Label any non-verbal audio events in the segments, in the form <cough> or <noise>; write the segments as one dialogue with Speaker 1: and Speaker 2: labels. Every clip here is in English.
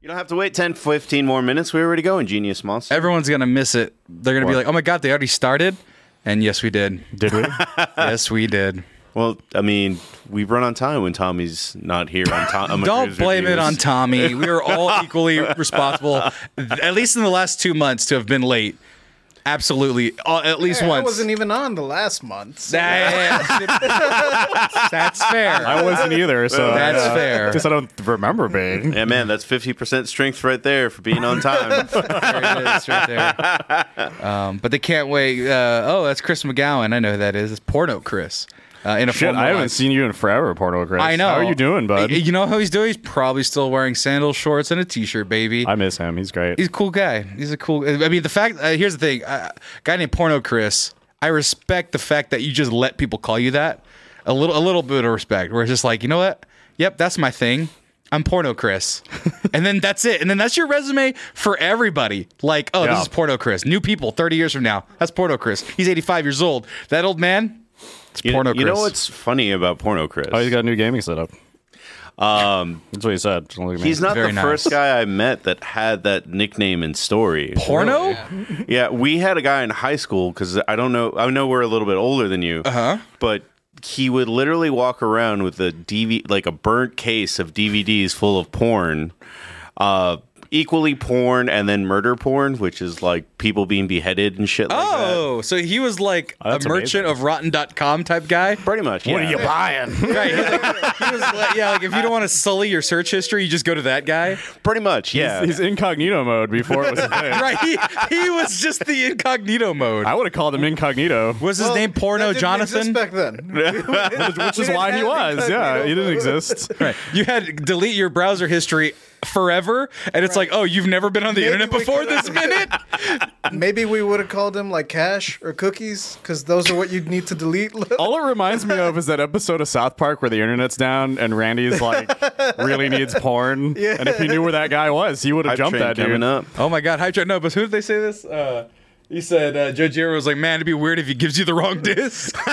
Speaker 1: You don't have to wait 10, 15 more minutes. We are already going, Genius Moss.
Speaker 2: Everyone's gonna miss it. They're gonna be
Speaker 1: What?
Speaker 2: like, "Oh my god, they already started!" And yes, we
Speaker 3: <laughs>
Speaker 2: did.
Speaker 3: Did we?
Speaker 2: yes, we did.
Speaker 1: Well, I mean, we run on time when Tommy's not here. On Tom, on
Speaker 2: Don't
Speaker 1: McGrew's
Speaker 2: blame it
Speaker 1: reviews.
Speaker 2: on
Speaker 3: <laughs>
Speaker 2: Tommy. We are all equally responsible, at least in the last two months, to have been late. Absolutely, Uh, at least
Speaker 4: I
Speaker 2: once.
Speaker 4: wasn't even on the last month. so-
Speaker 2: That- <laughs> that's fair.
Speaker 3: I wasn't either. So
Speaker 2: That's
Speaker 3: uh,
Speaker 2: fair.
Speaker 3: Just I don't remember being.
Speaker 1: <laughs> Yeah, man, that's fifty percent strength right there for being on
Speaker 2: <laughs>
Speaker 1: time.
Speaker 2: There it is, right there.
Speaker 3: <laughs>
Speaker 2: Um, but they can't wait. Uh, oh, that's Chris McGowan. I know who that is. It's Porno Chris. Uh, in a
Speaker 3: Shit,
Speaker 2: formal
Speaker 3: I haven't
Speaker 2: life.
Speaker 3: seen you in forever, Portal Chris.
Speaker 2: I know.
Speaker 3: How are you doing, bud?
Speaker 2: Y- You know how he's doing? He's probably still wearing sandal shorts and a t-shirt, baby.
Speaker 3: I miss him. He's great.
Speaker 2: he's a cool guy. He's a cool. I mean, the fact. Uh, here's the thing. Uh, guy named Porno Chris. I respect the fact that you just let people call you that. A little, a little bit of respect. Where it's just like, you know what? Yep, that's my thing. I'm Porno
Speaker 3: <laughs>
Speaker 2: Chris, and then that's it. And then that's your resume for everybody. Like, oh,
Speaker 3: Yeah.
Speaker 2: this is Porno Chris. New people, 30 years from now. That's Porno Chris. He's 85 years old. That old man. It's
Speaker 1: You,
Speaker 2: Porno
Speaker 1: you
Speaker 2: Chris.
Speaker 1: know what's funny about Porno Chris?
Speaker 3: oh, he's got a new gaming setup.
Speaker 1: um,
Speaker 3: <laughs> That's what he said. Don't look at me.
Speaker 1: he's not
Speaker 2: Very
Speaker 1: the
Speaker 2: nice.
Speaker 1: first guy I met that had that nickname and story.
Speaker 2: Porno?
Speaker 1: Yeah, we had a guy in high school because I don't know. I know we're a little bit older than you, uh-huh. but he would literally walk around with a DV, like a burnt case of DVDs full of porn, uh, equally porn and then murder porn, which is like people being beheaded and shit like that.
Speaker 2: Oh, so he was like
Speaker 3: Oh,
Speaker 2: a
Speaker 3: that's
Speaker 2: merchant
Speaker 3: amazing.
Speaker 2: of rotten.com type
Speaker 4: <laughs>
Speaker 2: guy.
Speaker 1: Pretty much.
Speaker 3: What
Speaker 1: yeah.
Speaker 3: are you <laughs> buying?
Speaker 2: Right. He, like, he was like, yeah, like if you don't want to sully your search history, you just go to that guy.
Speaker 1: Pretty much. Yeah.
Speaker 3: He's incognito mode before it was a thing.
Speaker 2: Right. He, he was just the incognito mode.
Speaker 3: I would have called him incognito,
Speaker 2: Was his
Speaker 4: Well,
Speaker 2: name Porno
Speaker 4: that didn't
Speaker 2: Jonathan?
Speaker 4: exist Back then,
Speaker 2: <laughs>
Speaker 3: which is
Speaker 4: didn't
Speaker 3: why he
Speaker 4: have
Speaker 3: was. Yeah,
Speaker 4: incognito
Speaker 3: he didn't
Speaker 4: mode.
Speaker 3: exist.
Speaker 2: Right. You had delete your browser history forever, and it's like, oh, you've never been on the
Speaker 4: Maybe
Speaker 2: internet
Speaker 4: we
Speaker 2: before
Speaker 4: could- <laughs>
Speaker 2: this minute.
Speaker 4: maybe we would have called them like cash or cookies because those are what you'd need
Speaker 2: <laughs>
Speaker 4: to delete.
Speaker 2: Oh,
Speaker 3: All it reminds me of is that episode of South Park where the internet's down and Randy's like really needs porn. Yeah. And if he knew where that guy was, he would have
Speaker 1: Hype
Speaker 3: jumped
Speaker 1: train
Speaker 3: that
Speaker 1: coming
Speaker 3: dude.
Speaker 1: up.
Speaker 2: Oh my God, Hydra. No, but who did they say this? Uh, he said uh, Joe Giro was like, "Man, it'd be weird if he gives you the wrong disc." <laughs> you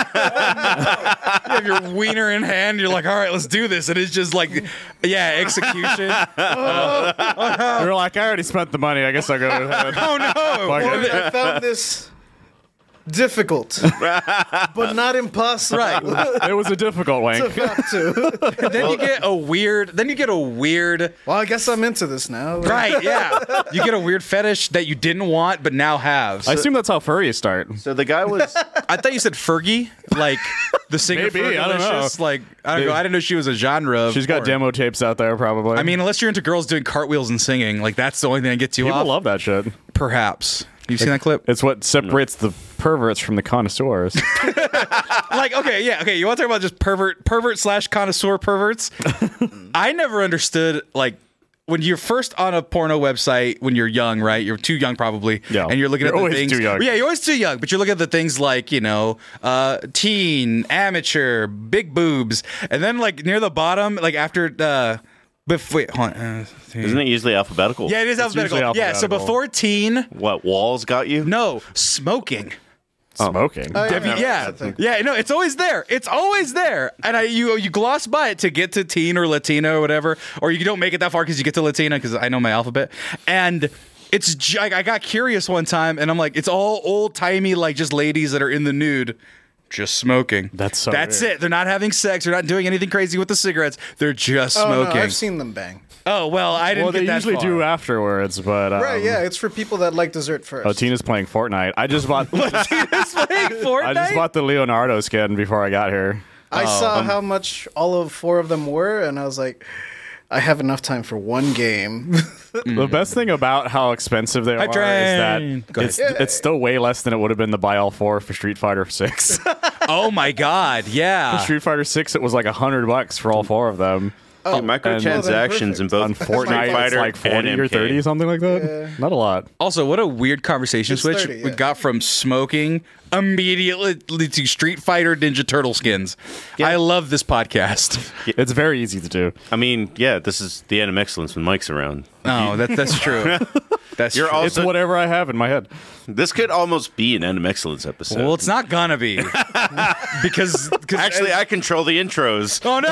Speaker 2: have your wiener in hand. You're like, "All right, let's do this," and it's just like, "Yeah, execution."
Speaker 3: <laughs> We were like, I already spent the money. I guess I'll go with that.
Speaker 2: oh no!
Speaker 3: Fuck it.
Speaker 4: I found this
Speaker 2: <laughs>
Speaker 4: difficult, but not impossible.
Speaker 2: Right.
Speaker 4: <laughs>
Speaker 3: It was a difficult wank.
Speaker 4: Not to.
Speaker 2: then you get a weird. Then you get a weird.
Speaker 4: Well, I guess I'm into this now.
Speaker 2: Right. Yeah. You get a weird fetish that you didn't want but now have.
Speaker 3: I
Speaker 2: I,
Speaker 3: assume that's how furries start.
Speaker 1: So the guy
Speaker 3: <laughs>
Speaker 1: was
Speaker 2: thought you said Fergie, like the singer.
Speaker 3: Maybe, I don't know.
Speaker 2: Fergalicious, Like I don't know. I didn't know she was a genre. Of
Speaker 3: She's got
Speaker 2: porn.
Speaker 3: demo tapes out there, probably.
Speaker 2: I mean, unless you're into girls doing cartwheels and singing, like that's the only thing that gets you
Speaker 3: people
Speaker 2: off.
Speaker 3: love that shit.
Speaker 2: Perhaps you've seen that
Speaker 3: <laughs>
Speaker 2: clip.
Speaker 3: It's what separates the perverts from the <laughs> connoisseurs.
Speaker 2: like okay, yeah, okay. You want to talk about just pervert, pervert slash connoisseur
Speaker 3: <laughs>
Speaker 2: perverts? I never understood like when you're first on a porno website when you're young, right? You're too young probably,
Speaker 3: Yeah.
Speaker 2: And you're looking
Speaker 3: You're
Speaker 2: at
Speaker 3: always
Speaker 2: the things.
Speaker 3: too young.
Speaker 2: Yeah, you're always too young, but you're looking at the things like you know, uh, teen, amateur, big boobs, and then like near the bottom, like after. Uh, bef- wait, hold on. Uh,
Speaker 1: isn't it usually alphabetical?
Speaker 2: yeah, it is alphabetical.
Speaker 3: usually
Speaker 2: Yeah, so
Speaker 3: alphabetical.
Speaker 2: before teen,
Speaker 1: What walls got you?
Speaker 2: no, smoking.
Speaker 3: Oh. Smoking.
Speaker 4: Debbie,
Speaker 2: yeah,
Speaker 4: thing.
Speaker 2: yeah, no, it's always there. It's always there, and I, you you gloss by it to get to teen or Latino or whatever, or you don't make it that far because you get to Latina because I know my alphabet, and it's j- I, I got curious one time, and I'm like, it's all old timey like just ladies that are in the nude. Just smoking.
Speaker 3: That's so
Speaker 2: That's
Speaker 3: weird.
Speaker 2: it. They're not having sex. They're not doing anything crazy with the cigarettes. They're just
Speaker 4: Oh, no,
Speaker 2: smoking.
Speaker 4: I've seen them bang.
Speaker 2: Oh, well, I didn't
Speaker 3: Well,
Speaker 2: get
Speaker 3: they
Speaker 2: that
Speaker 3: usually
Speaker 2: far.
Speaker 3: do afterwards, but um,
Speaker 4: Right, yeah, it's for people that like dessert first.
Speaker 3: Oh, Tina's playing Fortnite. I
Speaker 2: <laughs>
Speaker 3: just bought.
Speaker 2: It's <laughs> like
Speaker 3: <laughs> I just
Speaker 2: Fortnite?
Speaker 3: bought the Leonardo skin before I got here.
Speaker 2: Oh,
Speaker 4: I saw
Speaker 2: um,
Speaker 4: how much all of four of them were, and I was like, I have enough time for one game. <laughs>
Speaker 3: The best thing about how expensive they are
Speaker 2: train.
Speaker 3: is
Speaker 2: Go
Speaker 3: that it's, it's still way less than it would have been to buy all four for Street Fighter
Speaker 2: <laughs>
Speaker 3: Six.
Speaker 2: oh my god, yeah.
Speaker 3: Street Fighter Six, it was like a hundred bucks for all four of them.
Speaker 1: Dude, microtransactions in both
Speaker 3: On Fortnite,
Speaker 1: <laughs> Street
Speaker 3: it's
Speaker 1: Fighter
Speaker 3: like forty
Speaker 1: and
Speaker 3: or
Speaker 1: MK.
Speaker 3: thirty, something like that. Not a lot.
Speaker 2: Also, what a weird conversation
Speaker 4: It's
Speaker 2: switch
Speaker 4: 30,
Speaker 2: we
Speaker 4: yeah.
Speaker 2: got from smoking immediately to Street Fighter Ninja Turtle skins. I love this podcast.
Speaker 3: <laughs> It's very easy to do.
Speaker 1: I mean, yeah, this is the end of excellence when Mike's around.
Speaker 2: No, that, that's true. That's
Speaker 1: You're
Speaker 2: true.
Speaker 1: all-
Speaker 3: It's whatever I have in my head.
Speaker 1: This could almost be an end of excellence episode.
Speaker 2: well, it's not gonna
Speaker 3: <laughs>
Speaker 2: be because 'cause-
Speaker 1: Actually, I control the intros.
Speaker 2: oh no,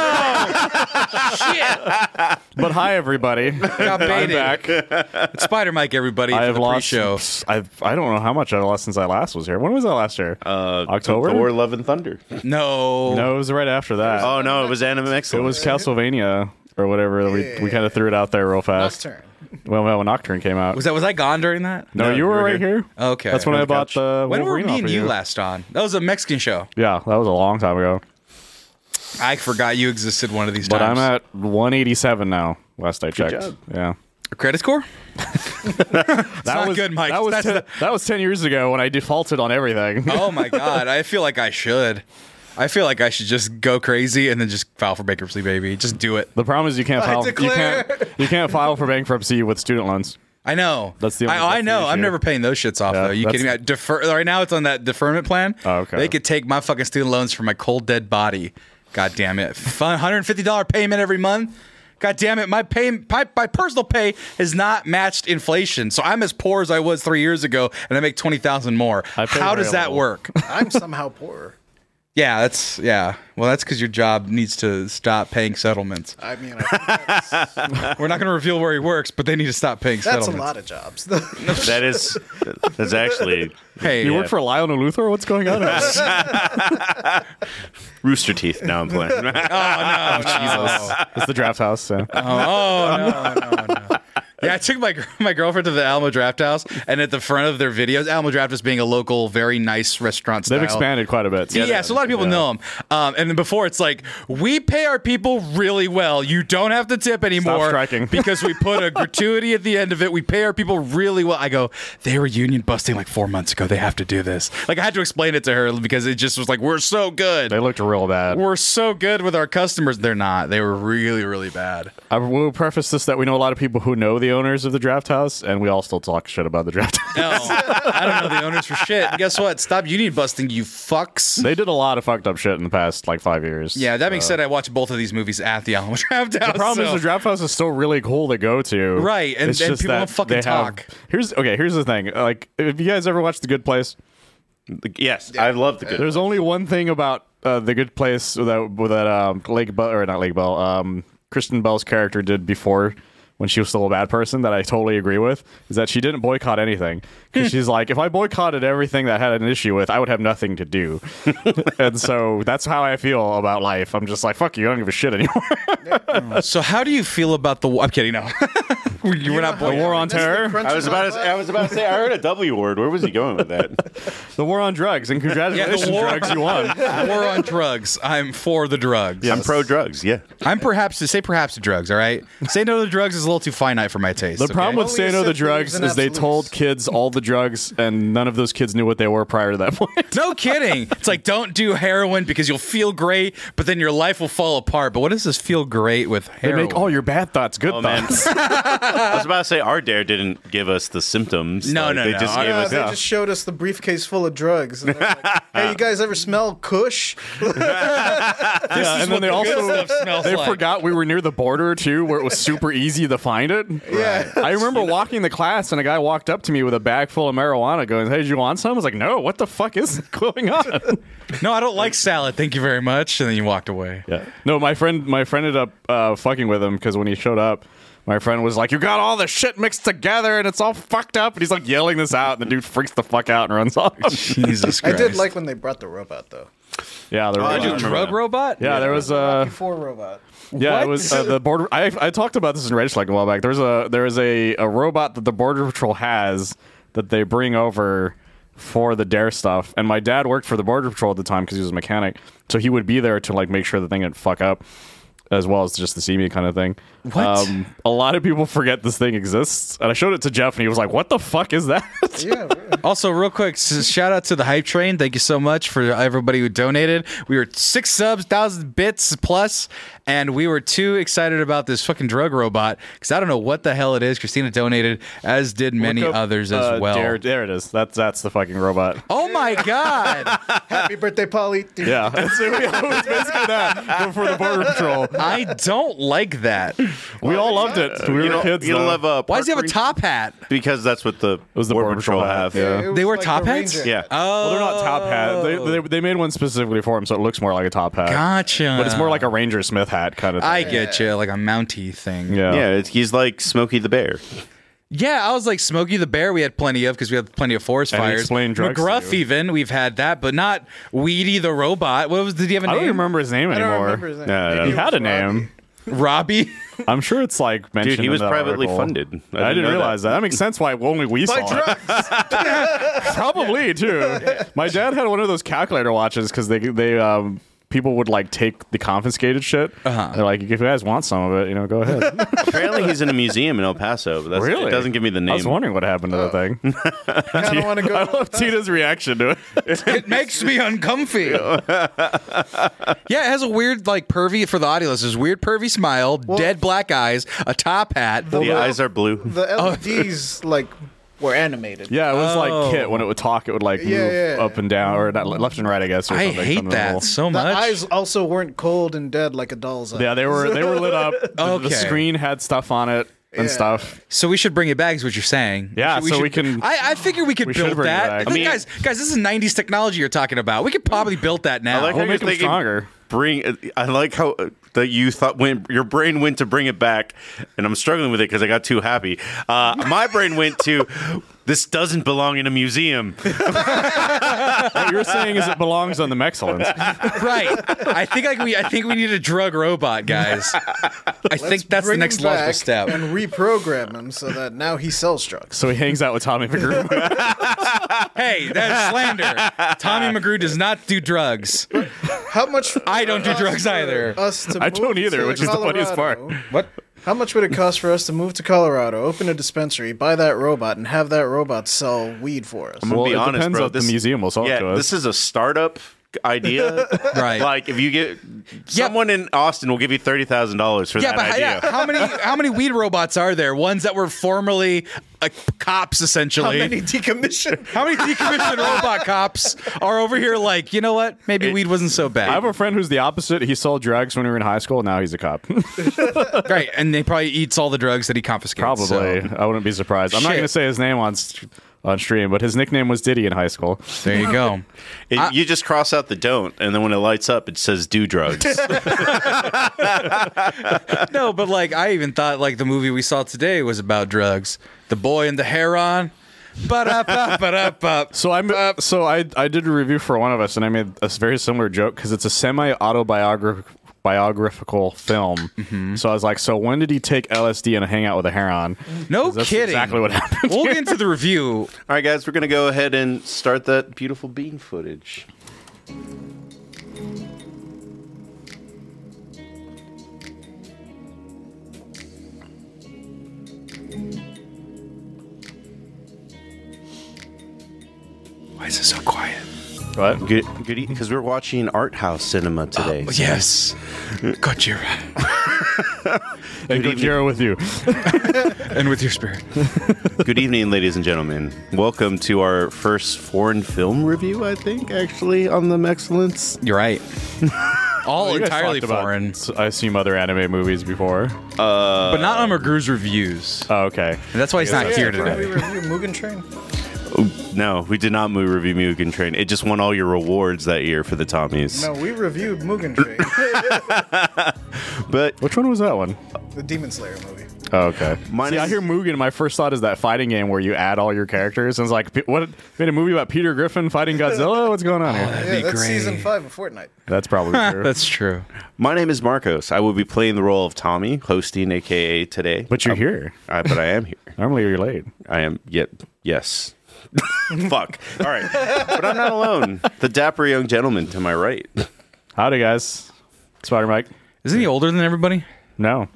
Speaker 2: shit,
Speaker 3: But hi, everybody.
Speaker 2: got
Speaker 3: I'm
Speaker 2: baited.
Speaker 3: back.
Speaker 2: Spider Mike, everybody.
Speaker 3: I
Speaker 2: for
Speaker 3: have
Speaker 2: the
Speaker 3: lost.
Speaker 2: Pre-show.
Speaker 3: I've, I don't know how much I lost since I last was here. When was I last here? Uh, October.
Speaker 1: Thor, Love, and Thunder.
Speaker 2: No,
Speaker 3: No, it was right after that.
Speaker 1: Oh, no, it was end of
Speaker 3: it
Speaker 1: excellence.
Speaker 3: was Castlevania or whatever. We, we kind of threw it out there real fast.
Speaker 4: turn.
Speaker 3: Well, well, when Nocturne came out.
Speaker 2: was that was I gone during that?
Speaker 3: no,
Speaker 1: No,
Speaker 3: you were right here.
Speaker 2: Okay.
Speaker 3: That's when
Speaker 2: On
Speaker 3: I
Speaker 2: the
Speaker 3: bought
Speaker 1: couch.
Speaker 3: the
Speaker 2: When were
Speaker 3: Wolverine
Speaker 2: me
Speaker 3: off
Speaker 2: and
Speaker 3: of
Speaker 2: you last on? That was a Mexican show.
Speaker 3: Yeah, that was a long time ago.
Speaker 2: I forgot you existed one of these
Speaker 3: But
Speaker 2: times.
Speaker 3: I'm at 187 now. Last I checked.
Speaker 1: job.
Speaker 3: Yeah.
Speaker 2: credit score.
Speaker 3: that
Speaker 2: not
Speaker 3: was
Speaker 2: good, Mike.
Speaker 3: That was,
Speaker 2: That's
Speaker 3: ten,
Speaker 2: the-
Speaker 3: that was ten years ago when I defaulted on everything.
Speaker 2: Oh my god, I feel like I should. I feel like I should just go crazy and then just file for bankruptcy, baby. Just do it.
Speaker 3: <laughs> The problem is you can't file. You
Speaker 4: declare.
Speaker 3: can't, you can't file for bankruptcy with student loans.
Speaker 2: I know.
Speaker 3: That's the only-
Speaker 2: I, I
Speaker 3: that's the
Speaker 2: know. I'm
Speaker 3: issue.
Speaker 2: never paying those shits off
Speaker 3: Yeah,
Speaker 2: though. You
Speaker 3: that's-
Speaker 2: kidding me? I defer. Right now, it's on that deferment plan.
Speaker 3: Oh, okay.
Speaker 2: They could take my fucking student loans from my cold dead body. God damn it! Fun- $150 payment every month. God damn it! My pay, my, my personal pay has not matched inflation, so I'm as poor as I was three years ago, and I make twenty thousand more.
Speaker 3: I pay
Speaker 2: How
Speaker 3: very
Speaker 2: does that
Speaker 3: little.
Speaker 2: work?
Speaker 4: I'm somehow poorer.
Speaker 2: Yeah, that's yeah. Well, that's because your job needs to stop paying settlements.
Speaker 4: I mean, I think that's,
Speaker 2: <laughs> We're not going to reveal where he works, but they need to stop paying
Speaker 4: that's a
Speaker 2: settlements.
Speaker 4: lot of jobs. <laughs> though.
Speaker 1: that is, that's actually
Speaker 2: Hey,
Speaker 3: You
Speaker 2: yeah.
Speaker 3: work for Lionel Luthor? What's
Speaker 2: <laughs>
Speaker 3: going on?
Speaker 1: Rooster Teeth. Now I'm
Speaker 3: <laughs>
Speaker 1: playing.
Speaker 3: Jesus. It's the draft house. So.
Speaker 2: oh no, no, no. Yeah, I took my gr- my girlfriend to the Alamo Draft House, and at the front of their videos, Alamo Draft House being a local, very nice restaurant.
Speaker 3: They've
Speaker 2: style.
Speaker 3: expanded quite a bit.
Speaker 2: Yeah, so a lot of people know them. Um, and then before, it's like we pay our people really well. You don't have to tip anymore
Speaker 3: striking. <laughs>
Speaker 2: because we put a gratuity at the end of it. We pay our people really well. I go, they were union busting like four months ago. They have to do this. Like I had to explain it to her because it just was like we're so good.
Speaker 3: They looked real bad.
Speaker 2: we're so good with our customers. They're not. They were really, really bad.
Speaker 3: I will preface this that we know a lot of people who know the owners of the draft house, and we all still talk shit about the draft <laughs> house.
Speaker 2: No, I don't know the owners for shit. And guess what? Stop union busting, you fucks.
Speaker 3: they did a lot of fucked up shit in the past like five years.
Speaker 2: Yeah, that being said, I watched both of these movies at the Alamo <laughs> Draft House.
Speaker 3: The problem is
Speaker 2: so-
Speaker 3: the draft house is still really cool to go to,
Speaker 2: Right, and- and people
Speaker 3: that
Speaker 2: don't fucking
Speaker 3: they have-
Speaker 2: talk.
Speaker 3: here's okay. Here's the thing. Like, if you guys ever watched The Good Place,
Speaker 1: yes, I love the good.
Speaker 3: There's only one thing about uh, the good place that that um, Lake Bell or not Lake Bell, um, Kristen Bell's character did before when she was still a bad person that I totally agree with is that she didn't boycott anything because she's like, if I boycotted everything that I had an issue with, I would have nothing to do, <laughs> and so that's how I feel about life. I'm just like, fuck you, I don't give a shit anymore.
Speaker 2: So how do you feel about the? wa- I'm kidding. No, <laughs> we're we're not.
Speaker 3: the
Speaker 2: boy-
Speaker 3: war on
Speaker 4: That's the
Speaker 3: terror,
Speaker 4: crunch
Speaker 1: I was
Speaker 4: of
Speaker 1: about
Speaker 4: my
Speaker 1: to.
Speaker 4: life.
Speaker 1: I was about to say. I heard a W word. Where was he going with that?
Speaker 3: <laughs> the war on drugs, <laughs> and congratulations,
Speaker 2: war.
Speaker 3: drugs, you won.
Speaker 2: War on drugs. I'm for the drugs.
Speaker 1: I'm pro drugs. Yeah.
Speaker 2: I'm perhaps to say perhaps to drugs. All right. Say no to the drugs is a little too finite for my taste.
Speaker 3: The problem with
Speaker 4: Only
Speaker 3: Say No
Speaker 4: accept
Speaker 3: the
Speaker 4: the
Speaker 3: Drugs
Speaker 4: leaves and
Speaker 3: is they
Speaker 4: absolutes.
Speaker 3: told kids all the drugs, and none of those kids knew what they were prior to that point.
Speaker 2: no kidding. It's like don't do heroin because you'll feel great, but then your life will fall apart. But what does this feel great with
Speaker 3: They
Speaker 2: heroin?
Speaker 3: make all your bad thoughts good
Speaker 1: man.
Speaker 3: <laughs> thoughts.
Speaker 1: I was about to say our dare didn't give us the symptoms.
Speaker 2: No,
Speaker 1: Like,
Speaker 2: no,
Speaker 1: they
Speaker 2: no. Uh,
Speaker 1: Just
Speaker 2: I-
Speaker 1: gave
Speaker 4: Yeah,
Speaker 1: us
Speaker 4: they just showed us the briefcase full of drugs. And they're like,
Speaker 2: <laughs>
Speaker 4: hey, you guys ever smell Kush?
Speaker 3: yeah, and then they also
Speaker 2: smells
Speaker 3: they
Speaker 2: like.
Speaker 3: forgot we were near the border too, where it <laughs> was super easy to find it.
Speaker 4: Yeah.
Speaker 3: I remember walking the class, and a guy walked up to me with a bag full of marijuana, going, "Hey, did you want some?" I was like, "No, what the fuck is <laughs> going on?"
Speaker 2: No, I don't like salad. Thank you very much. And then you walked away.
Speaker 3: yeah, no, my friend, my friend ended up uh, fucking with him because when he showed up. My friend was like, "You got all the shit mixed together, and it's all fucked up." And he's like yelling this out, and the dude freaks the fuck out and runs <laughs> off.
Speaker 2: Jesus
Speaker 4: I
Speaker 2: Christ.
Speaker 4: did like when they brought the robot, though.
Speaker 3: yeah, there
Speaker 1: I
Speaker 3: was, uh,
Speaker 1: do
Speaker 3: yeah,
Speaker 1: remember
Speaker 2: drug
Speaker 1: that.
Speaker 2: robot.
Speaker 3: there was uh,
Speaker 4: Before robot.
Speaker 3: Yeah,
Speaker 2: What?
Speaker 3: it was uh, the border. I, I talked about this in Red Flag a while back. There's a there is a, a robot that the border patrol has that they bring over for the dare stuff. And my dad worked for the border patrol at the time because he was a mechanic, so he would be there to like make sure the thing didn't fuck up, as well as just to see me kind of thing.
Speaker 2: What?
Speaker 3: Um, a lot of people forget this thing exists, and I showed it to Jeff, and he was like, "What the fuck is that?" <laughs>
Speaker 4: Yeah,
Speaker 1: <laughs>
Speaker 2: Also, real quick, s- shout out to the hype train. Thank you so much for everybody who donated. We were six subs, thousand bits plus, and we were too excited about this fucking drug robot because I don't know what the hell it is. Christina donated, as did many
Speaker 3: Look up,
Speaker 2: others as
Speaker 3: uh,
Speaker 2: well.
Speaker 3: There, there it is. That's that's the fucking robot.
Speaker 2: Oh my god!
Speaker 3: <laughs>
Speaker 4: happy birthday, Polly.
Speaker 3: Yeah, <laughs> it's, it was basically that for the border patrol.
Speaker 2: I don't like that.
Speaker 3: We all loved it. We were
Speaker 1: you know,
Speaker 3: kids.
Speaker 1: you
Speaker 3: though.
Speaker 1: love uh,
Speaker 2: Why does he have
Speaker 1: park
Speaker 2: a
Speaker 1: ran-
Speaker 2: top hat?
Speaker 1: Because that's what the
Speaker 3: was the
Speaker 1: Border
Speaker 3: Border
Speaker 1: Patrol
Speaker 3: Patrol
Speaker 1: have.
Speaker 3: hat, yeah.
Speaker 1: Yeah.
Speaker 4: It was
Speaker 2: They wear
Speaker 4: like
Speaker 2: top
Speaker 4: the
Speaker 2: hats?
Speaker 4: Ranger.
Speaker 1: yeah.
Speaker 2: Oh,
Speaker 3: Well, they're not top hat. They, they, they made one specifically for him, so it looks more like a top hat.
Speaker 2: gotcha.
Speaker 3: But it's more like a Ranger Smith hat kind of thing.
Speaker 2: I get you, like a Mountie thing.
Speaker 3: yeah.
Speaker 1: Yeah, it's, he's like Smokey the Bear.
Speaker 2: Yeah, I was like Smokey the Bear. We had plenty of because we had plenty of forest
Speaker 3: And he
Speaker 2: fires.
Speaker 3: explained drugs to
Speaker 2: McGruff
Speaker 3: you.
Speaker 2: even we've had that, but not Weedy the robot. What was did he have a
Speaker 3: I
Speaker 2: name?
Speaker 3: don't even remember his name
Speaker 4: I don't
Speaker 3: anymore.
Speaker 4: remember his name.
Speaker 1: Yeah, I
Speaker 4: Maybe
Speaker 1: don't
Speaker 3: He
Speaker 4: it
Speaker 1: know.
Speaker 3: had a
Speaker 4: was Robbie.
Speaker 3: name.
Speaker 2: Robbie. <laughs>
Speaker 3: I'm sure it's like mentioned.
Speaker 1: Dude, he
Speaker 3: in
Speaker 1: was
Speaker 3: that
Speaker 1: privately
Speaker 3: article.
Speaker 1: funded. I
Speaker 3: I,
Speaker 1: didn't
Speaker 3: didn't
Speaker 1: know
Speaker 3: realize that.
Speaker 1: that.
Speaker 3: That makes sense why only we
Speaker 4: By
Speaker 3: saw
Speaker 2: <laughs>
Speaker 3: it.
Speaker 4: drugs.
Speaker 3: Probably too. My dad had one of those calculator watches because they they um, people would like take the confiscated shit.
Speaker 2: Uh-huh.
Speaker 3: They're like, if you guys want some of it, you know, go ahead.
Speaker 1: Apparently, he's in a museum in El Paso. But that's,
Speaker 3: really?
Speaker 1: It doesn't give me the name.
Speaker 3: I was wondering what happened to
Speaker 2: Oh.
Speaker 1: <laughs>
Speaker 3: the thing.
Speaker 4: I kind of want to go.
Speaker 3: I love Tina's reaction to it.
Speaker 1: <laughs>
Speaker 2: it makes me uncomfy. yeah, it has a weird like pervy for the audio listeners. Weird pervy smile, dead black eyes, a top hat.
Speaker 1: the
Speaker 4: Well,
Speaker 1: eyes are blue.
Speaker 4: The LEDs like were animated.
Speaker 3: Yeah, it was
Speaker 2: Oh.
Speaker 3: like Kit when it would talk, it would like
Speaker 4: Yeah,
Speaker 3: move
Speaker 4: yeah.
Speaker 3: up and down or not, left and right, I guess. Or
Speaker 2: I
Speaker 3: something,
Speaker 2: hate
Speaker 3: something
Speaker 2: that
Speaker 3: little-
Speaker 2: so
Speaker 4: The
Speaker 2: much.
Speaker 4: eyes also weren't cold and dead like a doll's eye.
Speaker 3: Yeah, they were they were lit up. The, the
Speaker 2: Okay.
Speaker 3: screen had stuff on it and
Speaker 4: Yeah.
Speaker 3: stuff.
Speaker 2: So we should bring it back. Is what you're saying?
Speaker 3: Yeah,
Speaker 2: should-
Speaker 3: so we
Speaker 2: should-
Speaker 3: can-
Speaker 2: I, I figure we could
Speaker 3: we should
Speaker 2: build
Speaker 3: bring it
Speaker 2: that.
Speaker 3: back.
Speaker 2: Look,
Speaker 3: I
Speaker 1: mean-
Speaker 2: guys, guys, this is '90s technology you're talking about. We could probably build that
Speaker 1: I
Speaker 2: now.
Speaker 1: like how
Speaker 3: We'll
Speaker 1: you're
Speaker 3: make 'em
Speaker 1: thinking,
Speaker 3: stronger.
Speaker 1: Bring. I like how uh, that you thought when your brain went to bring it back, and I'm struggling with it because I got too happy. Uh, my brain went to this doesn't belong in a museum.
Speaker 3: What you're saying is it belongs on the Mexilins.
Speaker 2: right. I think like we I think we need a drug robot, guys. I think that's the
Speaker 4: Bring
Speaker 2: next
Speaker 4: him
Speaker 2: logical
Speaker 4: back
Speaker 2: step.
Speaker 4: And reprogram him so that now he sells drugs.
Speaker 3: So he hangs out with Tommy McGrew.
Speaker 2: hey, that's slander. Tommy McGrew does not do drugs.
Speaker 4: How much?
Speaker 2: <laughs> I don't
Speaker 4: would it
Speaker 2: do
Speaker 4: cost
Speaker 2: drugs
Speaker 4: for
Speaker 2: either.
Speaker 4: Us to
Speaker 3: I
Speaker 4: move
Speaker 3: don't either,
Speaker 4: to
Speaker 3: which is the funniest part.
Speaker 4: Colorado?
Speaker 2: What?
Speaker 4: How much would it cost for us to move to Colorado, open a dispensary, buy that robot, and have that robot sell weed for us?
Speaker 3: well,
Speaker 1: be
Speaker 3: it
Speaker 1: honest,
Speaker 3: depends
Speaker 1: bro,
Speaker 3: if
Speaker 1: this-
Speaker 3: the museum will sell it
Speaker 1: yeah,
Speaker 3: to us.
Speaker 1: this is a startup idea.
Speaker 2: Right.
Speaker 1: Like if you get someone in Austin will give you thirty thousand dollars for
Speaker 2: yeah,
Speaker 1: that
Speaker 2: but how-
Speaker 1: idea.
Speaker 2: yeah, how many how many weed robots are there? Ones that were formerly uh, cops
Speaker 4: How
Speaker 2: essentially.
Speaker 4: many decommissioned?
Speaker 2: How many decommissioned robot cops are over here like, you know what? Maybe weed wasn't so
Speaker 3: I
Speaker 2: bad.
Speaker 3: have a friend who's the opposite. He sold drugs when we were in high school. Now he's a cop. <laughs>
Speaker 2: right. And they probably eats all the drugs that he confiscates.
Speaker 3: Probably.
Speaker 2: so-
Speaker 3: I wouldn't be surprised. I'm not
Speaker 2: Shit.
Speaker 3: going to say his name on st- on stream, but his nickname was Diddy in high school.
Speaker 2: There you go.
Speaker 1: It- you just cross out the don't, and then when it lights up, it says do
Speaker 2: <laughs>
Speaker 1: drugs.
Speaker 2: No, but like I even thought like the movie we saw today was about drugs. The boy and the heron. But up, up, up, up.
Speaker 3: So I'm
Speaker 2: Uh,
Speaker 3: so I I did a review for one of us, and I made a s- very similar joke because it's a semi autobiographical biographical film.
Speaker 2: Mm-hmm.
Speaker 3: So I was like, so when did he take LSD and hang out with a heron?
Speaker 2: No
Speaker 3: 'Cause that's
Speaker 2: kidding.
Speaker 3: Exactly what <laughs> happened.
Speaker 2: We'll get into the review.
Speaker 1: All right, guys, we're gonna go ahead and start that beautiful bean footage.
Speaker 2: Why is it so quiet?
Speaker 3: What?
Speaker 1: Good, good, because we're watching art house cinema today.
Speaker 2: Oh,
Speaker 1: so-
Speaker 2: Yes. Gojira.
Speaker 3: And Gojira
Speaker 2: <laughs>
Speaker 3: with you.
Speaker 2: And with your spirit.
Speaker 1: Good evening, ladies and gentlemen. Welcome to our first foreign film review, I think, actually, on the Excellence.
Speaker 2: You're right. All
Speaker 3: You guys
Speaker 2: entirely
Speaker 3: talked about,
Speaker 2: foreign.
Speaker 3: s- I assume other anime movies before.
Speaker 2: but not on McGrew's reviews.
Speaker 3: Oh, okay.
Speaker 2: And that's why he's not
Speaker 4: Yeah,
Speaker 2: here
Speaker 4: didn't we
Speaker 2: today.
Speaker 4: review Mugen Train?
Speaker 1: No, we did not move review Mugen Train. It just won all your rewards that year for the Tommies.
Speaker 4: No, we reviewed Mugen Train,
Speaker 1: But
Speaker 3: Which one was that one?
Speaker 4: the Demon Slayer movie.
Speaker 3: Oh, okay.
Speaker 1: Mine
Speaker 3: See, I
Speaker 1: is-
Speaker 3: hear Mugen. My first thought is that fighting game where you add all your characters, and it's like, "P- what? Made a movie about Peter Griffin fighting Godzilla? What's going on
Speaker 2: <laughs>
Speaker 3: here?
Speaker 4: Yeah,
Speaker 2: That'd be
Speaker 4: that's
Speaker 2: great.
Speaker 4: season five of Fortnite.
Speaker 2: <laughs>
Speaker 3: That's probably true.
Speaker 2: That's true.
Speaker 1: my name is Marcos. I will be playing the role of Tommy, hosting AKA today.
Speaker 3: but you're here.
Speaker 1: I, but I am here.
Speaker 3: Normally you're late.
Speaker 1: I am yet yes. <laughs> Fuck. All right. But I'm not alone. The dapper young gentleman to my right.
Speaker 3: Howdy, guys. Spider Mike.
Speaker 2: Isn't he older than everybody?
Speaker 3: No.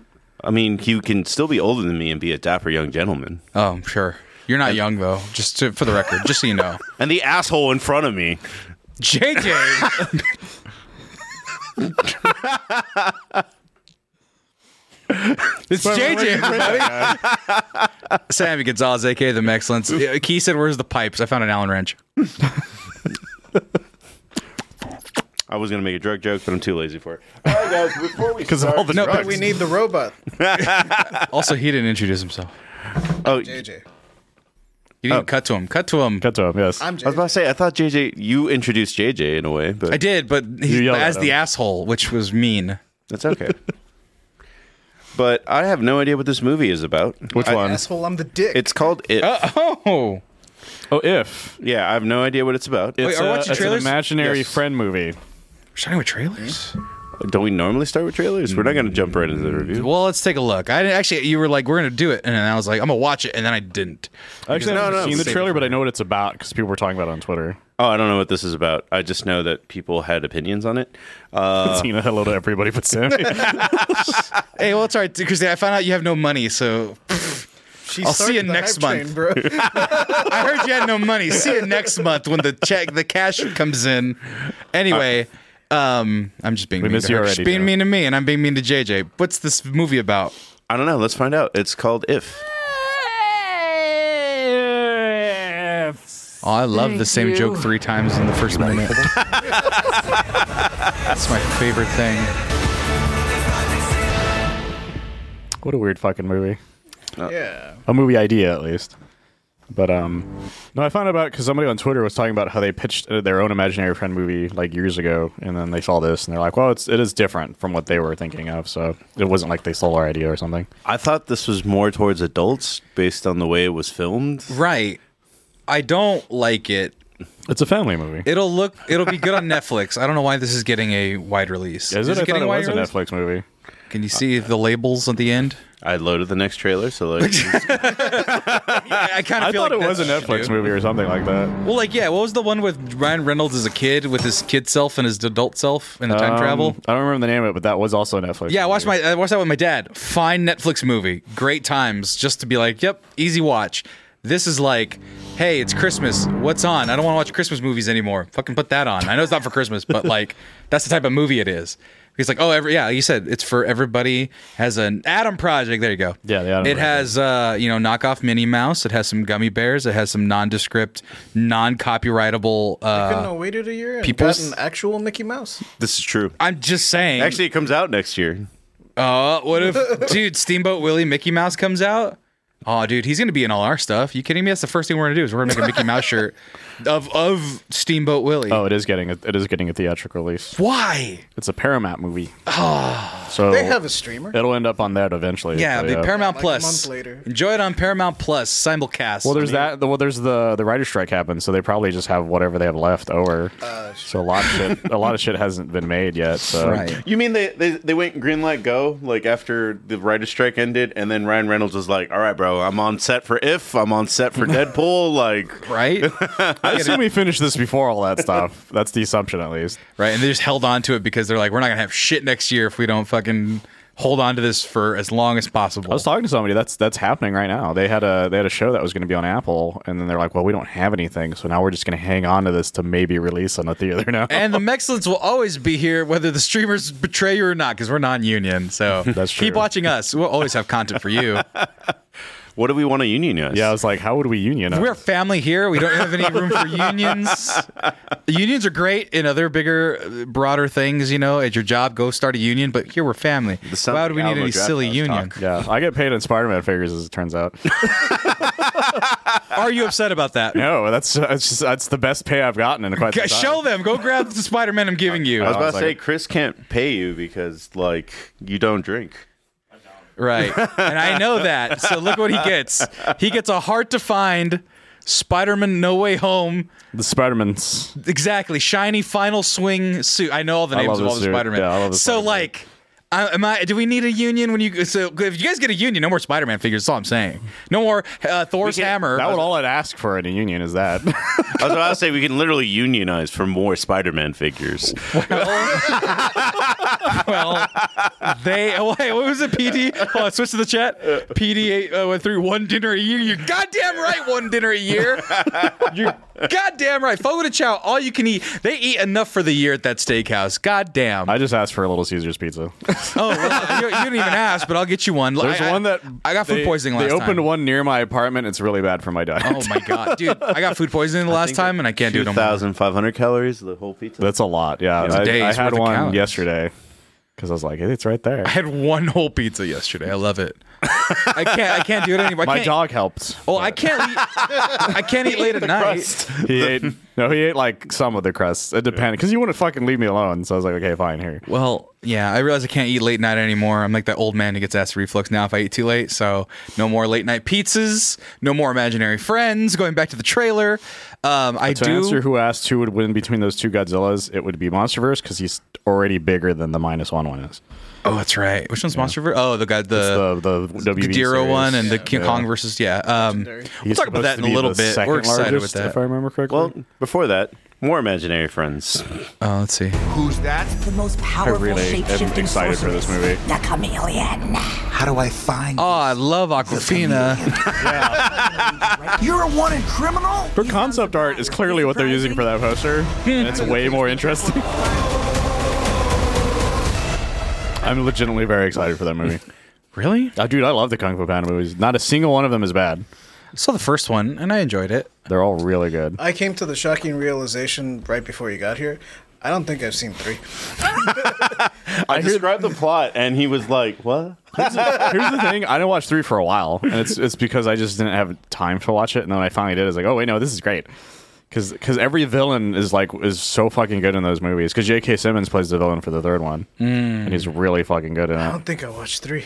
Speaker 1: I mean, he can still be older than me and be a dapper young gentleman.
Speaker 2: Oh, I'm sure. You're not young though. Just to, for the record, just so you <laughs> know,
Speaker 1: And the asshole in front of me.
Speaker 2: JJ. it's JJ, everybody. <laughs> Sammy Gonzalez, aka the Excellence. Yeah, Key said, "Where's the pipes?" I found an Allen wrench.
Speaker 1: I was gonna make a drug joke, but I'm too lazy for it. All right, guys, before we
Speaker 3: Because of all the
Speaker 2: No, but
Speaker 3: drugs.
Speaker 4: We need the robot,
Speaker 2: Also, he didn't introduce himself.
Speaker 1: oh,
Speaker 4: JJ.
Speaker 2: You
Speaker 3: Oh.
Speaker 2: didn't cut to him. Cut to him.
Speaker 3: Cut to him, yes.
Speaker 4: I'm
Speaker 1: I was about
Speaker 4: JJ.
Speaker 1: to say, I thought JJ, you introduced JJ in a way, but
Speaker 2: I did, but he,
Speaker 3: yelled
Speaker 2: as
Speaker 3: at
Speaker 2: the
Speaker 3: him.
Speaker 2: asshole, which was mean.
Speaker 1: that's
Speaker 3: <laughs>
Speaker 1: okay. but I have no idea what this movie is about.
Speaker 3: Which
Speaker 1: I-
Speaker 3: one?
Speaker 4: Asshole, I'm the dick.
Speaker 1: It's called It.
Speaker 2: Oh,
Speaker 3: oh, if.
Speaker 1: yeah, I have no idea what it's about.
Speaker 3: It's,
Speaker 2: are we
Speaker 3: a-
Speaker 2: watching
Speaker 3: it's an
Speaker 2: trailers?
Speaker 3: imaginary
Speaker 2: Yes.
Speaker 3: friend movie.
Speaker 2: starting with trailers.
Speaker 1: Don't we normally start with trailers? We're not gonna jump right into the review.
Speaker 2: Well, let's take a look. I didn't- actually, you were like, "We're gonna do it," and then I was like, "I'm gonna watch it," and then I didn't.
Speaker 3: Actually, I
Speaker 1: No,
Speaker 3: haven't
Speaker 1: no,
Speaker 3: seen the
Speaker 1: save it
Speaker 3: trailer, but I know what it's about because people were talking about it on Twitter.
Speaker 1: Oh, I don't know what this is about. I just know that people had opinions on it. Uh,
Speaker 3: Tina, hello to everybody but Sammy.
Speaker 2: Hey, well, it's all right because I found out you have no money. So
Speaker 4: She
Speaker 2: I'll see
Speaker 4: started
Speaker 2: you
Speaker 4: the
Speaker 2: next
Speaker 4: hype
Speaker 2: month.
Speaker 4: train, bro.
Speaker 2: I heard you had no money. See you next month when the check, the cash comes in. Anyway, um, I'm just being mean
Speaker 3: miss
Speaker 2: to
Speaker 3: you
Speaker 2: her.
Speaker 3: already,
Speaker 2: She's being
Speaker 3: Joe.
Speaker 2: mean to me, and I'm being mean to JJ. What's this movie about?
Speaker 1: I don't know. Let's find out. It's called If.
Speaker 2: Oh, I love the same joke three times in the first minute. <laughs> That's my favorite thing.
Speaker 3: what a weird fucking movie.
Speaker 4: yeah.
Speaker 3: a movie idea at least. But um, no, I found out about because somebody on Twitter was talking about how they pitched uh, their own imaginary friend movie like years ago, and then they saw this and they're like, "Well, it's it is different from what they were thinking of." So it wasn't like they stole our idea or something.
Speaker 1: I thought this was more towards adults based on the way it was filmed.
Speaker 2: Right. I don't like it.
Speaker 3: It's a family movie.
Speaker 2: It'll look. It'll be good on Netflix. I don't know why this is getting a wide release.
Speaker 3: is it? I thought
Speaker 2: getting
Speaker 3: it was a
Speaker 2: release?
Speaker 3: Netflix movie.
Speaker 2: Can you see the labels at the end?
Speaker 1: I loaded the next trailer, so like,
Speaker 2: I, kind of
Speaker 3: I
Speaker 2: feel
Speaker 3: thought
Speaker 2: like
Speaker 3: it was a
Speaker 2: that's-
Speaker 3: Netflix
Speaker 2: Dude.
Speaker 3: movie or something like that.
Speaker 2: Well, like yeah, what was the one with Ryan Reynolds as a kid with his kid self and his adult self in the time
Speaker 3: Um,
Speaker 2: travel?
Speaker 3: I don't remember the name of it, but that was also a Netflix.
Speaker 2: Yeah, I watched
Speaker 3: movie.
Speaker 2: my I watched that with my dad. Fine Netflix movie, great times just to be like, yep, easy watch. This is like, hey, it's Christmas. What's on? I don't want to watch Christmas movies anymore. Fucking put that on. I know it's not for Christmas, but
Speaker 3: <laughs>
Speaker 2: like, that's the type of movie it is. He's like, oh, every yeah, you said it's for everybody. Has an Adam Project. There you go.
Speaker 3: Yeah, the Adam
Speaker 2: it has
Speaker 3: Project.
Speaker 2: uh, you know knockoff Minnie Mouse. It has some gummy bears. It has some nondescript, non-copyrightable. Uh,
Speaker 4: Couldn't have waited a year and
Speaker 2: people's-
Speaker 4: gotten actual Mickey Mouse.
Speaker 1: this is true.
Speaker 2: I'm just saying.
Speaker 1: Actually, it comes out next year.
Speaker 2: Uh, what if, dude, Steamboat Willie Mickey Mouse comes out? Oh, dude, he's gonna be in all our stuff. You kidding me? That's the first thing we're gonna do is we're gonna make a Mickey Mouse shirt of of Steamboat Willie.
Speaker 3: Oh, it is getting a, it is getting a theatrical release.
Speaker 2: Why?
Speaker 3: It's a Paramount
Speaker 2: <sighs>
Speaker 3: movie. so
Speaker 4: They have a streamer.
Speaker 3: it'll end up on that eventually.
Speaker 2: Yeah,
Speaker 3: but
Speaker 2: the Paramount
Speaker 4: Like a
Speaker 2: Plus.
Speaker 4: month later.
Speaker 2: Enjoy it on Paramount Plus simulcast.
Speaker 3: Well, there's that. The, well, there's the the writer strike happened, so they probably just have whatever they have left over.
Speaker 2: Uh,
Speaker 3: so a lot of shit, a lot of shit hasn't been made yet. So
Speaker 2: right.
Speaker 1: You mean they, they they went green light go like after the writer's strike ended, and then Ryan Reynolds was like, "All right, bro, I'm on set for If, I'm on set for Deadpool." Like,
Speaker 2: Right,
Speaker 3: <laughs> I assume we finished this before all that <laughs> stuff. That's the assumption, at least.
Speaker 2: right, and they just held on to it because they're like, we're not gonna have shit next year if we don't fucking hold on to this for as long as possible.
Speaker 3: I was talking to somebody. That's that's happening right now. They had a they had a show that was going to be on Apple, and then they're like, "Well, we don't have anything, so now we're just going to hang on to this to maybe release on the theater now."
Speaker 2: and the Mexicans will always be here, whether the streamers betray you or not, because we're non-union. So
Speaker 3: That's
Speaker 2: keep
Speaker 3: true.
Speaker 2: watching us. We'll always have content for
Speaker 3: <laughs>
Speaker 2: you.
Speaker 1: what do we want to unionize?
Speaker 3: <laughs> yeah, I was like, "How would we unionize?"
Speaker 2: We're a family here. We don't have any room for unions. unions are great in other bigger, uh, broader things. You know, at your job, go start a union. But here we're family.
Speaker 1: sounds
Speaker 2: Why
Speaker 1: like
Speaker 2: do we need
Speaker 1: Alamo
Speaker 2: any
Speaker 1: Draft
Speaker 2: silly
Speaker 1: House
Speaker 2: union?
Speaker 3: yeah, I get paid in Spider-Man figures, as it
Speaker 2: <laughs>
Speaker 3: turns out.
Speaker 2: Are you upset about that?
Speaker 3: no, that's that's, just, that's the best pay I've gotten in quite.
Speaker 2: G-
Speaker 3: some time.
Speaker 2: Show them. Go grab the Spider Man I'm giving you.
Speaker 1: I was about
Speaker 3: I was
Speaker 1: to say
Speaker 3: like-
Speaker 1: Chris can't pay you because like you don't drink.
Speaker 2: Right. And I know that. So look what he gets. He gets a hard to find Spider Man No Way Home.
Speaker 3: the Spider-Man's
Speaker 2: Exactly. Shiny final swing suit. I know all the
Speaker 3: I
Speaker 2: names
Speaker 3: love
Speaker 2: of all
Speaker 3: the
Speaker 2: the
Speaker 3: suit.
Speaker 2: Spider Man.
Speaker 3: Yeah, I love the
Speaker 2: so
Speaker 3: Spider-Man.
Speaker 2: like I, am I? Do we need a union when you? So if you guys get a union, no more Spider-Man figures. That's all I'm saying. No more uh, Thor's
Speaker 1: can't-
Speaker 2: hammer. <laughs>
Speaker 3: That would all I'd ask for in a union is that.
Speaker 1: I was about to say we can literally unionize for more Spider-Man figures.
Speaker 2: well, they. <laughs> oh, Wait, what was it? PD. Oh, I switched to the chat. PD uh, went through one dinner a year. You're goddamn right. One dinner a year. You're goddamn right. Fogo de chow. All you can eat. They eat enough for the year at that steakhouse. Goddamn.
Speaker 3: I just asked for a Little Caesars pizza.
Speaker 2: oh, well, you, you didn't even ask, but I'll get you one.
Speaker 3: There's
Speaker 2: I, I-
Speaker 3: one that
Speaker 2: I got food
Speaker 3: they-
Speaker 2: poisoning last
Speaker 3: They opened
Speaker 2: time.
Speaker 3: one near my apartment. It's really bad for my diet.
Speaker 2: Oh my god, dude! I got food poisoning the last time, and I can't do it. No more.
Speaker 1: 2,500 calories, the whole pizza.
Speaker 3: <laughs> That's a lot. Yeah,
Speaker 2: a
Speaker 3: I, I
Speaker 2: day's worth
Speaker 3: had
Speaker 2: of
Speaker 3: one
Speaker 2: calories.
Speaker 3: yesterday because I was like, "Hey, it's right there.
Speaker 2: I had one whole pizza yesterday. I love it. I can't. I can't do it anymore. I
Speaker 3: My
Speaker 2: can't- <laughs>
Speaker 3: dog helped.
Speaker 2: Oh, I can't.
Speaker 3: <laughs>
Speaker 2: Eat, I can't eat late at night.
Speaker 3: He ate. No, he ate like some of the crusts. It depended because he wouldn't fucking leave me alone. So I was like, "Okay, fine, here."
Speaker 2: Well, yeah, I realize I can't eat late night anymore. I'm like that old man who gets acid reflux now if I eat too late. So no more late night pizzas. No more imaginary friends. Going back to the trailer, um, I
Speaker 3: To
Speaker 2: do.
Speaker 3: answer who asked who would win between those two Godzillas, it would be MonsterVerse because he's already bigger than the minus one one is.
Speaker 2: oh, that's right. Which one's Monster? Oh, the guy, the
Speaker 3: The the WB
Speaker 2: Ghidorah
Speaker 3: series.
Speaker 2: one, and the King
Speaker 3: Yeah.
Speaker 2: Kong versus yeah. Um, we'll
Speaker 3: He's
Speaker 2: talk about
Speaker 3: supposed
Speaker 2: that
Speaker 3: to
Speaker 2: in a
Speaker 3: be
Speaker 2: little
Speaker 3: the
Speaker 2: bit.
Speaker 3: second
Speaker 2: We're excited
Speaker 3: largest,
Speaker 2: with
Speaker 3: If I
Speaker 2: that.
Speaker 3: remember correctly.
Speaker 1: well, before that, more imaginary friends.
Speaker 2: Oh, let's see.
Speaker 5: Who's that?
Speaker 6: the most powerful
Speaker 3: really am
Speaker 6: shape-shifting
Speaker 3: excited for this
Speaker 6: sorceress,
Speaker 3: movie.
Speaker 6: The chameleon.
Speaker 5: How do I find?
Speaker 2: Oh, I love Aquafina.
Speaker 3: <laughs>
Speaker 5: You're a wanted criminal.
Speaker 3: her concept art is clearly what they're using for that poster, and it's way more interesting. <laughs> I'm legitimately very excited for that movie.
Speaker 2: Really?
Speaker 3: Oh, dude, I love the Kung Fu Panda movies. Not a single one of them is bad.
Speaker 2: I saw the first one and I enjoyed it.
Speaker 3: They're all really good.
Speaker 4: I came to the shocking realization right before you got here. I don't think I've seen three.
Speaker 1: I described the plot, and he was like, "What?"
Speaker 3: Here's the thing: I didn't watch three for a while, and it's it's because I just didn't have time to watch it. And then when I finally did, I was like, oh wait, no, this is great. Because every villain is like is so fucking good in those movies. Because J.K. Simmons plays the villain for the third one, and he's really fucking good in
Speaker 4: I
Speaker 3: it.
Speaker 4: don't think I watched <laughs> three.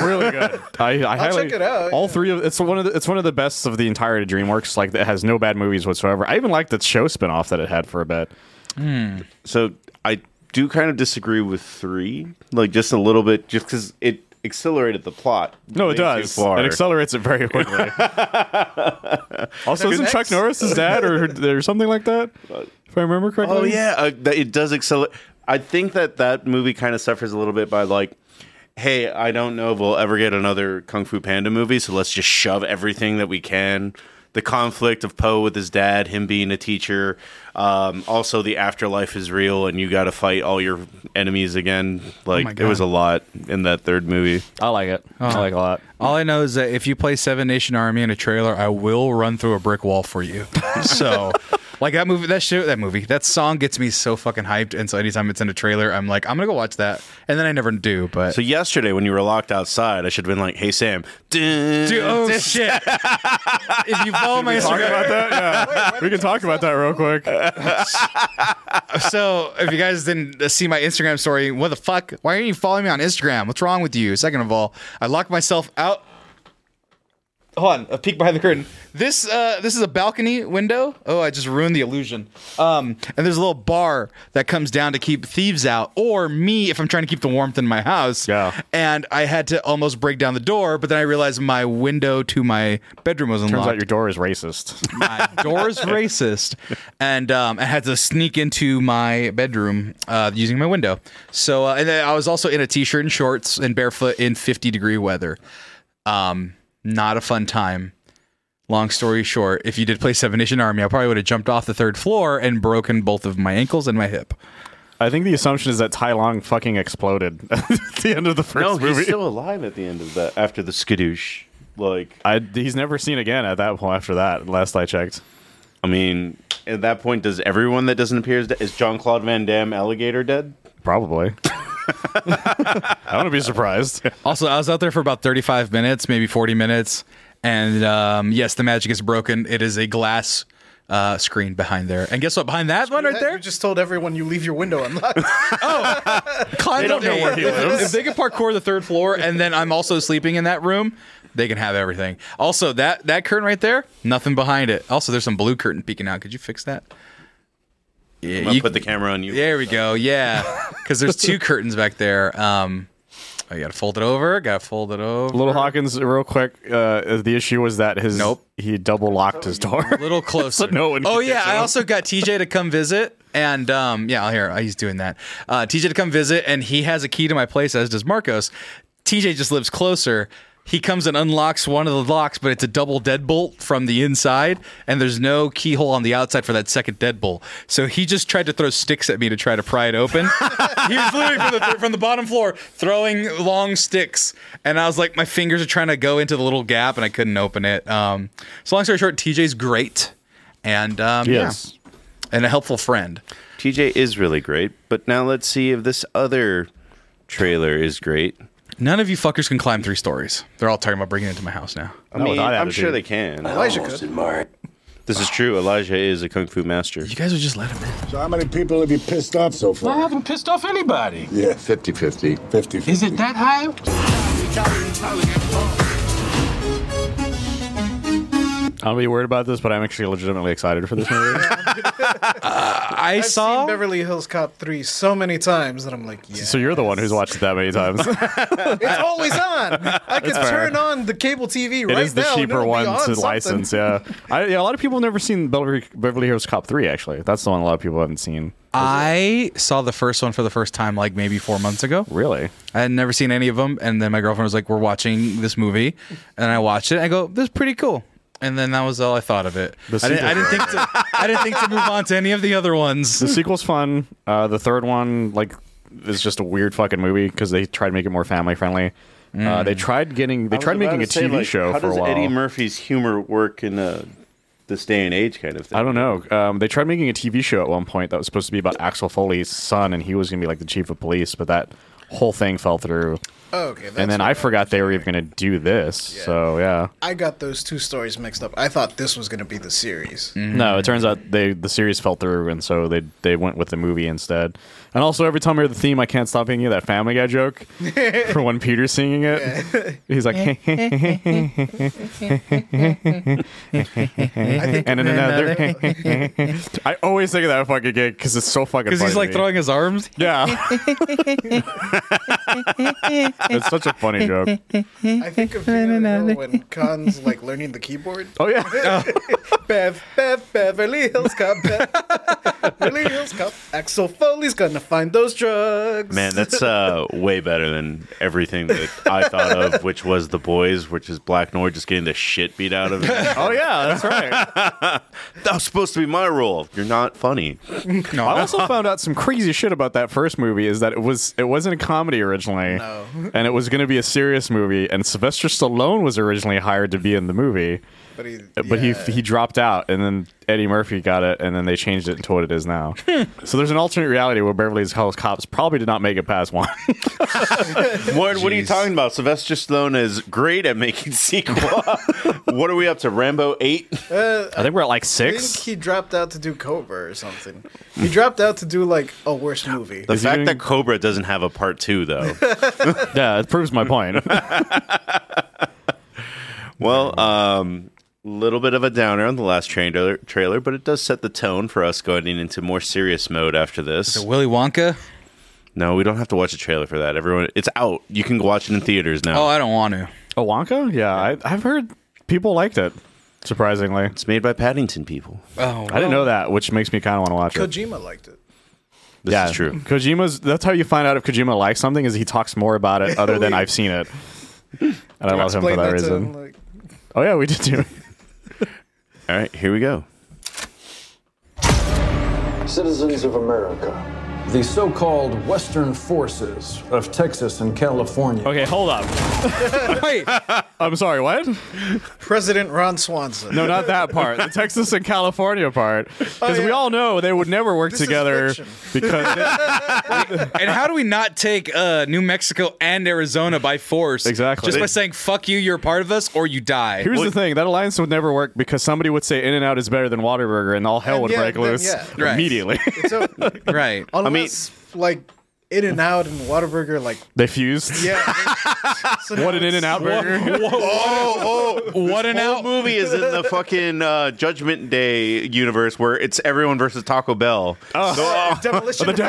Speaker 3: really good. <laughs> I, I highly,
Speaker 4: check it out,
Speaker 3: All
Speaker 4: yeah.
Speaker 3: three of it's one of the, it's one of the best of the entire DreamWorks. Like that has no bad movies whatsoever. I even liked the show spinoff that it had for a bit.
Speaker 1: So I do kind of disagree with three, like just a little bit, just because it accelerated the plot.
Speaker 3: No,
Speaker 1: way
Speaker 3: it
Speaker 1: too
Speaker 3: does.
Speaker 1: far.
Speaker 3: It accelerates it
Speaker 2: <laughs>
Speaker 3: very quickly. also, isn't Chuck
Speaker 4: Next.
Speaker 3: Norris his dad or, or something like that? If I remember correctly.
Speaker 1: Oh yeah, uh, that- it does accelerate. I think that that movie kind of suffers a little bit by like, hey, I don't know if we'll ever get another Kung Fu Panda movie, so let's just shove everything that we can. The conflict of Poe with his dad, him being a teacher, um, also the afterlife is real, and you got to fight all your enemies again.
Speaker 2: Oh my
Speaker 1: Like
Speaker 2: God.
Speaker 1: there was a lot in that third movie.
Speaker 3: I like it. I like it a lot.
Speaker 2: All I know is that if you play Seven Nation Army in a trailer, I will run through a brick wall for
Speaker 3: <laughs>
Speaker 2: you. so, like that movie, that show, that movie, that song gets me so fucking hyped. And so anytime it's in a trailer, I'm like, I'm gonna go watch that, and then I never do. But
Speaker 1: So yesterday, when you were locked outside, I should have been like, "Hey Sam,
Speaker 3: <laughs>
Speaker 2: Dude, oh shit! if you follow my
Speaker 3: Talk
Speaker 2: Instagram,
Speaker 3: about that. Yeah, <laughs> we can talk about that real quick.
Speaker 2: Uh, so if you guys didn't see my Instagram story, what the fuck? Why aren't you following me on Instagram? What's wrong with you? Second of all, I locked myself out. Hold on, a peek behind the curtain. This uh, this is a balcony window. Oh, I just ruined the illusion. Um, and there's a little bar that comes down to keep thieves out, or me if I'm trying to keep the warmth in my house.
Speaker 3: Yeah.
Speaker 2: And I had to almost break down the door, but then I realized my window to my bedroom was unlocked
Speaker 3: Turns out your door is racist.
Speaker 2: my door's racist, and um, I had to sneak into my bedroom uh, using my window. So, uh, and then I was also in a t-shirt and shorts and barefoot in 50 degree weather. Um, not a fun time. Long story short, if you did play Seven Nation Army, I probably would have jumped off the third floor and broken both of my ankles and my hip.
Speaker 3: I think the assumption is that Tai Long fucking exploded <laughs> at the end of the first
Speaker 1: No, he's
Speaker 3: movie.
Speaker 1: still alive at the end of that after the skadoosh. Like,
Speaker 3: I, he's never seen again at that point after that. Last I checked.
Speaker 1: I mean, at that point, does everyone that doesn't appear as dead? Is John Claude Van Damme alligator dead?
Speaker 3: Probably. <laughs> I wouldn't be surprised.
Speaker 2: Also, I was out there for about 35 minutes, maybe 40 minutes. And um, yes, the magic is broken. It is a glass uh, screen behind there. And guess what? Behind that one right
Speaker 4: That-
Speaker 2: there?
Speaker 4: You just told everyone you leave your window <laughs> unlocked.
Speaker 2: Climb
Speaker 3: don't
Speaker 2: up
Speaker 3: know
Speaker 2: there.
Speaker 3: where he
Speaker 2: If-
Speaker 3: lives.
Speaker 2: If they can parkour the third floor and then I'm also sleeping in that room, they can have everything. Also, that that curtain right there, nothing behind it. Also, there's some blue curtain peeking out. Could you fix that?
Speaker 1: I'm
Speaker 2: Yeah,
Speaker 1: gonna
Speaker 2: you,
Speaker 1: put the camera on you.
Speaker 2: there we
Speaker 1: <laughs>
Speaker 2: go. Yeah, because there's two curtains back there. Um, oh, you gotta fold it over. Gotta fold it over.
Speaker 3: Little Hawkins, real quick. Uh, the issue was that his
Speaker 2: Nope.
Speaker 4: <laughs>
Speaker 3: he double locked his door.
Speaker 2: little closer.
Speaker 3: no one
Speaker 2: oh
Speaker 3: can
Speaker 2: yeah,
Speaker 3: get
Speaker 2: I
Speaker 3: out.
Speaker 2: also got TJ to come visit. And um, yeah, here he's doing that. Uh, TJ to come visit, and he has a key to my place, as does Marcos. TJ just lives closer. He comes and unlocks one of the locks, but it's a double deadbolt from the inside, and there's no keyhole on the outside for that second deadbolt. So he just tried to throw sticks at me to try to pry it open.
Speaker 3: <laughs>
Speaker 2: he was literally from the, from the bottom floor throwing long sticks, and I was like, my fingers are trying to go into the little gap, and I couldn't open it. Um, so long story short, TJ's great, and um,
Speaker 3: Yes.
Speaker 2: yeah, and a helpful friend.
Speaker 1: TJ is really great, but now let's see if this other trailer is great.
Speaker 2: None of you fuckers can climb three stories. They're all talking about bringing it to my house now.
Speaker 1: I
Speaker 3: Not
Speaker 1: mean,
Speaker 3: with that
Speaker 1: I'm sure they
Speaker 3: attitude.
Speaker 1: can.
Speaker 4: Elijah could.
Speaker 1: This is true. Elijah is a kung fu master.
Speaker 2: You guys would just let him in.
Speaker 7: So how many people have you pissed off so
Speaker 8: I
Speaker 7: far?
Speaker 8: haven't pissed off anybody.
Speaker 7: Yeah, 50-50. 50
Speaker 8: Is it that high?
Speaker 3: I'll be worried about this, but I'm actually legitimately excited for this movie.
Speaker 4: <laughs>
Speaker 2: I
Speaker 4: I've
Speaker 2: saw.
Speaker 4: seen Beverly Hills Cop 3 so many times that I'm like, yeah.
Speaker 3: so you're the one who's watched it that many
Speaker 4: <laughs>
Speaker 3: times.
Speaker 4: It's
Speaker 3: <laughs>
Speaker 4: always on. I could turn on the cable TV
Speaker 3: It
Speaker 4: right
Speaker 3: is the
Speaker 4: now. and
Speaker 3: cheaper
Speaker 4: it'll be
Speaker 3: one
Speaker 4: on
Speaker 3: to
Speaker 4: something.
Speaker 3: license. Yeah. I, yeah, a lot of people have never seen Beverly, Beverly Hills Cop three. Actually, that's the one a lot of people haven't seen.
Speaker 2: I saw the first one for the first time like maybe four months ago.
Speaker 3: Really?
Speaker 2: I had never seen any of them, and then my girlfriend was like, "We're watching this movie," and I watched it. And I go, "This is pretty cool," and then that was all I thought of it.
Speaker 3: The
Speaker 2: I didn't, I
Speaker 3: sequel.
Speaker 2: didn't think to. I didn't think to move on to any of the other ones.
Speaker 3: The sequel's fun. Uh, the third one, like, is just a weird fucking movie because they tried to make it more family friendly. Uh, they tried getting. They
Speaker 1: I was
Speaker 3: tried
Speaker 1: about
Speaker 3: making
Speaker 1: to
Speaker 3: a
Speaker 1: say,
Speaker 3: TV
Speaker 1: like,
Speaker 3: show
Speaker 1: how
Speaker 3: for a
Speaker 1: does
Speaker 3: while.
Speaker 1: Eddie Murphy's humor work in uh, this day and age kind of thing?
Speaker 3: I don't know. Um, they tried making a TV show at one point that was supposed to be about Axel Foley's son, and he was going to be like the chief of police, but that whole thing fell through.
Speaker 4: Oh, okay. That's
Speaker 3: and then
Speaker 4: what-
Speaker 3: I forgot they were even going to do this. So yeah.
Speaker 4: I got those two stories mixed up. I thought this was going to be the series.
Speaker 3: No, it turns out they the series fell through, and so they they went with the movie instead. And also, every time I hear the theme, I can't stop thinking of that Family
Speaker 2: <laughs>
Speaker 3: Guy joke for when Peter's singing it. He's like, <laughs> and then another.
Speaker 2: <laughs>
Speaker 3: I always think of that fucking gig because it's so fucking.
Speaker 2: Because
Speaker 3: funny
Speaker 2: he's
Speaker 3: to
Speaker 2: like
Speaker 3: me.
Speaker 2: throwing his arms. <laughs>
Speaker 3: Yeah. it's such a
Speaker 2: <laughs>
Speaker 3: funny joke. Mm-hmm.
Speaker 4: I think of Fiona Hill when Khan's like learning the keyboard.
Speaker 3: Oh yeah.
Speaker 4: Bev, Bev, Beverly Hills Cop, Bev, Beverly Hills Cop. Axel Foley's gonna find those
Speaker 1: <laughs>
Speaker 4: drugs.
Speaker 1: Man, that's uh, way better than everything that I thought of, which was The Boys, which is Black Noir just getting the shit beat out <laughs> of him.
Speaker 3: Oh yeah, that's right.
Speaker 1: that was supposed to be my role. You're not funny.
Speaker 2: No,
Speaker 3: I also found out some crazy shit about that first movie is that it was it wasn't a comedy originally, and it was going to be a serious movie. And Sylvester Stallone was originally hired to be in the movie,
Speaker 4: But he,
Speaker 3: uh, but
Speaker 4: yeah.
Speaker 3: he he dropped out, and then Eddie Murphy got it, and then they changed it into what it is now. so there's an alternate reality where Beverly's Hills Cops probably did not make it past one.
Speaker 1: What, what are you talking about? Sylvester Stallone is great at making <laughs> sequels. what are we up to? Rambo 8?
Speaker 3: I think we're at like
Speaker 4: I think
Speaker 3: six.
Speaker 4: he dropped out to do Cobra or something. He dropped out to do like a worse movie.
Speaker 1: The
Speaker 3: he
Speaker 1: fact
Speaker 3: doing-
Speaker 1: that Cobra doesn't have a part two, though.
Speaker 3: Yeah, it proves my point.
Speaker 1: Well, um, little bit of a downer on the last trailer, trailer, but it does set the tone for us going into more serious mode after this.
Speaker 2: Willy Wonka.
Speaker 1: No, we don't have to watch a trailer for that. Everyone, it's out. You can watch it in theaters now.
Speaker 2: Oh, I don't want to.
Speaker 3: oh, Wonka? Yeah, I, I've heard people liked it. Surprisingly,
Speaker 1: it's made by Paddington people.
Speaker 2: Oh,
Speaker 3: I didn't know that, which makes me kind of want to watch it.
Speaker 4: Kojima liked it.
Speaker 1: This is true.
Speaker 3: Kojima's that's how you find out if Kojima likes something is he talks more about it other than I've seen it. And I love him for
Speaker 4: Explained
Speaker 3: that
Speaker 4: to
Speaker 3: reason.
Speaker 4: him, like,
Speaker 3: oh yeah, we did too.
Speaker 1: All right, here we go.
Speaker 9: Citizens of America, the so called Western forces of Texas and California.
Speaker 3: okay, hold up.
Speaker 2: Wait,
Speaker 3: I'm sorry, what?
Speaker 4: President Ron Swanson.
Speaker 3: No, not that part. The Texas and California part.
Speaker 4: <laughs>
Speaker 3: Because we all know they would never work
Speaker 4: Oh, is
Speaker 3: together
Speaker 4: fiction. <laughs>
Speaker 3: because
Speaker 2: and how do we not take uh, New Mexico and Arizona by force?
Speaker 3: Exactly.
Speaker 2: Just by
Speaker 3: They-
Speaker 2: saying "fuck you," you're a part of us, or you die.
Speaker 3: here's the thing, that alliance would never work because somebody would say In and Out is better than Waterburger and all hell
Speaker 4: And
Speaker 3: would
Speaker 4: yeah,
Speaker 3: break
Speaker 4: then
Speaker 3: loose
Speaker 4: yeah.
Speaker 2: Right. <laughs>
Speaker 3: immediately.
Speaker 4: So,
Speaker 2: right.
Speaker 4: unless, like In and Out and Whataburger, like
Speaker 3: <laughs> They fused. <laughs>
Speaker 4: yeah. So now
Speaker 3: What an
Speaker 4: it's-
Speaker 3: in and out <laughs> burger.
Speaker 1: Oh, oh,
Speaker 2: What an
Speaker 1: whole
Speaker 2: out-
Speaker 1: movie is in the fucking uh, Judgment Day universe where it's everyone versus Taco Bell. Oh,
Speaker 2: <laughs>
Speaker 3: <laughs>
Speaker 4: Demolition.
Speaker 3: The
Speaker 4: Man.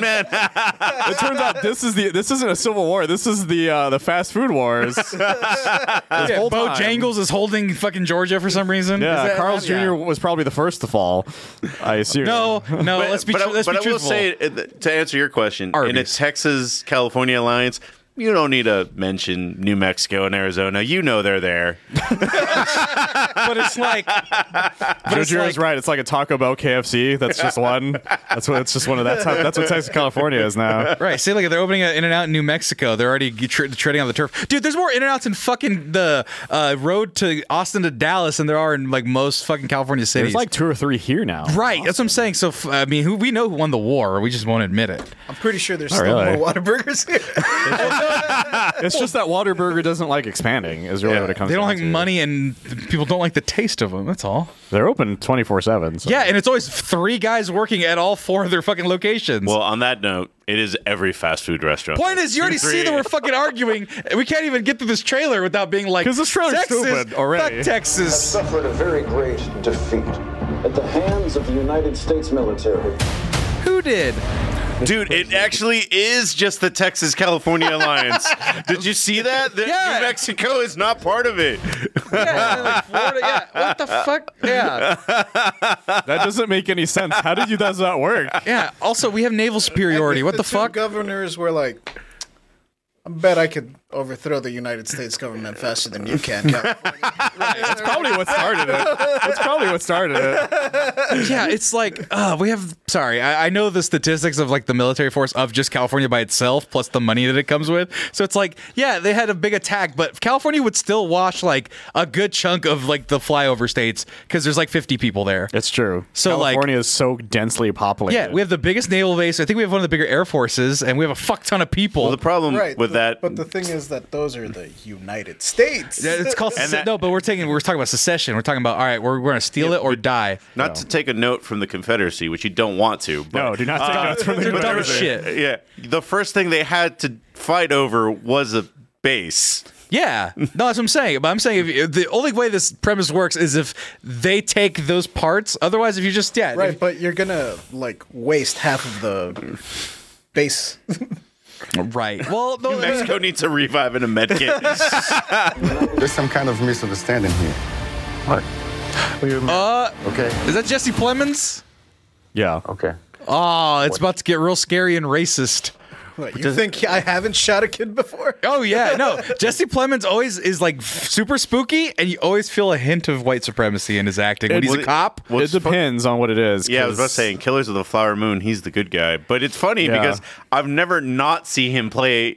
Speaker 1: Demolition
Speaker 4: <laughs>
Speaker 1: Man.
Speaker 3: it turns out this is the this isn't a civil war. This is the uh, the fast food
Speaker 4: <laughs>
Speaker 3: wars. This whole
Speaker 2: Bo
Speaker 3: time.
Speaker 2: Jangles is holding fucking Georgia for some reason.
Speaker 3: Yeah,
Speaker 4: that-
Speaker 3: Carl's
Speaker 4: yeah.
Speaker 3: Jr. was probably the first to fall. I assume.
Speaker 2: No, no. let's
Speaker 1: <laughs>
Speaker 2: be.
Speaker 1: but
Speaker 2: tru-
Speaker 1: I,
Speaker 2: let's
Speaker 1: but
Speaker 2: be
Speaker 1: I will
Speaker 2: truthful.
Speaker 1: say uh, th- to answer your question, in a
Speaker 2: Arby's.
Speaker 1: Texas California alliance, you don't need to mention New Mexico and Arizona. You know they're there.
Speaker 2: but it's like. but it's
Speaker 3: Jr.
Speaker 2: like-
Speaker 3: is right. It's like a Taco Bell KFC. That's just one. That's what. It's just one of that. type- That's what Texas California is now.
Speaker 2: Right. See, look, they're opening an In and Out in New Mexico. They're already tre- treading on the turf. Dude, there's more In and Outs in fucking the uh, road to Austin to Dallas than there are in like most fucking California cities.
Speaker 3: There's like two or three here now.
Speaker 2: right. That's what I'm saying. So, f- I mean, who we know who won the war. We just won't admit it.
Speaker 4: I'm pretty sure there's
Speaker 3: Not
Speaker 4: still
Speaker 3: Oh, really.
Speaker 4: more Whataburgers here.
Speaker 3: <laughs>
Speaker 4: <laughs>
Speaker 3: It's just that Waterburger doesn't like expanding. Is really what it comes.
Speaker 2: They don't
Speaker 3: down
Speaker 2: like
Speaker 3: to.
Speaker 2: money, and people don't like the taste of them. That's all.
Speaker 3: They're open twenty four seven.
Speaker 2: Yeah, and it's always three guys working at all four of their fucking locations.
Speaker 1: Well, on that note, it is every fast food restaurant.
Speaker 2: Point is, you already see that we're fucking arguing. We can't even get through this trailer without being like,
Speaker 3: 'Cause this trailer's
Speaker 2: Texas,
Speaker 3: stupid already."
Speaker 2: Fuck Texas.
Speaker 9: Suffered a very great defeat at the hands of the United States military.
Speaker 2: <laughs> Who did?
Speaker 1: Dude, it actually is just the Texas California
Speaker 2: <laughs>
Speaker 1: alliance. Did you see that? The-
Speaker 2: Yeah.
Speaker 1: New Mexico is not part of it.
Speaker 2: Yeah, like Florida, yeah. What the fuck? Yeah,
Speaker 3: that doesn't make any sense. How did you? That's not work.
Speaker 2: yeah. Also, we have naval superiority. What the,
Speaker 4: two
Speaker 2: fuck?
Speaker 4: Governors were like, I bet I could overthrow the United States government faster than you
Speaker 1: <laughs>
Speaker 4: can. California."
Speaker 3: That's probably what started it. That's probably what started it.
Speaker 2: yeah, it's like uh, we have. Sorry, I, I know the statistics of like the military force of just California by itself, plus the money that it comes with. So it's like, yeah, they had a big attack, but California would still wash like a good chunk of like the flyover states because there's like 50 people there.
Speaker 3: It's true.
Speaker 2: So, like-
Speaker 3: California is so densely populated.
Speaker 2: Yeah, we have the biggest naval base. I think we have one of the bigger air forces, and we have a fuck ton of people.
Speaker 1: Well, the problem
Speaker 4: right.
Speaker 1: Um, with
Speaker 4: the-
Speaker 1: that,
Speaker 4: But the thing is that those are the United States.
Speaker 2: Yeah, it's called
Speaker 1: And
Speaker 2: se-
Speaker 1: that-
Speaker 2: no, but we're taking we're talking about secession. We're talking about all right, we're, we're gonna steal it or die.
Speaker 1: not to take a note from the Confederacy, which you don't want to. But, <laughs>
Speaker 3: No, do not take notes from the
Speaker 2: They're dumb
Speaker 3: military.
Speaker 2: as shit.
Speaker 1: Yeah, the first thing they had to fight over was a base.
Speaker 2: Yeah, no, that's what I'm saying. But I'm saying if, if the only way this premise works is if they take those parts. Otherwise, if you just yeah,
Speaker 4: right, but you're gonna like waste half of the base. <laughs>
Speaker 2: right. Well, no,
Speaker 1: New Mexico needs a revive and a med kit.
Speaker 3: <laughs>
Speaker 10: There's some kind of misunderstanding here.
Speaker 7: What?
Speaker 10: Okay.
Speaker 2: is that Jesse Plemons?
Speaker 3: Yeah.
Speaker 7: Okay.
Speaker 2: Oh, it's about to get real scary and racist.
Speaker 4: What, you think I haven't shot a kid before?
Speaker 2: Oh yeah, no. Jesse Plemons always is like super spooky, and you always feel a hint of white supremacy in his acting. When he's
Speaker 1: was
Speaker 2: a
Speaker 1: it-
Speaker 2: cop,
Speaker 1: Well,
Speaker 3: it
Speaker 1: it's fu-
Speaker 3: depends on what it is.
Speaker 1: Yeah, I was about
Speaker 3: 'cause-
Speaker 1: saying Killers of the Flower Moon, he's the good guy. But it's funny
Speaker 3: Yeah.
Speaker 1: because I've never not seen him play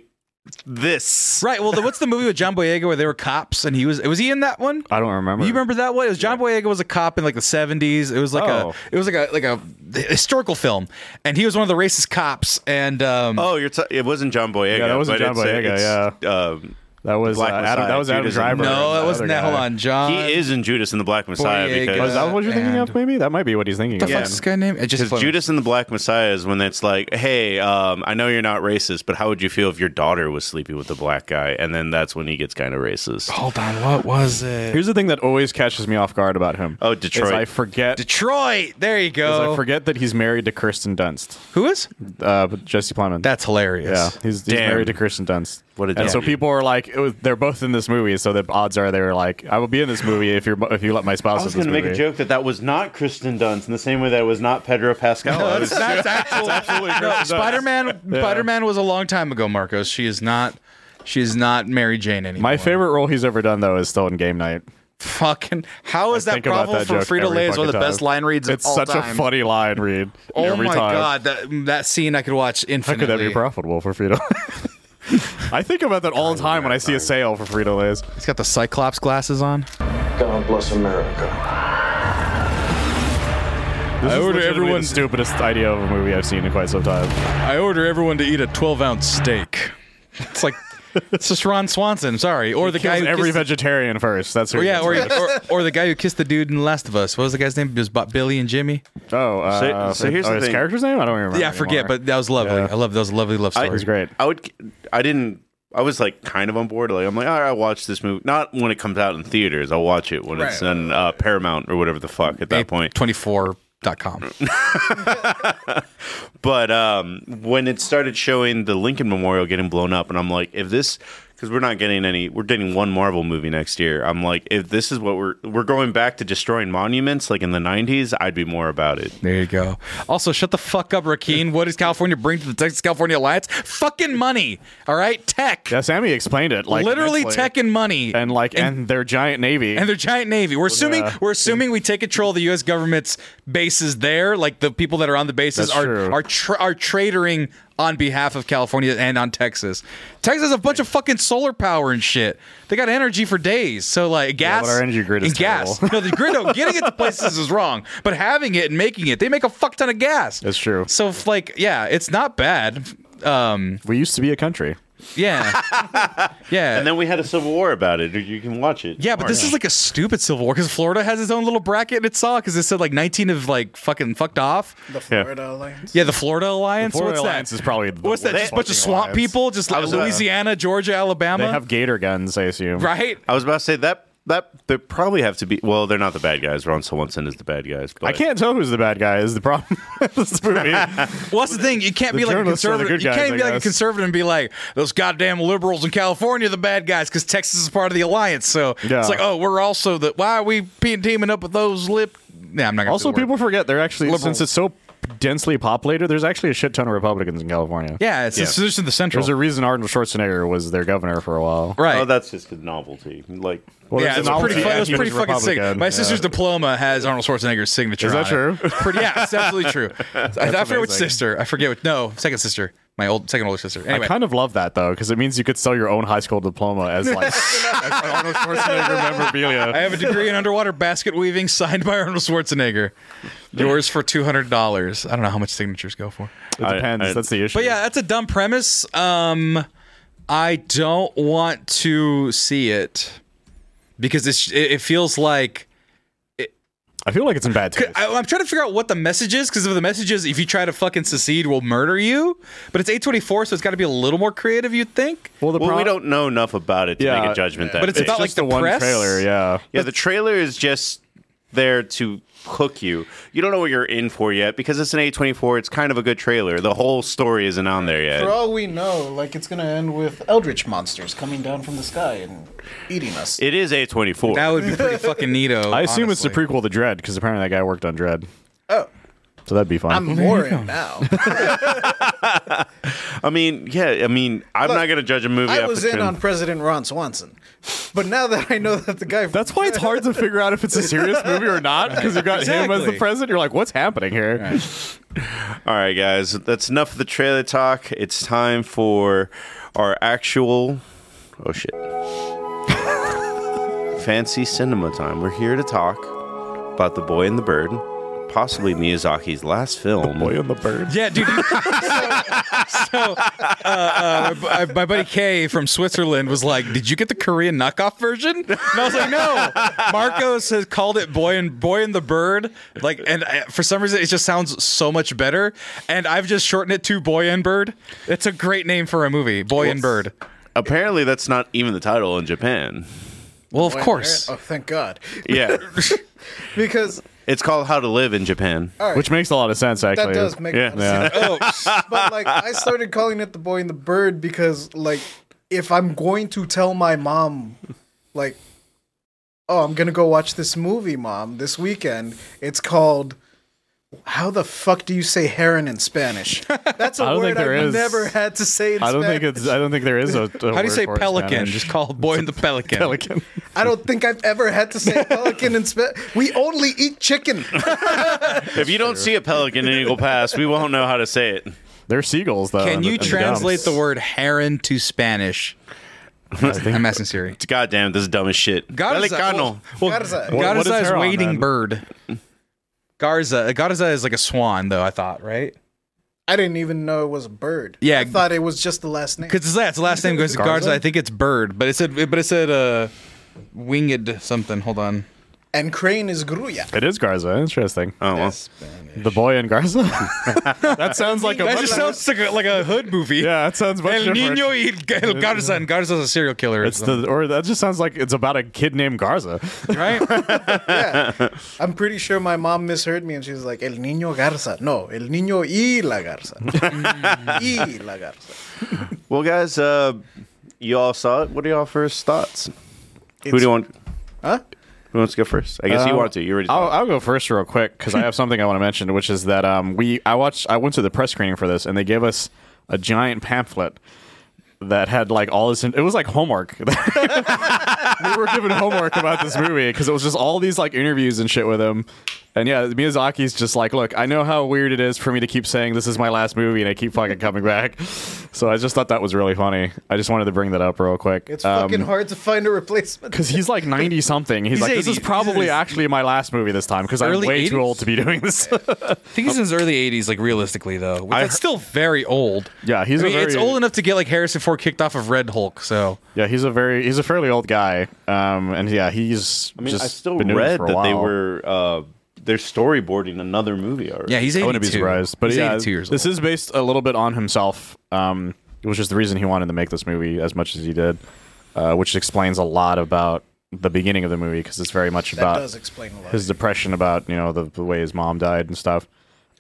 Speaker 1: this.
Speaker 2: Right. Well, the, what's the movie with John Boyega where they were cops and he was was he in that one?
Speaker 3: I don't remember.
Speaker 2: You remember that one? It was John Boyega was a cop in like the seventies. It was like
Speaker 3: Oh.
Speaker 2: a it was like a like a historical film, and he was one of the racist cops. And um,
Speaker 1: Oh, you're. T- it wasn't John Boyega.
Speaker 3: Yeah, that wasn't
Speaker 1: but
Speaker 3: John Boyega,
Speaker 1: It's, uh, it's, um,
Speaker 3: That was uh,
Speaker 1: Black
Speaker 3: Adam.
Speaker 1: Messiah,
Speaker 3: That was
Speaker 1: dude,
Speaker 3: Adam
Speaker 1: isn't it?
Speaker 3: Driver.
Speaker 2: no,
Speaker 3: the
Speaker 2: it wasn't
Speaker 3: other
Speaker 2: that. Hold
Speaker 3: guy.
Speaker 2: on, John.
Speaker 1: he is in Judas and the Black Messiah
Speaker 2: Uh, Boyega.
Speaker 1: because
Speaker 3: Was that what you're thinking of?
Speaker 2: And-
Speaker 3: Maybe that might be what he's thinking
Speaker 2: The
Speaker 3: of.
Speaker 2: fuck's this guy name? It just
Speaker 1: Because Judas and the Black Messiah is when it's like, hey, um, I know you're not racist, but how would you feel if your daughter was sleeping with a black guy? And then that's when he gets kind of racist. Oh,
Speaker 2: Hold on, what was it?
Speaker 3: Here's the thing that always catches me off guard about him. is
Speaker 1: Oh, Detroit.
Speaker 3: I forget. is
Speaker 2: Detroit. There you go.
Speaker 3: I forget that he's married to Kirsten Dunst.
Speaker 2: Who is?
Speaker 3: Uh, but Jesse Plemons.
Speaker 2: That's hilarious.
Speaker 3: yeah. He's, he's
Speaker 1: Damn.
Speaker 3: married to Kirsten Dunst.
Speaker 1: What a
Speaker 3: and so
Speaker 1: dummy.
Speaker 3: people are like, it was, they're both in this movie. So the odds are they were like, I will be in this movie if you if you let my spouse.
Speaker 1: I was
Speaker 3: in
Speaker 1: going
Speaker 3: this
Speaker 1: to make a
Speaker 3: movie.
Speaker 1: joke that that was not Kristen Dunst in the same way that it was not Pedro Pascal.
Speaker 3: Oh,
Speaker 1: I was-
Speaker 3: <laughs>
Speaker 2: That's actual.
Speaker 1: <laughs>
Speaker 2: no, Spider Man. Spider Man was a long time ago, Marcos. She is not. She is not Mary Jane anymore.
Speaker 3: My favorite role he's ever done though is still in Game Night.
Speaker 2: fucking. How is
Speaker 3: I
Speaker 2: that
Speaker 3: think about
Speaker 2: problem
Speaker 3: that
Speaker 2: from
Speaker 3: joke
Speaker 2: Frida
Speaker 3: every
Speaker 2: Lay is one of the
Speaker 3: fucking
Speaker 2: best
Speaker 3: time.
Speaker 2: line reads of
Speaker 3: It's
Speaker 2: all
Speaker 3: such
Speaker 2: time.
Speaker 3: a funny line read.
Speaker 2: <laughs> Oh
Speaker 3: every
Speaker 2: my
Speaker 3: time.
Speaker 2: god, that that scene I could watch
Speaker 3: How
Speaker 2: infinitely.
Speaker 3: could that be profitable for Frito? <laughs> I think about that all the time when I see a sale for Frito Lay's.
Speaker 2: He's got the Cyclops glasses on.
Speaker 9: God bless America.
Speaker 3: This
Speaker 2: I
Speaker 3: is
Speaker 2: order
Speaker 3: legitimately
Speaker 2: everyone-
Speaker 3: the stupidest idea of a movie I've seen in quite some time. <laughs>
Speaker 2: I order everyone to eat a twelve ounce steak. It's like it's just Ron Swanson. Sorry, or the guy who
Speaker 3: Kills every
Speaker 2: kissed-
Speaker 3: vegetarian first. That's who
Speaker 2: or
Speaker 3: he
Speaker 2: yeah,
Speaker 3: gets
Speaker 2: or,
Speaker 3: rid <laughs> of.
Speaker 2: or or the guy who kissed the dude in The Last of Us. What was the guy's name? Just Bob, Billy and Jimmy.
Speaker 3: oh, uh,
Speaker 1: So- so here's
Speaker 3: oh,
Speaker 1: the
Speaker 3: his
Speaker 1: thing.
Speaker 3: character's name. I don't remember.
Speaker 2: yeah, I forget,
Speaker 3: anymore.
Speaker 2: but that was lovely.
Speaker 3: Yeah.
Speaker 2: I love that was a lovely love story.
Speaker 3: it was great.
Speaker 1: I would. I didn't. I was like kind of on board. Like I'm like, all right, I'll watch this movie. Not when it comes out in theaters. I'll watch it when it's
Speaker 2: Right.
Speaker 1: on uh, Paramount or whatever the fuck at that point.
Speaker 2: twenty four dot com.
Speaker 1: But um, when it started showing the Lincoln Memorial getting blown up, and I'm like, if this, because we're not getting any, we're getting one Marvel movie next year. I'm like, if this is what we're we're going back to destroying monuments like in the '90s, I'd be more about it.
Speaker 2: There you go. Also, shut the fuck up, Rakeen. What does California bring to the Texas California Alliance? Fucking money. All right, tech.
Speaker 3: Yeah, Sammy explained it like
Speaker 2: Literally
Speaker 3: immensely.
Speaker 2: tech and money.
Speaker 3: and like and, their giant navy.
Speaker 2: and their giant navy. We're assuming
Speaker 3: yeah.
Speaker 2: we're assuming we take control of the U.S. government's bases there. Like the people that are on the bases
Speaker 3: That's
Speaker 2: are
Speaker 3: true.
Speaker 2: are tra- are traitoring on behalf of California and on Texas. Texas has a bunch of fucking solar power and shit. They got energy for days. So like gas,
Speaker 3: but our energy grid is
Speaker 2: and gas.
Speaker 3: terrible.
Speaker 2: no, the grid. No, getting it to places is wrong, but having it and making it, they make a fuck ton of gas.
Speaker 3: That's true.
Speaker 2: So if, like, yeah, it's not bad. Um,
Speaker 3: we used to be a country.
Speaker 2: yeah,
Speaker 3: <laughs>
Speaker 2: yeah.
Speaker 1: And then we had a civil war about it. You can watch it.
Speaker 2: Yeah, but this is like a stupid Civil War because Florida has its own little bracket and it saw because it said like 19 of like fucking fucked off.
Speaker 4: The Florida Alliance.
Speaker 2: Yeah, the Florida Alliance.
Speaker 3: Florida
Speaker 2: What's
Speaker 3: Alliance
Speaker 2: that?
Speaker 3: is probably the
Speaker 2: What's that?
Speaker 3: worst
Speaker 2: Just a bunch of
Speaker 3: fucking
Speaker 2: swamp
Speaker 3: alliance.
Speaker 2: people, just like
Speaker 1: was, uh,
Speaker 2: Louisiana, Georgia, Alabama.
Speaker 3: They have gator guns, I assume. <laughs>
Speaker 2: right?
Speaker 1: I was about to say that that they probably have to be. Well, they're not the bad guys. Ron Swanson is the bad guys. But
Speaker 3: I can't tell who's the bad guy. Is the problem? <laughs> with this
Speaker 2: <laughs>
Speaker 3: movie.
Speaker 2: Well, that's the thing. You can't
Speaker 3: the
Speaker 2: be like a
Speaker 3: journalists are the
Speaker 2: conservative.
Speaker 3: good
Speaker 2: you
Speaker 3: guys,
Speaker 2: can't
Speaker 3: I
Speaker 2: be like a
Speaker 3: guess.
Speaker 2: conservative and be like those goddamn liberals in California are the bad guys because Texas is part of the alliance. So
Speaker 3: Yeah.
Speaker 2: it's like, oh, we're also the. Why are we pe- teaming up with those lip? Nah, I'm not. Gonna
Speaker 3: also,
Speaker 2: do the word.
Speaker 3: people forget they're actually
Speaker 2: Liberals.
Speaker 3: since it's so densely populated. There's actually a shit ton of Republicans in California.
Speaker 2: Yeah, it's it's just in the central.
Speaker 3: There's a reason Arnold Schwarzenegger was their governor for a while.
Speaker 2: right.
Speaker 1: Oh, that's just a novelty. Like,
Speaker 3: Well,
Speaker 2: yeah,
Speaker 3: there's
Speaker 2: it's
Speaker 3: a
Speaker 2: pretty,
Speaker 3: novelty
Speaker 2: fu- it
Speaker 3: and
Speaker 2: was
Speaker 3: he
Speaker 2: pretty
Speaker 3: was
Speaker 2: fucking sick.
Speaker 3: Republican.
Speaker 2: My sister's
Speaker 3: Yeah.
Speaker 2: diploma has Arnold Schwarzenegger's signature.
Speaker 3: Is that
Speaker 2: on it. <laughs>
Speaker 3: true?
Speaker 2: It's pretty, yeah, it's
Speaker 3: <laughs>
Speaker 2: absolutely true. I, I forget which
Speaker 3: amazing.
Speaker 2: sister. I forget which. No, second sister. My old second older sister. Anyway,
Speaker 3: I kind of love that though, because it means you could sell your own high school diploma as
Speaker 2: <laughs>
Speaker 3: like as Arnold Schwarzenegger memorabilia.
Speaker 2: I have a degree in underwater basket weaving signed by Arnold Schwarzenegger. Yours for two hundred dollars. I don't know how much signatures go for.
Speaker 3: It depends.
Speaker 1: I-
Speaker 3: That's the issue.
Speaker 2: But yeah, that's a dumb premise. Um, I don't want to see it because it's, it, it feels like.
Speaker 3: I feel like it's in bad taste.
Speaker 2: <laughs> I, I'm trying to figure out what the message is because if the message is if you try to fucking secede, we'll murder you. But it's 824, so it's got to be a little more creative, you'd think.
Speaker 3: well, the
Speaker 1: well, we
Speaker 3: problem-
Speaker 1: don't know enough about it to
Speaker 3: Yeah,
Speaker 1: make a judgment. That
Speaker 2: but it's
Speaker 1: big.
Speaker 2: about, like,
Speaker 3: just
Speaker 2: the
Speaker 3: one
Speaker 2: press?
Speaker 3: trailer. Yeah,
Speaker 1: Yeah, the trailer is just there to hook you. You don't know what you're in for yet because it's an A24. It's kind of a good trailer. The whole story isn't on there yet.
Speaker 4: For all we know, like it's gonna end with eldritch monsters coming down from the sky and eating us.
Speaker 1: It is A24.
Speaker 2: That would be pretty
Speaker 3: <laughs>
Speaker 2: fucking neato.
Speaker 3: I assume it's the
Speaker 2: honestly.
Speaker 3: prequel to Dread because apparently that guy worked on Dread.
Speaker 4: Oh.
Speaker 3: so that'd be fun.
Speaker 4: I'm more in now.
Speaker 1: <laughs> I mean, yeah, I mean, I'm
Speaker 4: Look,
Speaker 1: not going to judge a movie.
Speaker 4: I
Speaker 1: after
Speaker 4: was
Speaker 1: the
Speaker 4: in
Speaker 1: trailer.
Speaker 4: on President Ron Swanson, but now that I know that the guy.
Speaker 3: That's why it's
Speaker 4: <laughs>
Speaker 3: hard to figure out if it's a serious movie or not because you've got him as the
Speaker 2: Exactly.
Speaker 3: president. You're like, what's happening here?
Speaker 1: All right, guys, that's enough of the trailer talk. It's time for our actual. Oh, shit. <laughs> Fancy cinema time. We're here to talk about The Boy and the Bird, possibly Miyazaki's last film.
Speaker 3: Boy and the bird.
Speaker 2: Yeah, dude. <laughs> you- so so, uh, uh, my bu- my buddy Kay from Switzerland was like, "Did you get the Korean knockoff version?" And I was like, "No." Marcos has called it "Boy and Boy and the Bird," like, and I, for some reason, it just sounds so much better. And I've just shortened it to "Boy and Bird." It's a great name for a movie, "Boy and Bird."
Speaker 1: Apparently, that's not even the title in Japan.
Speaker 2: Well, of course.
Speaker 4: Oh, thank God.
Speaker 1: Yeah.
Speaker 4: Because
Speaker 1: it's called How to Live in Japan.
Speaker 3: Which makes a lot of sense, actually.
Speaker 4: does make a
Speaker 3: yeah.
Speaker 4: lot of
Speaker 3: yeah.
Speaker 2: Oh,
Speaker 4: but like I started calling it the boy and the bird because like if I'm going to tell my mom like oh I'm going to go watch this movie mom this weekend it's called how the fuck do you say heron in Spanish? That's a
Speaker 3: I don't
Speaker 4: word
Speaker 3: think there
Speaker 4: I've
Speaker 3: is.
Speaker 4: never had to say in
Speaker 3: I don't
Speaker 4: Spanish.
Speaker 3: think it's. I don't think there is a. a
Speaker 2: how do you say
Speaker 3: Oh, word for it in
Speaker 2: pelican?
Speaker 3: Spanish.
Speaker 2: Just call it "Boy and the Pelican."
Speaker 3: <laughs> pelican.
Speaker 4: I don't think I've ever had to say pelican in Spanish. We only eat chicken.
Speaker 1: if you don't see a pelican in Eagle Pass, we won't know how to say it.
Speaker 3: They're seagulls, though. in
Speaker 2: Can
Speaker 3: the-
Speaker 2: you
Speaker 3: in the
Speaker 2: translate
Speaker 3: dumps.
Speaker 2: the word "heron" to
Speaker 3: <laughs>
Speaker 2: Spanish? I'm asking Siri.
Speaker 1: God damn, this is dumb as shit.
Speaker 2: Garza.
Speaker 1: Pelicano. Oh,
Speaker 2: Well,
Speaker 4: Garza.
Speaker 2: Garza,
Speaker 3: What- what is
Speaker 2: is,
Speaker 3: her on,
Speaker 2: waiting
Speaker 3: then?
Speaker 2: bird. Garza. Garza is like a swan, though. I thought, right?
Speaker 4: I didn't even know it was a bird.
Speaker 2: Yeah.
Speaker 4: I thought it was just the last name.
Speaker 2: Because it's that. It's the last name goes to Garza.
Speaker 3: Garza?
Speaker 2: I think it's Bird, but it said, but it said, uh, winged something. Hold on.
Speaker 4: And crane is Gruya.
Speaker 3: It is Garza. Interesting.
Speaker 1: Oh, well.
Speaker 3: The boy in Garza. <laughs> that sounds like a.
Speaker 2: That
Speaker 3: much-
Speaker 2: just sounds like a, like a hood movie.
Speaker 3: yeah, that sounds much
Speaker 2: El
Speaker 3: different.
Speaker 2: Nino y El Garza, and Garza's a serial killer. or
Speaker 3: It's
Speaker 2: something,
Speaker 3: the or that just sounds like it's about a kid named Garza.
Speaker 2: right.
Speaker 4: I'm pretty sure my mom misheard me and she was like, El Niño Garza. No, El Niño y la Garza. y la Garza.
Speaker 1: Well, guys, uh, you all saw it. What are y'all first thoughts? Who
Speaker 4: It's-
Speaker 1: do you want?
Speaker 4: Huh?
Speaker 1: Who wants to go first? I guess you
Speaker 3: Uh,
Speaker 1: want to. You already.
Speaker 3: I'll,
Speaker 1: saw it.
Speaker 3: I'll go first real quick because I have something I want to mention, which is that um, we I watched I went to the press screening for this and they gave us a giant pamphlet that had like all this. It was like homework. <laughs> we were given homework about this movie because it was just all these like interviews and shit with him. And yeah, Miyazaki's just like, look, I know how weird it is for me to keep saying this is my last movie, and I keep fucking coming back. <laughs> So I just thought that was really funny. I just wanted to bring that up real quick.
Speaker 4: It's
Speaker 3: Um,
Speaker 4: fucking hard to find a replacement.
Speaker 3: because he's like 90 something. He's,
Speaker 2: He's
Speaker 3: like, this
Speaker 2: 80.
Speaker 3: is probably
Speaker 2: He's-
Speaker 3: actually my last movie this time because I'm
Speaker 2: Early
Speaker 3: way
Speaker 2: 80s?
Speaker 3: too old to be
Speaker 2: <laughs>
Speaker 3: doing this.
Speaker 2: I think he's in his early 80s, like realistically though. Which
Speaker 1: I
Speaker 2: that's
Speaker 1: heard-
Speaker 2: still very old.
Speaker 3: Yeah, he's
Speaker 2: I
Speaker 3: a
Speaker 2: mean, it's
Speaker 3: very-
Speaker 2: old enough to get like Harrison Ford kicked off of Red Hulk. So
Speaker 3: yeah, he's a very he's a fairly old guy. Um, and yeah, he's
Speaker 1: I mean,
Speaker 3: just
Speaker 1: I still
Speaker 3: been doing it
Speaker 1: read
Speaker 3: for a
Speaker 1: that they
Speaker 3: while.
Speaker 1: were uh, they're storyboarding another movie already.
Speaker 2: yeah, he's 82.
Speaker 3: I wouldn't be surprised, but
Speaker 2: he's
Speaker 3: yeah,
Speaker 2: 82 years
Speaker 3: this
Speaker 2: old.
Speaker 3: is based a little bit on himself, um, which is the reason he wanted to make this movie as much as he did, uh, which explains a lot about the beginning of the movie because it's very much
Speaker 4: That
Speaker 3: about
Speaker 4: does explain a lot.
Speaker 3: his depression about you know the, the way his mom died and stuff.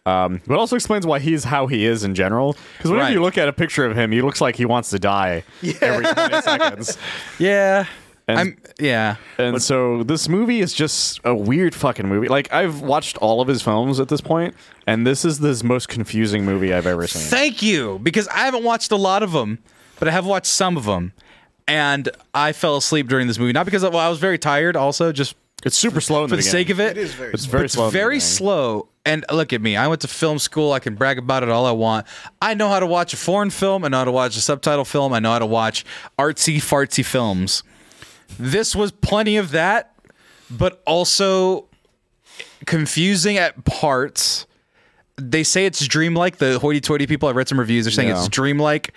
Speaker 3: Um, but also explains why he's how he is in general. Because whenever
Speaker 2: Right.
Speaker 3: you look at a picture of him, he looks like he wants to
Speaker 4: <laughs>
Speaker 3: die every 20 seconds.
Speaker 2: yeah.
Speaker 3: And-
Speaker 2: I'm yeah.
Speaker 3: And so this movie is just a weird fucking movie. Like I've watched all of his films at this point, and this is this most confusing movie I've ever seen.
Speaker 2: Thank you, because I haven't watched a lot of them, but I have watched some of them, and I fell asleep during this movie. Not because well, I was very tired, also just
Speaker 3: It's super slow in
Speaker 2: for
Speaker 3: the
Speaker 2: the sake of it.
Speaker 4: It is very
Speaker 3: It's very
Speaker 2: It's
Speaker 3: slow. in the
Speaker 2: very
Speaker 3: beginning.
Speaker 2: slow. And look at me. I went to film school. I can brag about it all I want. I know how to watch a foreign film. I know how to watch a subtitle film. I know how to watch artsy fartsy films. This was plenty of that, but also confusing at parts. They say it's dreamlike. The hoity-toity people. I read some reviews. They're saying
Speaker 3: Yeah.
Speaker 2: it's dreamlike,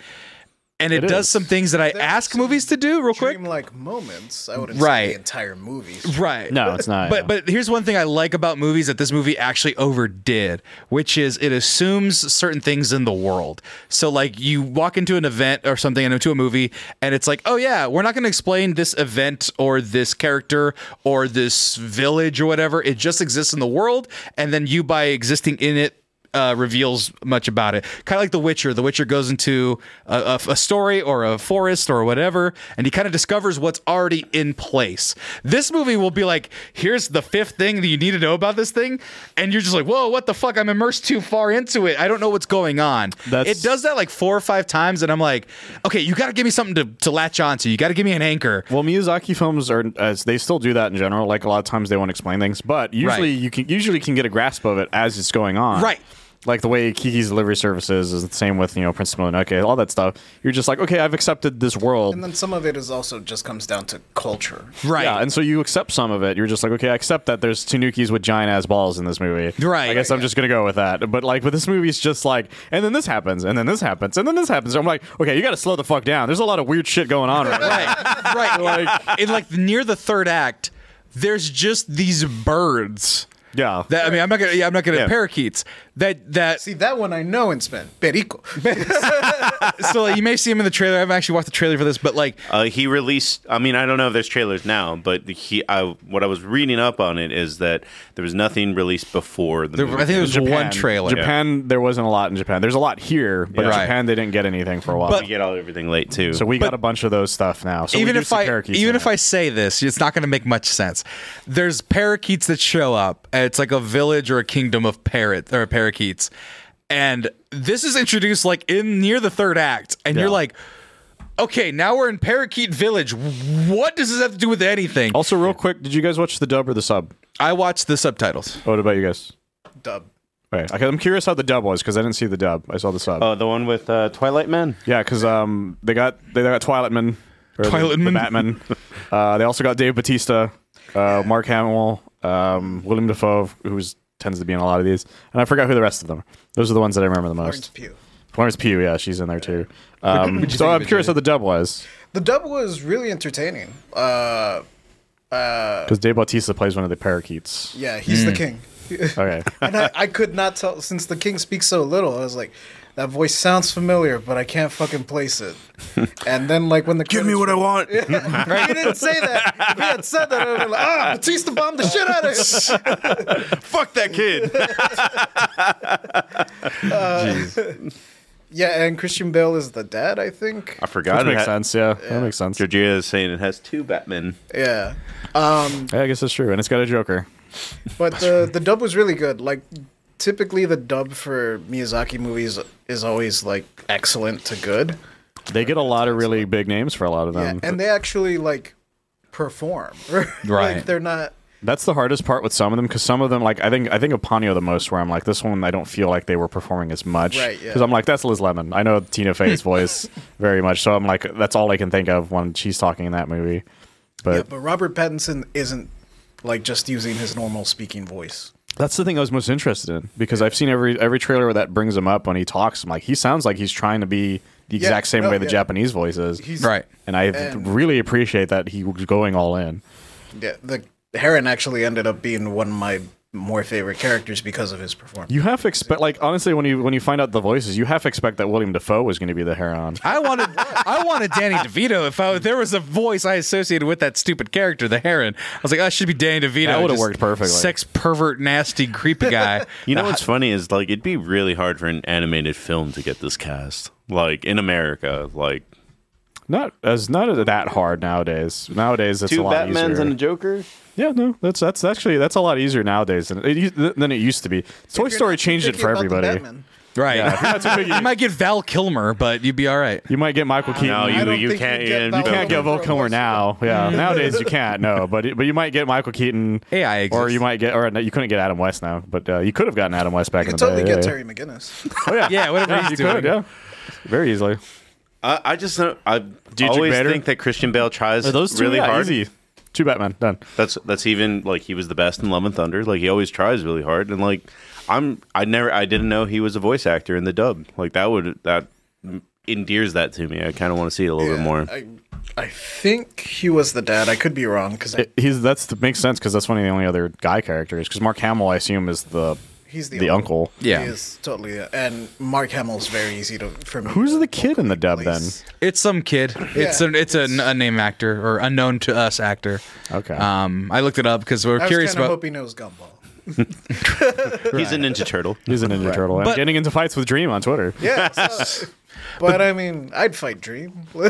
Speaker 2: and it,
Speaker 3: It
Speaker 2: does
Speaker 3: is.
Speaker 2: some things that I ask movies to do real quick.
Speaker 4: Dreamlike moments. I wouldn't
Speaker 2: Right.
Speaker 4: say the entire movie.
Speaker 2: Right.
Speaker 3: No, it's not.
Speaker 2: But but here's one thing I like about movies that this movie actually overdid, which is it assumes certain things in the world. So like you walk into an event or something and into a movie and it's like, "Oh yeah, we're not going to explain this event or this character or this village or whatever. It just exists in the world and then you by existing in it uh, reveals much about it. Kind of like The Witcher. The Witcher goes into a, a, a story or a forest or whatever, and he kind of discovers what's already in place. This movie will be like, here's the fifth thing that you need to know about this thing, and you're just like, whoa, what the fuck? I'm immersed too far into it. I don't know what's going on.
Speaker 3: That's-
Speaker 2: it does that like four or five times, and I'm like, okay, you got to give me something to, to latch onto. You got to give me an anchor.
Speaker 3: Well, Miyazaki films are as they still do that in general. Like a lot of times they won't explain things, but usually
Speaker 2: Right.
Speaker 3: you can usually can get a grasp of it as it's going on.
Speaker 2: Right.
Speaker 3: Like the way Kiki's delivery services is the same with you know Prince of Mononoke, all that stuff. You're just like, okay, I've accepted this world.
Speaker 4: And then some of it is also just comes down to culture.
Speaker 2: Right.
Speaker 3: Yeah, and so you accept some of it. You're just like, okay, I accept that there's Tanukis with giant ass balls in this movie.
Speaker 2: Right.
Speaker 3: I guess I'm just gonna go with that. But like, but this movie's just like, and then this happens, and then this happens, and then this happens. I'm like, okay, you gotta slow the fuck down. There's a lot of weird shit going on right now.
Speaker 2: right,
Speaker 3: <laughs>
Speaker 2: right. Like, in like near the third act, there's just these birds.
Speaker 3: Yeah.
Speaker 2: That I mean, I'm not gonna. Yeah, I'm not gonna
Speaker 1: Yeah.
Speaker 2: parakeets. That that.
Speaker 4: See, that one I know in Spanish. Perico.
Speaker 2: <laughs> so like, you may see him in the trailer. I haven't actually watched the trailer for this, but like,
Speaker 1: Uh, he released. I mean, I don't know if there's trailers now, but he. I, what I was reading up on it is that there was nothing released before the.
Speaker 2: there,
Speaker 1: movie.
Speaker 2: I think there was
Speaker 3: Japan.
Speaker 2: one trailer.
Speaker 3: Japan, there wasn't a lot in Japan. There's a lot here, but in
Speaker 2: Right.
Speaker 3: Japan they didn't get anything for a while.
Speaker 2: But-
Speaker 1: we get all everything late too.
Speaker 3: so we
Speaker 2: but-
Speaker 3: got a bunch of those stuff now. So we
Speaker 2: even
Speaker 3: do
Speaker 2: if
Speaker 3: see
Speaker 2: I
Speaker 3: parakeets
Speaker 2: even
Speaker 3: in
Speaker 2: if
Speaker 3: it.
Speaker 2: I say this, it's not going to make much sense. There's parakeets that show up, and it's like a village or a kingdom of parrot or parakeets, and this is introduced like in near the third act, and you're
Speaker 3: Yeah.
Speaker 2: like, okay, now we're in Parakeet Village. What does this have to do with anything?
Speaker 3: also real quick, did you guys watch the dub or the sub?
Speaker 2: I watched the subtitles.
Speaker 3: What about you guys?
Speaker 4: Dub.
Speaker 3: Right. Okay, I'm curious how the dub was because I didn't see the dub. I saw the sub.
Speaker 1: Oh, the one with uh, Twilight Man.
Speaker 3: Yeah, because um, they got they got Twilight Man, or the-
Speaker 2: Twilight
Speaker 3: the,
Speaker 2: Man.
Speaker 3: Batman. <laughs> uh, they also got Dave Batista, uh, Mark Hamill, um, William Defoe, who's tends to be in a lot of these. And I forgot who the rest of them. are. Those are the ones that I remember the most.
Speaker 4: Pugh.
Speaker 3: Florence Pugh, yeah, she's in there too. Um,
Speaker 2: you
Speaker 3: so
Speaker 2: think of
Speaker 3: I'm
Speaker 2: it,
Speaker 3: curious
Speaker 2: Jay?
Speaker 3: how the dub was
Speaker 4: The dub was really entertaining. Uh,
Speaker 3: because Dave Bautista plays one of the parakeets.
Speaker 4: yeah, he's the king.
Speaker 2: <laughs>
Speaker 3: Okay,
Speaker 4: and I, I could not tell since the king speaks so little. I was like, that voice sounds familiar, but I can't fucking place it. And then like when the
Speaker 1: Give me what I want.
Speaker 4: <laughs> you didn't say that. If you had said that, I'd be like, ah, Batista bombed the shit out of him.
Speaker 1: Fuck that kid.
Speaker 4: yeah, and Christian Bale is the dad, I think.
Speaker 1: <laughs> I forgot.
Speaker 3: that
Speaker 1: it
Speaker 3: makes
Speaker 1: had-
Speaker 3: sense. Yeah, that makes sense.
Speaker 1: Georgia is saying it has two Batmen.
Speaker 4: Yeah. Um,
Speaker 3: Yeah, I guess that's true. And it's got a Joker.
Speaker 4: But the the dub was really good. Like typically the dub for Miyazaki movies is always like excellent to good.
Speaker 3: They get a lot of really big names for a lot of
Speaker 4: Yeah,
Speaker 3: them.
Speaker 4: and they actually like perform. <laughs>
Speaker 2: Right.
Speaker 4: like, they're not
Speaker 3: That's the hardest part with some of them because some of them, like I think I think of Ponyo the most, where I'm like, this one I don't feel like they were performing as much.
Speaker 4: Right, yeah.
Speaker 3: Because I'm like, that's Liz Lemon. I know Tina
Speaker 4: <laughs>
Speaker 3: Fey's voice very much, so I'm like, that's all I can think of when she's talking in that movie. But
Speaker 4: yeah, but Robert Pattinson isn't like just using his normal speaking voice.
Speaker 3: that's the thing I was most interested in because I've seen every every trailer where that brings him up when he talks. I'm like, he sounds like he's trying to be the
Speaker 4: Yeah,
Speaker 3: exact same
Speaker 4: no,
Speaker 3: way the
Speaker 4: yeah.
Speaker 3: Japanese voice is.
Speaker 4: He's
Speaker 2: Right.
Speaker 3: and I
Speaker 4: And-
Speaker 3: really appreciate that he was going all in.
Speaker 4: Yeah, the Heron actually ended up being one of my more favorite characters because of his performance.
Speaker 3: You have to expect, like honestly, when you when you find out the voices, you have to expect that William Defoe was going to be the Heron.
Speaker 2: I <laughs> wanted I wanted Danny DeVito. If I, there was a voice I associated with that stupid character, the Heron, I was like, I should be Danny DeVito.
Speaker 3: That would've
Speaker 2: just
Speaker 3: worked perfectly.
Speaker 2: Sex pervert, nasty, creepy <laughs> guy.
Speaker 1: You know what's funny is like it'd be really hard for an animated film to get this cast. Like in America, like
Speaker 3: Not as not that hard nowadays. Nowadays it's a lot easier.
Speaker 1: Joker.
Speaker 3: yeah, no, that's that's actually that's a lot easier nowadays than it, u- than it used to be. Toy
Speaker 4: If you're
Speaker 3: Story
Speaker 4: not
Speaker 3: changed it
Speaker 4: picky
Speaker 3: for
Speaker 4: about the
Speaker 3: everybody.
Speaker 4: Batman,
Speaker 2: right.
Speaker 3: That's a big-
Speaker 2: <laughs> you might get Val Kilmer, but you'd be all right.
Speaker 3: you might get Michael Keaton.
Speaker 1: No,
Speaker 4: I
Speaker 1: you
Speaker 4: don't
Speaker 1: you
Speaker 4: think
Speaker 1: can't
Speaker 4: you'd
Speaker 1: you,
Speaker 4: get Val
Speaker 3: can't get
Speaker 4: Kilmer
Speaker 3: Val
Speaker 4: for a
Speaker 3: Kilmer
Speaker 4: voice.
Speaker 3: now.
Speaker 4: <laughs>
Speaker 3: Yeah, nowadays you can't. No, but it- but you might get Michael Keaton.
Speaker 2: AI
Speaker 3: Or
Speaker 2: exists.
Speaker 3: you might get, or no, you couldn't get Adam West now, but uh, you could have gotten Adam West back
Speaker 4: You
Speaker 3: in
Speaker 4: could
Speaker 3: the
Speaker 4: totally
Speaker 3: day.
Speaker 4: get
Speaker 3: yeah,
Speaker 4: Terry McGinnis.
Speaker 3: yeah. Oh <laughs> yeah,
Speaker 2: Yeah, whatever
Speaker 3: Yeah,
Speaker 2: he's
Speaker 3: you
Speaker 2: doing.
Speaker 3: could, yeah, very easily.
Speaker 1: I, I just don't- I
Speaker 3: you
Speaker 1: always
Speaker 3: better?
Speaker 1: think that Christian Bale tries
Speaker 3: Are those two
Speaker 1: really
Speaker 3: yeah,
Speaker 1: hard.
Speaker 3: Easy. Two Batman done.
Speaker 1: That's that's even like he was the best in Love and Thunder. Like he always tries really hard, and like I'm I never I didn't know he was a voice actor in the dub. Like that would that endears that to me. I kind of want to see it a little bit more.
Speaker 4: I, I think he was the dad. I could be wrong because
Speaker 3: It- he's that's the, makes sense because that's one of the only other guy characters. Because Mark Hamill, I assume, is the
Speaker 4: he's the,
Speaker 3: the uncle.
Speaker 2: Yeah.
Speaker 4: He is totally. the- and Mark Hamill's very easy to for me.
Speaker 3: Who's the kid in the dub then?
Speaker 4: place.
Speaker 2: It's some kid. It's
Speaker 4: Yeah.
Speaker 2: an it's an unnamed actor or unknown to us actor.
Speaker 3: Okay.
Speaker 2: Um, I looked it up because we
Speaker 4: I
Speaker 2: are
Speaker 4: was
Speaker 2: curious
Speaker 4: kind of
Speaker 2: about.
Speaker 4: hoping it was Gumball.
Speaker 1: He's a Ninja
Speaker 3: <laughs>
Speaker 1: Turtle.
Speaker 3: He's a Ninja Turtle. I'm
Speaker 2: But-
Speaker 3: getting into fights with Dream on Twitter.
Speaker 4: Yeah, so- but, I mean, I'd fight Dream. <laughs>
Speaker 3: I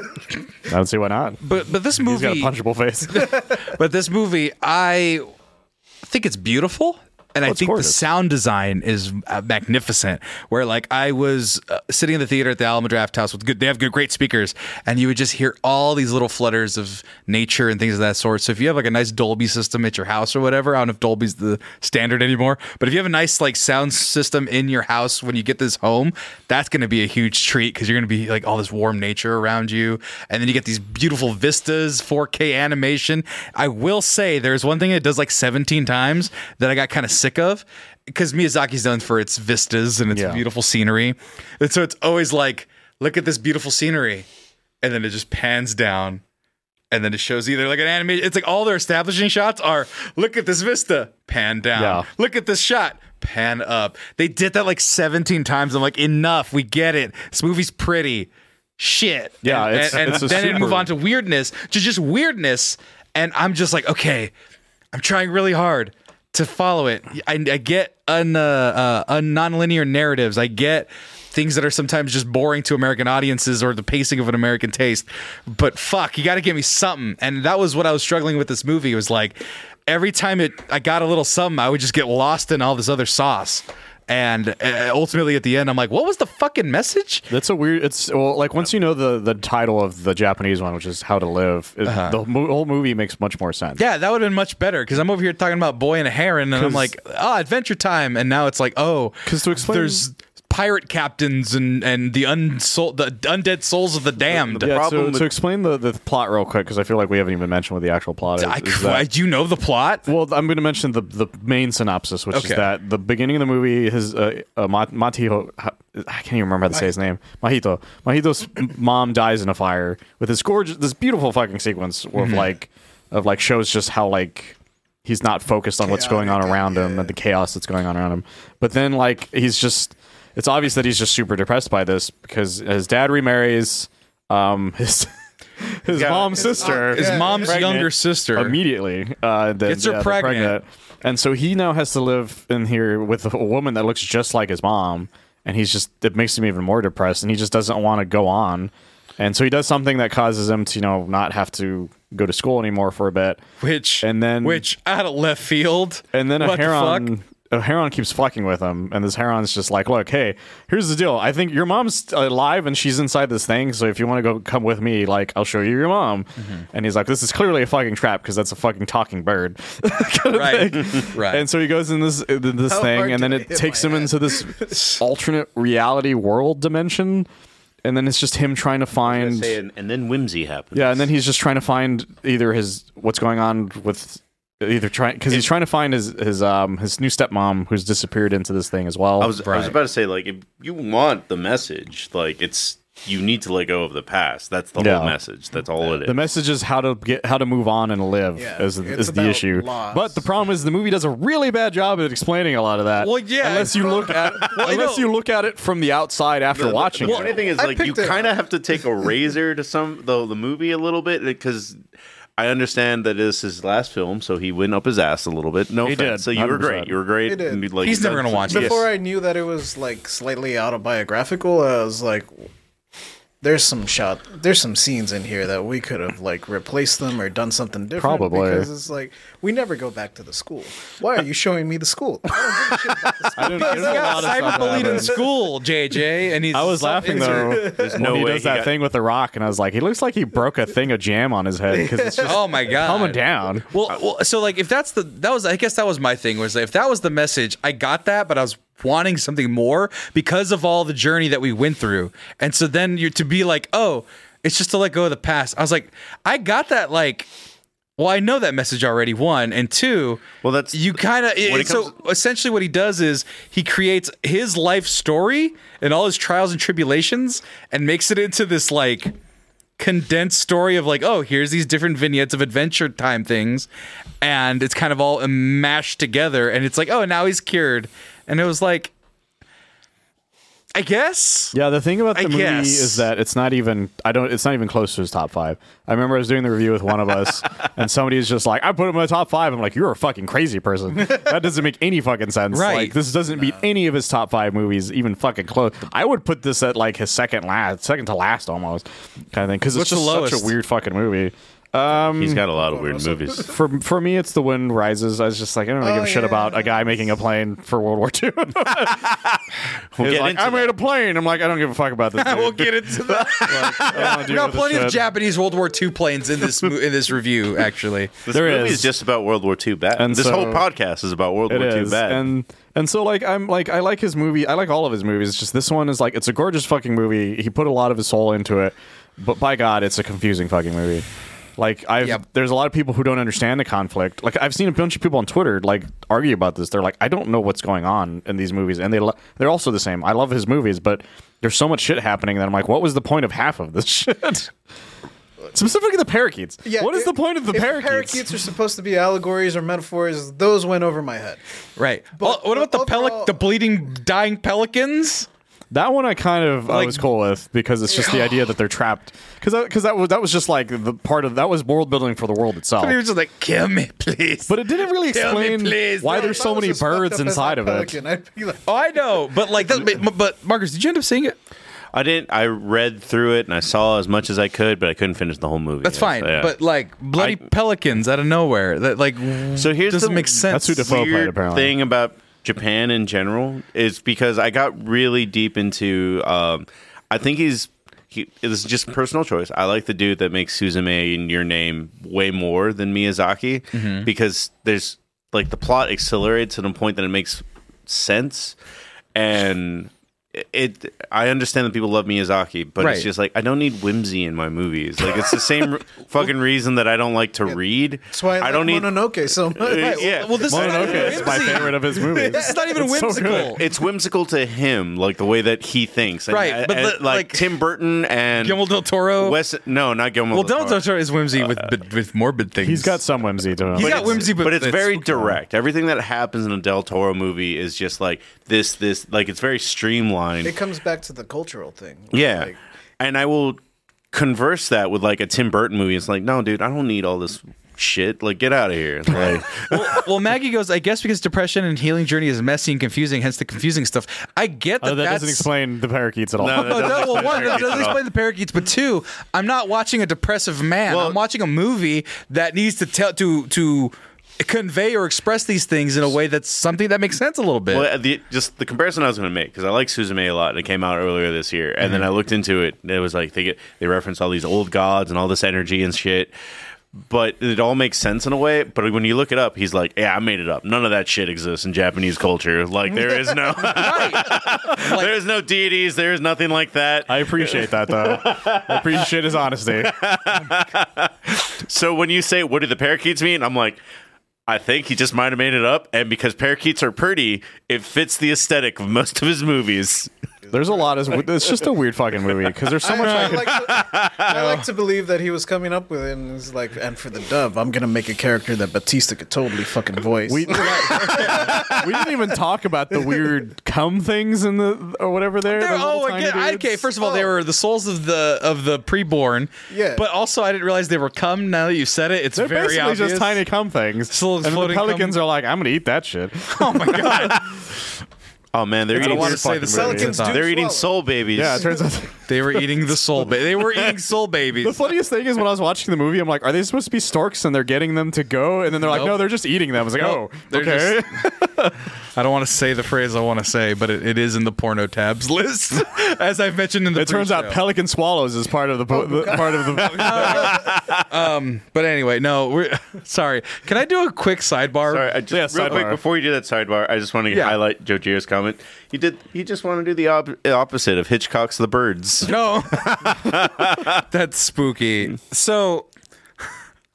Speaker 3: don't see why not.
Speaker 2: but but this
Speaker 3: He's got a
Speaker 2: movie,
Speaker 3: punchable face.
Speaker 2: but this movie, I think it's beautiful. And I
Speaker 3: it's
Speaker 2: think the
Speaker 3: gorgeous.
Speaker 2: sound design is uh, magnificent. Where like I was uh, sitting in the theater at the Alamo Draft House with good, they have good, great speakers, and you would just hear all these little flutters of nature and things of that sort. So if you have like a nice Dolby system at your house or whatever, I don't know if Dolby's the standard anymore, but if you have a nice like sound system in your house when you get this home, that's going to be a huge treat because you're going to be like all this warm nature around you, and then you get these beautiful vistas, 4K animation. I will say there's one thing it does like 17 times that I got kind of sick of because Miyazaki's known for its vistas and its
Speaker 3: Yeah.
Speaker 2: beautiful scenery, and so it's always like, look at this beautiful scenery, and then it just pans down and then it shows either like an animation. It's like all their establishing shots are look at this vista, pan down.
Speaker 3: Yeah.
Speaker 2: Look at this shot, pan up. They did that like 17 times. I'm like, enough. We get it. This movie's pretty. Shit.
Speaker 3: Yeah,
Speaker 2: And,
Speaker 3: it's-
Speaker 2: and, and
Speaker 3: it's a
Speaker 2: then it move
Speaker 3: super-
Speaker 2: on to weirdness, to just weirdness. And I'm just like, okay, I'm trying really hard to follow it. I, I get un, uh, uh, un nonlinear narratives. I get things that are sometimes just boring to American audiences or the pacing of an American taste. But fuck, you got to give me something. And that was what I was struggling with this movie. It was like every time it I got a little something, I would just get lost in all this other sauce. And uh, ultimately, at the end, I'm like, what was the fucking message?
Speaker 3: That's a weird. It's well, like once you know the the title of the Japanese one, which is How to Live, it, the mo- whole movie makes much more sense.
Speaker 2: Yeah, that would have been much better because I'm over here talking about boy and a heron, and I'm "Ah,
Speaker 3: 'Cause-
Speaker 2: like, oh, Adventure Time, and now it's like, oh,
Speaker 3: 'Cause to explain-
Speaker 2: there's pirate captains and and the unsoul the undead souls of the damned.
Speaker 1: The
Speaker 3: Yeah,
Speaker 1: problem
Speaker 3: so,
Speaker 1: with-
Speaker 3: to explain the, the plot real quick, because I feel like we haven't even mentioned what the actual plot is.
Speaker 2: I,
Speaker 3: is that-
Speaker 2: I- do you know the
Speaker 3: <laughs>
Speaker 2: plot?
Speaker 3: well, I'm going to mention the, the main synopsis, which
Speaker 2: Okay.
Speaker 3: is that the beginning of the movie, his uh, uh, Ma- Matiho, I can't even remember how to say his name, Mahito. Mahito's m- mom dies in a fire with this gorgeous, this beautiful fucking sequence of like, of like shows just how like he's not focused on what's going on around him and the chaos that's going on around him. But then like he's just, it's obvious that he's just super depressed by this because his dad remarries, um, his. <laughs> His
Speaker 1: got-
Speaker 3: mom's
Speaker 1: his-
Speaker 3: sister,
Speaker 2: His mom's
Speaker 3: pregnant
Speaker 2: younger sister.
Speaker 3: immediately. Uh, then,
Speaker 2: Gets her
Speaker 3: yeah, they're
Speaker 2: pregnant.
Speaker 3: and so he now has to live in here with a woman that looks just like his mom, and he's just it makes him even more depressed, and he just doesn't want to go on, and so he does something that causes him to you know not have to go to school anymore for a bit,
Speaker 2: Which
Speaker 3: and then
Speaker 2: which out of left field.
Speaker 3: and then a
Speaker 2: what the fuck?
Speaker 3: heron a heron keeps fucking with him and this heron's just like look hey here's the deal i think your mom's alive and she's inside this thing so if you want to go come with me like i'll show you your mom
Speaker 2: Mm-hmm.
Speaker 3: and he's like this is clearly a fucking trap because that's a fucking talking bird <laughs> kind of
Speaker 2: Right. <laughs>
Speaker 3: thing.
Speaker 2: Right.
Speaker 3: and so he goes in this in this
Speaker 4: How hard
Speaker 3: thing and
Speaker 4: did
Speaker 3: then
Speaker 4: I
Speaker 3: it
Speaker 4: hit
Speaker 3: takes
Speaker 4: my
Speaker 3: him
Speaker 4: head?
Speaker 3: into this
Speaker 4: <laughs>
Speaker 3: alternate reality world dimension and then it's just him trying to find
Speaker 1: Say, and, and then whimsy happens.
Speaker 3: yeah, and then he's just trying to find either his what's going on with either trying because he's trying to find his his um his new stepmom who's disappeared into this thing as well.
Speaker 1: I was I was about to say like if you want the message, like it's you need to let go of the past. That's the
Speaker 3: Yeah.
Speaker 1: whole message. That's all it is.
Speaker 3: the message is how to get how to move on and live
Speaker 4: Yeah,
Speaker 3: is,
Speaker 4: it's
Speaker 3: is the
Speaker 4: about
Speaker 3: issue.
Speaker 4: loss.
Speaker 3: But the problem is the movie does a really bad job at explaining a lot of that.
Speaker 2: Well, yeah.
Speaker 3: unless you look
Speaker 4: <laughs>
Speaker 3: at unless you look at it from the outside after watching
Speaker 1: The
Speaker 3: it.
Speaker 1: funny thing is,
Speaker 4: I
Speaker 1: like, you
Speaker 4: picked it
Speaker 1: kind of
Speaker 4: up.
Speaker 1: have to take a razor to some though the movie a little bit because I understand that this is his last film, so he went up his ass a little bit. No
Speaker 3: He
Speaker 1: offense.
Speaker 3: did,
Speaker 1: So you were
Speaker 3: 100%.
Speaker 1: great. You were great.
Speaker 4: He did.
Speaker 1: and, like,
Speaker 2: He's never
Speaker 1: done
Speaker 2: gonna watch
Speaker 1: some-
Speaker 2: it.
Speaker 4: Before I knew that it was like slightly autobiographical, I was like, "There's some shot, there's some scenes in here that we could have like replaced them or done something different."
Speaker 3: Probably.
Speaker 4: because it's like we never go back to the school. Why are you showing me the school?
Speaker 3: I didn't- <laughs> there's a lot of stuff that
Speaker 2: Cyberbullied in
Speaker 3: happened.
Speaker 2: school, JJ,
Speaker 3: <laughs>
Speaker 2: and he's
Speaker 3: I was
Speaker 1: <laughs>
Speaker 3: laughing though.
Speaker 1: no
Speaker 3: when he
Speaker 1: way
Speaker 3: does
Speaker 1: he
Speaker 3: that
Speaker 1: got-
Speaker 3: thing with the rock, and I was like, he looks like he broke a thing of jam on his head
Speaker 1: <laughs>
Speaker 3: because it's just
Speaker 2: Oh my god.
Speaker 3: coming down.
Speaker 2: Well, well, so like if that's the that was I guess that was my thing was if that was the message I got that but I was wanting something more because of all the journey that we went through and so then you to be like oh it's just to let go of the past I was like I got that like well I know that message already one and two
Speaker 1: Well, that's-
Speaker 2: you kind of
Speaker 1: when it
Speaker 2: uh, so
Speaker 1: comes-
Speaker 2: essentially what he does is he creates his life story and all his trials and tribulations and makes it into this like condensed story of like, oh, here's these different vignettes of adventure time things, and it's kind of all mashed together, and it's like, oh, now he's cured, and it was like, I guess,
Speaker 3: Yeah, the thing about the
Speaker 2: I
Speaker 3: movie
Speaker 2: guess.
Speaker 3: is that it's not even I don't it's not even close to his top five. I remember I was doing the review with one
Speaker 2: <laughs>
Speaker 3: of us and somebody's just like, I put him in my top five. I'm like, You're a fucking crazy person. That doesn't make any fucking sense.
Speaker 2: Right.
Speaker 3: Like this doesn't beat any of his top five movies even fucking close. I would put this at like his second last second to last almost kind of thing. Because
Speaker 2: What's
Speaker 3: it's
Speaker 2: the
Speaker 3: just such
Speaker 2: lowest?
Speaker 3: a weird fucking movie.
Speaker 1: He's got a lot of weird movies.
Speaker 3: For for me, it's The Wind Rises. I was just like, I don't really give a shit
Speaker 4: yeah,
Speaker 3: about a guy making a plane for World War
Speaker 2: <laughs>
Speaker 3: II.
Speaker 1: We'll
Speaker 3: He's
Speaker 1: get
Speaker 3: like,
Speaker 1: into
Speaker 3: I made
Speaker 1: that.
Speaker 3: a plane. I'm like, I don't give a fuck about
Speaker 2: <laughs>
Speaker 3: this.
Speaker 2: we'll
Speaker 3: dude.
Speaker 2: get into that.
Speaker 3: I don't
Speaker 2: We
Speaker 3: deal
Speaker 2: got
Speaker 3: with this
Speaker 2: plenty of
Speaker 3: shit.
Speaker 2: Japanese World War II planes
Speaker 1: <laughs>
Speaker 2: in this mo- in this review, actually.
Speaker 1: This
Speaker 3: There
Speaker 1: movie
Speaker 3: is.
Speaker 1: is. just about World War II bad.
Speaker 3: And
Speaker 1: this
Speaker 3: so-
Speaker 1: whole podcast is about World
Speaker 3: It
Speaker 1: War
Speaker 3: is,
Speaker 1: II bad.
Speaker 3: and and so like I'm like I like his movie. I like all of his movies. It's just this one is like it's a gorgeous fucking movie. He put a lot of his soul into it, but by God, it's a confusing fucking movie. Like I've
Speaker 2: Yep.
Speaker 3: there's a lot of people who don't understand the conflict. Like I've seen a bunch of people on Twitter like argue about this. They're like, I don't know what's going on in these movies, and they lo- they're also the same. I love his movies, but there's so much shit happening that I'm like, what was the point of half of this <laughs> shit? Specifically, the parakeets. what is
Speaker 4: if-
Speaker 3: the point of the
Speaker 4: if
Speaker 3: parakeets?
Speaker 4: Parakeets are supposed to be allegories or metaphors. Those went over my head.
Speaker 2: Right. Well, what about the pelic,
Speaker 4: overall-
Speaker 2: the bleeding, dying pelicans?
Speaker 3: That one I kind of I
Speaker 2: Like-
Speaker 3: was cool with because it's just the idea that they're trapped because because that was that was just like the part of that was world building for the world itself.
Speaker 2: He was just like, kill me, please.
Speaker 3: But it didn't really
Speaker 2: Tell me,
Speaker 3: explain
Speaker 2: please.
Speaker 3: why
Speaker 2: No,
Speaker 3: there's
Speaker 4: <laughs> If I
Speaker 3: so
Speaker 4: was
Speaker 3: many
Speaker 4: as fucked
Speaker 3: birds
Speaker 4: up as
Speaker 3: inside
Speaker 4: that
Speaker 3: of it.
Speaker 4: pelican, I'd be like,
Speaker 2: oh, I know. But like that. but- But Marcus, did you end up seeing it?
Speaker 1: I didn't. I read through it and I saw as much as I could, but I couldn't finish the whole movie.
Speaker 2: That's fine,
Speaker 1: Yeah.
Speaker 2: but like bloody pelicans out of nowhere. That like
Speaker 1: So here's
Speaker 2: doesn't
Speaker 1: the
Speaker 2: make sense.
Speaker 3: That's who Defoe played,
Speaker 1: weird
Speaker 3: apparently.
Speaker 1: thing about Japan in general is because I got really deep into. Um, I think he's. He, this is just personal choice. I like the dude that makes Suzume in Your Name way more than Miyazaki
Speaker 3: Mm-hmm.
Speaker 1: because there's like the plot accelerates to the point that it makes sense, and it I understand that people love Miyazaki, but
Speaker 2: Right.
Speaker 1: it's just like I don't need whimsy in my movies. Like it's the same
Speaker 3: <laughs>
Speaker 1: r- fucking reason that I don't like to read.
Speaker 4: That's why I,
Speaker 1: don't
Speaker 4: like
Speaker 1: need
Speaker 4: Mononoke
Speaker 2: <laughs>
Speaker 4: so much.
Speaker 1: Uh, yeah.
Speaker 2: Well, this is not
Speaker 3: Mononoke
Speaker 2: even
Speaker 3: is Oh, my
Speaker 2: whimsy.
Speaker 3: favorite of
Speaker 2: <laughs>
Speaker 3: his movies.
Speaker 2: This is not even
Speaker 3: It's so good.
Speaker 2: whimsical.
Speaker 1: it's whimsical to him, like the way that he thinks. And,
Speaker 2: Right,
Speaker 1: uh,
Speaker 2: but
Speaker 1: uh,
Speaker 2: li-
Speaker 1: like,
Speaker 2: like-
Speaker 1: Tim Burton and
Speaker 2: Guillermo del Toro.
Speaker 1: Wes. No, not Guillermo.
Speaker 2: well,
Speaker 1: del
Speaker 2: Donald
Speaker 1: Toro.
Speaker 2: Del Toro is whimsy with with, with morbid things. <laughs>
Speaker 3: He's got some whimsy to him.
Speaker 2: He's
Speaker 1: But
Speaker 2: got
Speaker 1: it's-
Speaker 2: whimsy, but
Speaker 1: it's
Speaker 2: it's
Speaker 1: very
Speaker 2: spooky.
Speaker 1: direct. Everything that happens in a Del Toro movie is just like this, this, like it's very streamlined.
Speaker 4: It comes back to the cultural thing.
Speaker 1: Yeah.
Speaker 4: Like,
Speaker 1: and I will converse that with like a Tim Burton movie. It's like, no, dude, I don't need all this shit. Like, get out of here. Like,
Speaker 2: well, well, Maggie goes. I guess because depression and healing journey is messy and confusing, hence the confusing stuff. I get that.
Speaker 3: Uh, that
Speaker 2: that's,
Speaker 3: doesn't explain the parakeets at all.
Speaker 1: No, that
Speaker 2: <laughs> No,
Speaker 1: doesn't
Speaker 2: no, well,
Speaker 1: explain
Speaker 2: one,
Speaker 1: the
Speaker 2: that doesn't
Speaker 1: parakeets at all.
Speaker 2: explain the parakeets, but two, I'm not watching a depressive man.
Speaker 1: Well-
Speaker 2: I'm watching a movie that needs to tell to to convey or express these things in a way that's something that makes sense a little bit.
Speaker 1: well, uh, the, just the comparison I was going to make because I like Susan May a lot, and it came out earlier this year. And then I looked into it, and it was like they get they reference all these old gods and all this energy and shit. But it all makes sense in a way. But when you look it up, he's like, "Yeah, I made it up. None of that shit exists in Japanese culture. <laughs> Like, there is no, there is no deities. There is nothing like that."
Speaker 3: <laughs> I appreciate that though. I appreciate his honesty.
Speaker 1: So when you say what do the parakeets mean, I'm like, I think he just might have made it up, and because parakeets are pretty, it fits the aesthetic of most of his movies.
Speaker 3: There's a lot of it's just a weird fucking movie because there's so much.
Speaker 4: I,
Speaker 3: I
Speaker 4: I
Speaker 3: could-
Speaker 4: like to, I like to believe that he was coming up with it and he's like, and for the dub, I'm going to make a character that Batista could totally fucking voice.
Speaker 3: we, <laughs> we didn't even talk about the weird cum things in the or whatever there.
Speaker 2: They're-
Speaker 3: the little
Speaker 2: oh,
Speaker 3: tiny
Speaker 2: again, I-
Speaker 3: dudes. Oh.
Speaker 2: okay. First of all, they were the souls of the of the preborn.
Speaker 4: Yeah.
Speaker 2: But also, I didn't realize they were cum. Now that you said it, it's
Speaker 3: They're
Speaker 2: very
Speaker 3: basically
Speaker 2: obvious.
Speaker 3: just tiny cum things.
Speaker 2: Just little
Speaker 3: and the
Speaker 2: floating cum.
Speaker 3: pelicans are like, I'm gonna eat that shit.
Speaker 2: <laughs> Oh my god!
Speaker 1: Oh man, they're
Speaker 2: I
Speaker 1: eating
Speaker 2: want to say
Speaker 3: wanna
Speaker 2: the
Speaker 3: fucking
Speaker 2: soul-
Speaker 3: movie.
Speaker 4: Pelicans do
Speaker 1: they're eating
Speaker 4: swallow.
Speaker 1: soul babies.
Speaker 3: Yeah, it turns out
Speaker 2: They were eating the soul. Ba- they were eating soul
Speaker 3: <laughs> the
Speaker 2: babies.
Speaker 3: funniest thing is when I was watching the movie, I'm like, are they supposed to be storks and they're getting them to go? And then they're like,
Speaker 2: Nope.
Speaker 3: no, they're just eating them. I was like,
Speaker 2: Nope.
Speaker 3: oh,
Speaker 2: They're
Speaker 3: okay.
Speaker 2: I don't want to say the phrase I want to say, but it, it is in the porno tabs <laughs> list, as I've mentioned in the.
Speaker 3: <laughs> It turns out
Speaker 2: pre-show.
Speaker 3: pelican swallows is part of the,
Speaker 2: Oh,
Speaker 3: po- the part
Speaker 2: <laughs>
Speaker 3: of the. <laughs>
Speaker 2: But anyway, no, we're <laughs> sorry. Can I do a quick sidebar?
Speaker 1: Sorry, I just,
Speaker 3: Yeah,
Speaker 1: real
Speaker 3: sidebar.
Speaker 1: quick before you do that sidebar, I just want to
Speaker 2: Yeah.
Speaker 1: highlight Joe Gio's comment. He did. He just wanted to do the op- opposite of Hitchcock's The
Speaker 3: <laughs>
Speaker 1: Birds.
Speaker 2: No. <laughs> That's spooky. So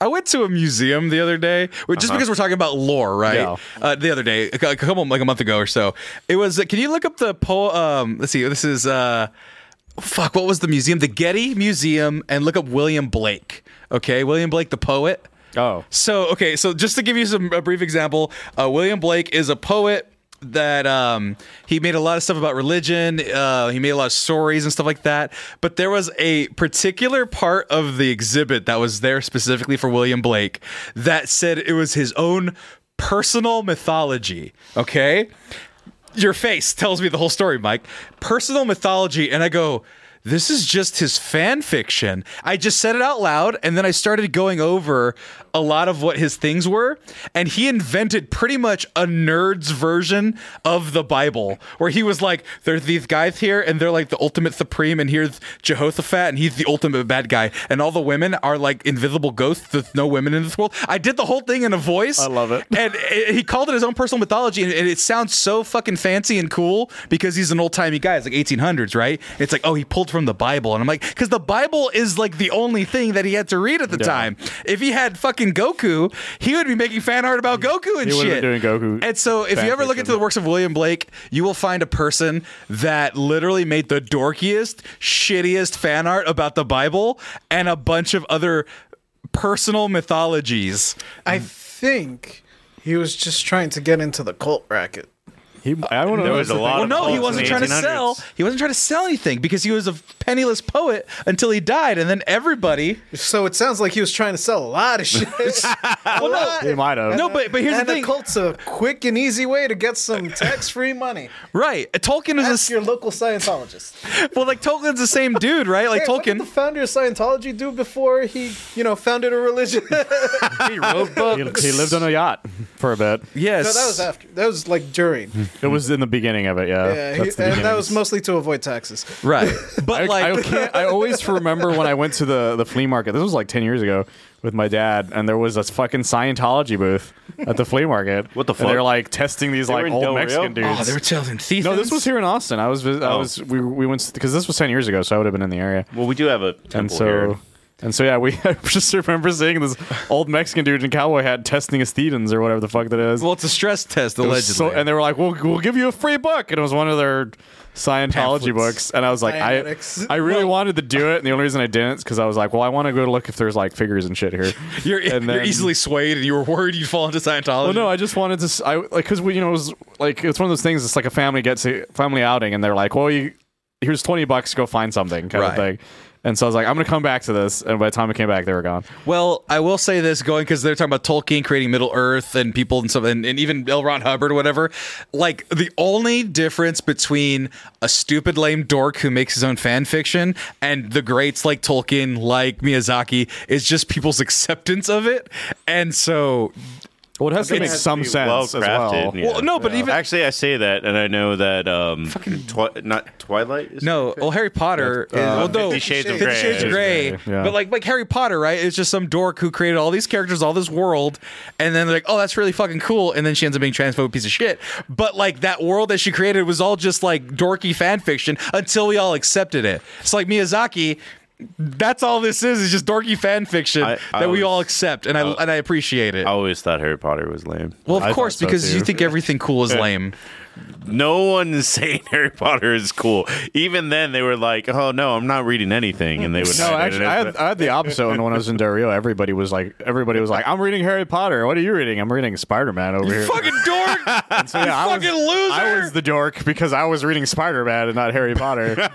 Speaker 2: I went to a museum the other day, well, just because we're talking about lore, right?
Speaker 3: Uh-huh. Yeah.
Speaker 2: Uh, the other day, a cou- a couple like a month ago or so, it was. uh, Can you look up the po? Um, let's see. This is uh, fuck. What was the museum? The Getty Museum, and look up William Blake. Okay, William Blake, the poet.
Speaker 3: oh,
Speaker 2: So okay, so just to give you some a brief example, uh, William Blake is a poet that um, he made a lot of stuff about religion. Uh, he made a lot of stories and stuff like that. But there was a particular part of the exhibit that was there specifically for William Blake that said it was his own personal mythology. Okay, your face tells me the whole story, Mike. Personal mythology, and I go, this is just his fan fiction. I just said it out loud, and then I started going over a lot of what his things were, and he invented pretty much a nerd's version of the Bible, where he was like, "There's these guys here, and they're like the ultimate supreme, and here's Jehoshaphat, and he's the ultimate bad guy, and all the women are like invisible ghosts. There's no women in this world." I did the whole thing in a voice. I
Speaker 3: love it.
Speaker 2: and it- he called it his own personal mythology, and it sounds so fucking fancy and cool because he's an old timey guy. It's like 1800s, right? It's like, oh, he pulled from the Bible, and I'm like, because the Bible is like the only thing that he had to read at the time. If he had fucking Goku, he would be making fan art about Goku and
Speaker 3: He would've
Speaker 2: shit.
Speaker 3: been doing Goku
Speaker 2: And so, if
Speaker 3: fan
Speaker 2: you ever look
Speaker 3: fiction.
Speaker 2: into the works of William Blake, you will find a person that literally made the dorkiest, shittiest fan art about the Bible and a bunch of other personal mythologies.
Speaker 4: I think he was just trying to get into the cult racket.
Speaker 3: he, I don't know.
Speaker 1: There
Speaker 3: if
Speaker 1: was
Speaker 3: it's
Speaker 1: a
Speaker 3: the
Speaker 1: lot
Speaker 2: Well,
Speaker 1: of
Speaker 2: no, he
Speaker 1: cults in
Speaker 2: wasn't
Speaker 1: the
Speaker 2: trying to
Speaker 1: 1800s.
Speaker 2: sell. He wasn't trying to sell anything because he was a penniless poet until he died, and then everybody.
Speaker 4: So it sounds like he was trying to sell a lot of shit. well,
Speaker 3: thing- He might have.
Speaker 2: No, but but here's the
Speaker 4: and
Speaker 2: thing,
Speaker 4: a cult's a quick and easy way to get some tax-free money.
Speaker 2: right? uh, Tolkien is a,
Speaker 4: Ask
Speaker 2: s-
Speaker 4: your local Scientologist.
Speaker 2: well, like Tolkien's the same dude, right? Like
Speaker 4: Hey, what did
Speaker 2: Tolkien.
Speaker 4: the founder of Scientology do before he, you know, founded a religion? <laughs> no, that
Speaker 3: He, he lived on a yacht for a bit.
Speaker 2: yes,
Speaker 4: was after. That was like during.
Speaker 3: It was in the beginning of it, yeah.
Speaker 4: Yeah, he-
Speaker 3: That's the
Speaker 4: and that
Speaker 3: beginning.
Speaker 4: was mostly to avoid taxes. <laughs>
Speaker 2: Right.
Speaker 3: but I, like I can't. I
Speaker 2: <laughs>
Speaker 3: always remember when I went to the the flea market. This was like ten years ago with my dad, and there was this fucking Scientology booth at the flea market.
Speaker 1: What the
Speaker 3: And
Speaker 1: fuck?
Speaker 3: they're like testing these
Speaker 1: They were
Speaker 3: like
Speaker 1: in
Speaker 3: old
Speaker 1: Del Rio?
Speaker 3: Mexican dudes.
Speaker 2: Oh, they were telling Thethans?
Speaker 3: no, this was here in Austin. I was. vis- I
Speaker 1: Oh.
Speaker 3: was. We we went because this was ten years ago, so I would have been in the area.
Speaker 1: Well, we do have a
Speaker 3: and
Speaker 1: temple
Speaker 3: so
Speaker 1: here.
Speaker 3: and so yeah, we <laughs> I just remember seeing this old Mexican dude in a cowboy hat testing his thetans or whatever the fuck that is.
Speaker 2: Well, it's a stress test,
Speaker 3: It
Speaker 2: allegedly.
Speaker 3: was so- and they were like, "We'll we'll give you a free book," and it was one of their Scientology
Speaker 2: Pamphlets.
Speaker 3: books, and I was like, "I
Speaker 4: Dianetics.
Speaker 3: I really wanted to do it, and the only reason I didn't is because I was like, well, I want to go look if there's like figures and
Speaker 1: <laughs>
Speaker 3: shit here."
Speaker 2: you're,
Speaker 3: and
Speaker 2: you're
Speaker 3: then-
Speaker 2: easily swayed, and you were worried you'd fall into Scientology.
Speaker 3: Well, no, I just wanted to. s- I like because we, you know, it was like it's one of those things. It's like a family gets a family outing, and they're like, "Well, you here's twenty bucks, go find something," kind
Speaker 2: Right.
Speaker 3: of thing. And so I was like, "I'm gonna come back to this," and by the time I came back, they were gone.
Speaker 2: Well, I will say this going because they're talking about Tolkien creating Middle Earth and people and stuff, and, and even L. Ron Hubbard or whatever. Like the only difference between a stupid lame dork who makes his own fan fiction and the greats like Tolkien, like Miyazaki, is just people's <laughs> acceptance of it. And so,
Speaker 3: Well, it has to
Speaker 1: It
Speaker 3: make
Speaker 1: has to
Speaker 3: some
Speaker 1: be
Speaker 3: sense as well.
Speaker 1: yeah.
Speaker 2: well, no, but even
Speaker 1: actually, I say that, and I know that um, twi- not Twilight. Is
Speaker 2: No, well, Harry Potter. is,
Speaker 1: Uh,
Speaker 2: well, no,
Speaker 1: Fifty Shades of
Speaker 2: Fifty
Speaker 1: Grey.
Speaker 2: Shades of Grey.
Speaker 3: Yeah.
Speaker 2: But like, like Harry Potter, right? It's just some dork who created all these characters, all this world, and then they're like, oh, that's really fucking cool, and then she ends up being a transphobic piece of shit. But like that world that she created was all just like dorky fan fiction until we all accepted it. It's like Miyazaki. That's all this is. Is just dorky fan fiction
Speaker 1: I- I
Speaker 2: that we
Speaker 1: was-
Speaker 2: all accept, and I and I appreciate it.
Speaker 1: I always thought Harry Potter was lame.
Speaker 2: well, of
Speaker 3: I thought
Speaker 2: course,
Speaker 3: so,
Speaker 2: because you
Speaker 3: too.
Speaker 2: think everything cool is lame.
Speaker 1: No one is <laughs> saying Harry Potter is cool. Even then, they were like, "Oh no, I'm not reading anything," and they would.
Speaker 3: No,
Speaker 1: hide it
Speaker 3: actually,
Speaker 1: as
Speaker 3: I
Speaker 1: a-
Speaker 3: had, I had the opposite when, when I was in Del Rio. Everybody was like, everybody was like, I'm reading Harry Potter. What are you reading? I'm reading Spider Man over here.
Speaker 2: Fucking dork.
Speaker 3: So, yeah, I
Speaker 2: fucking
Speaker 3: was,
Speaker 2: loser!
Speaker 3: I was the dork because I was reading Spider Man and not
Speaker 2: <laughs>
Speaker 3: Harry Potter.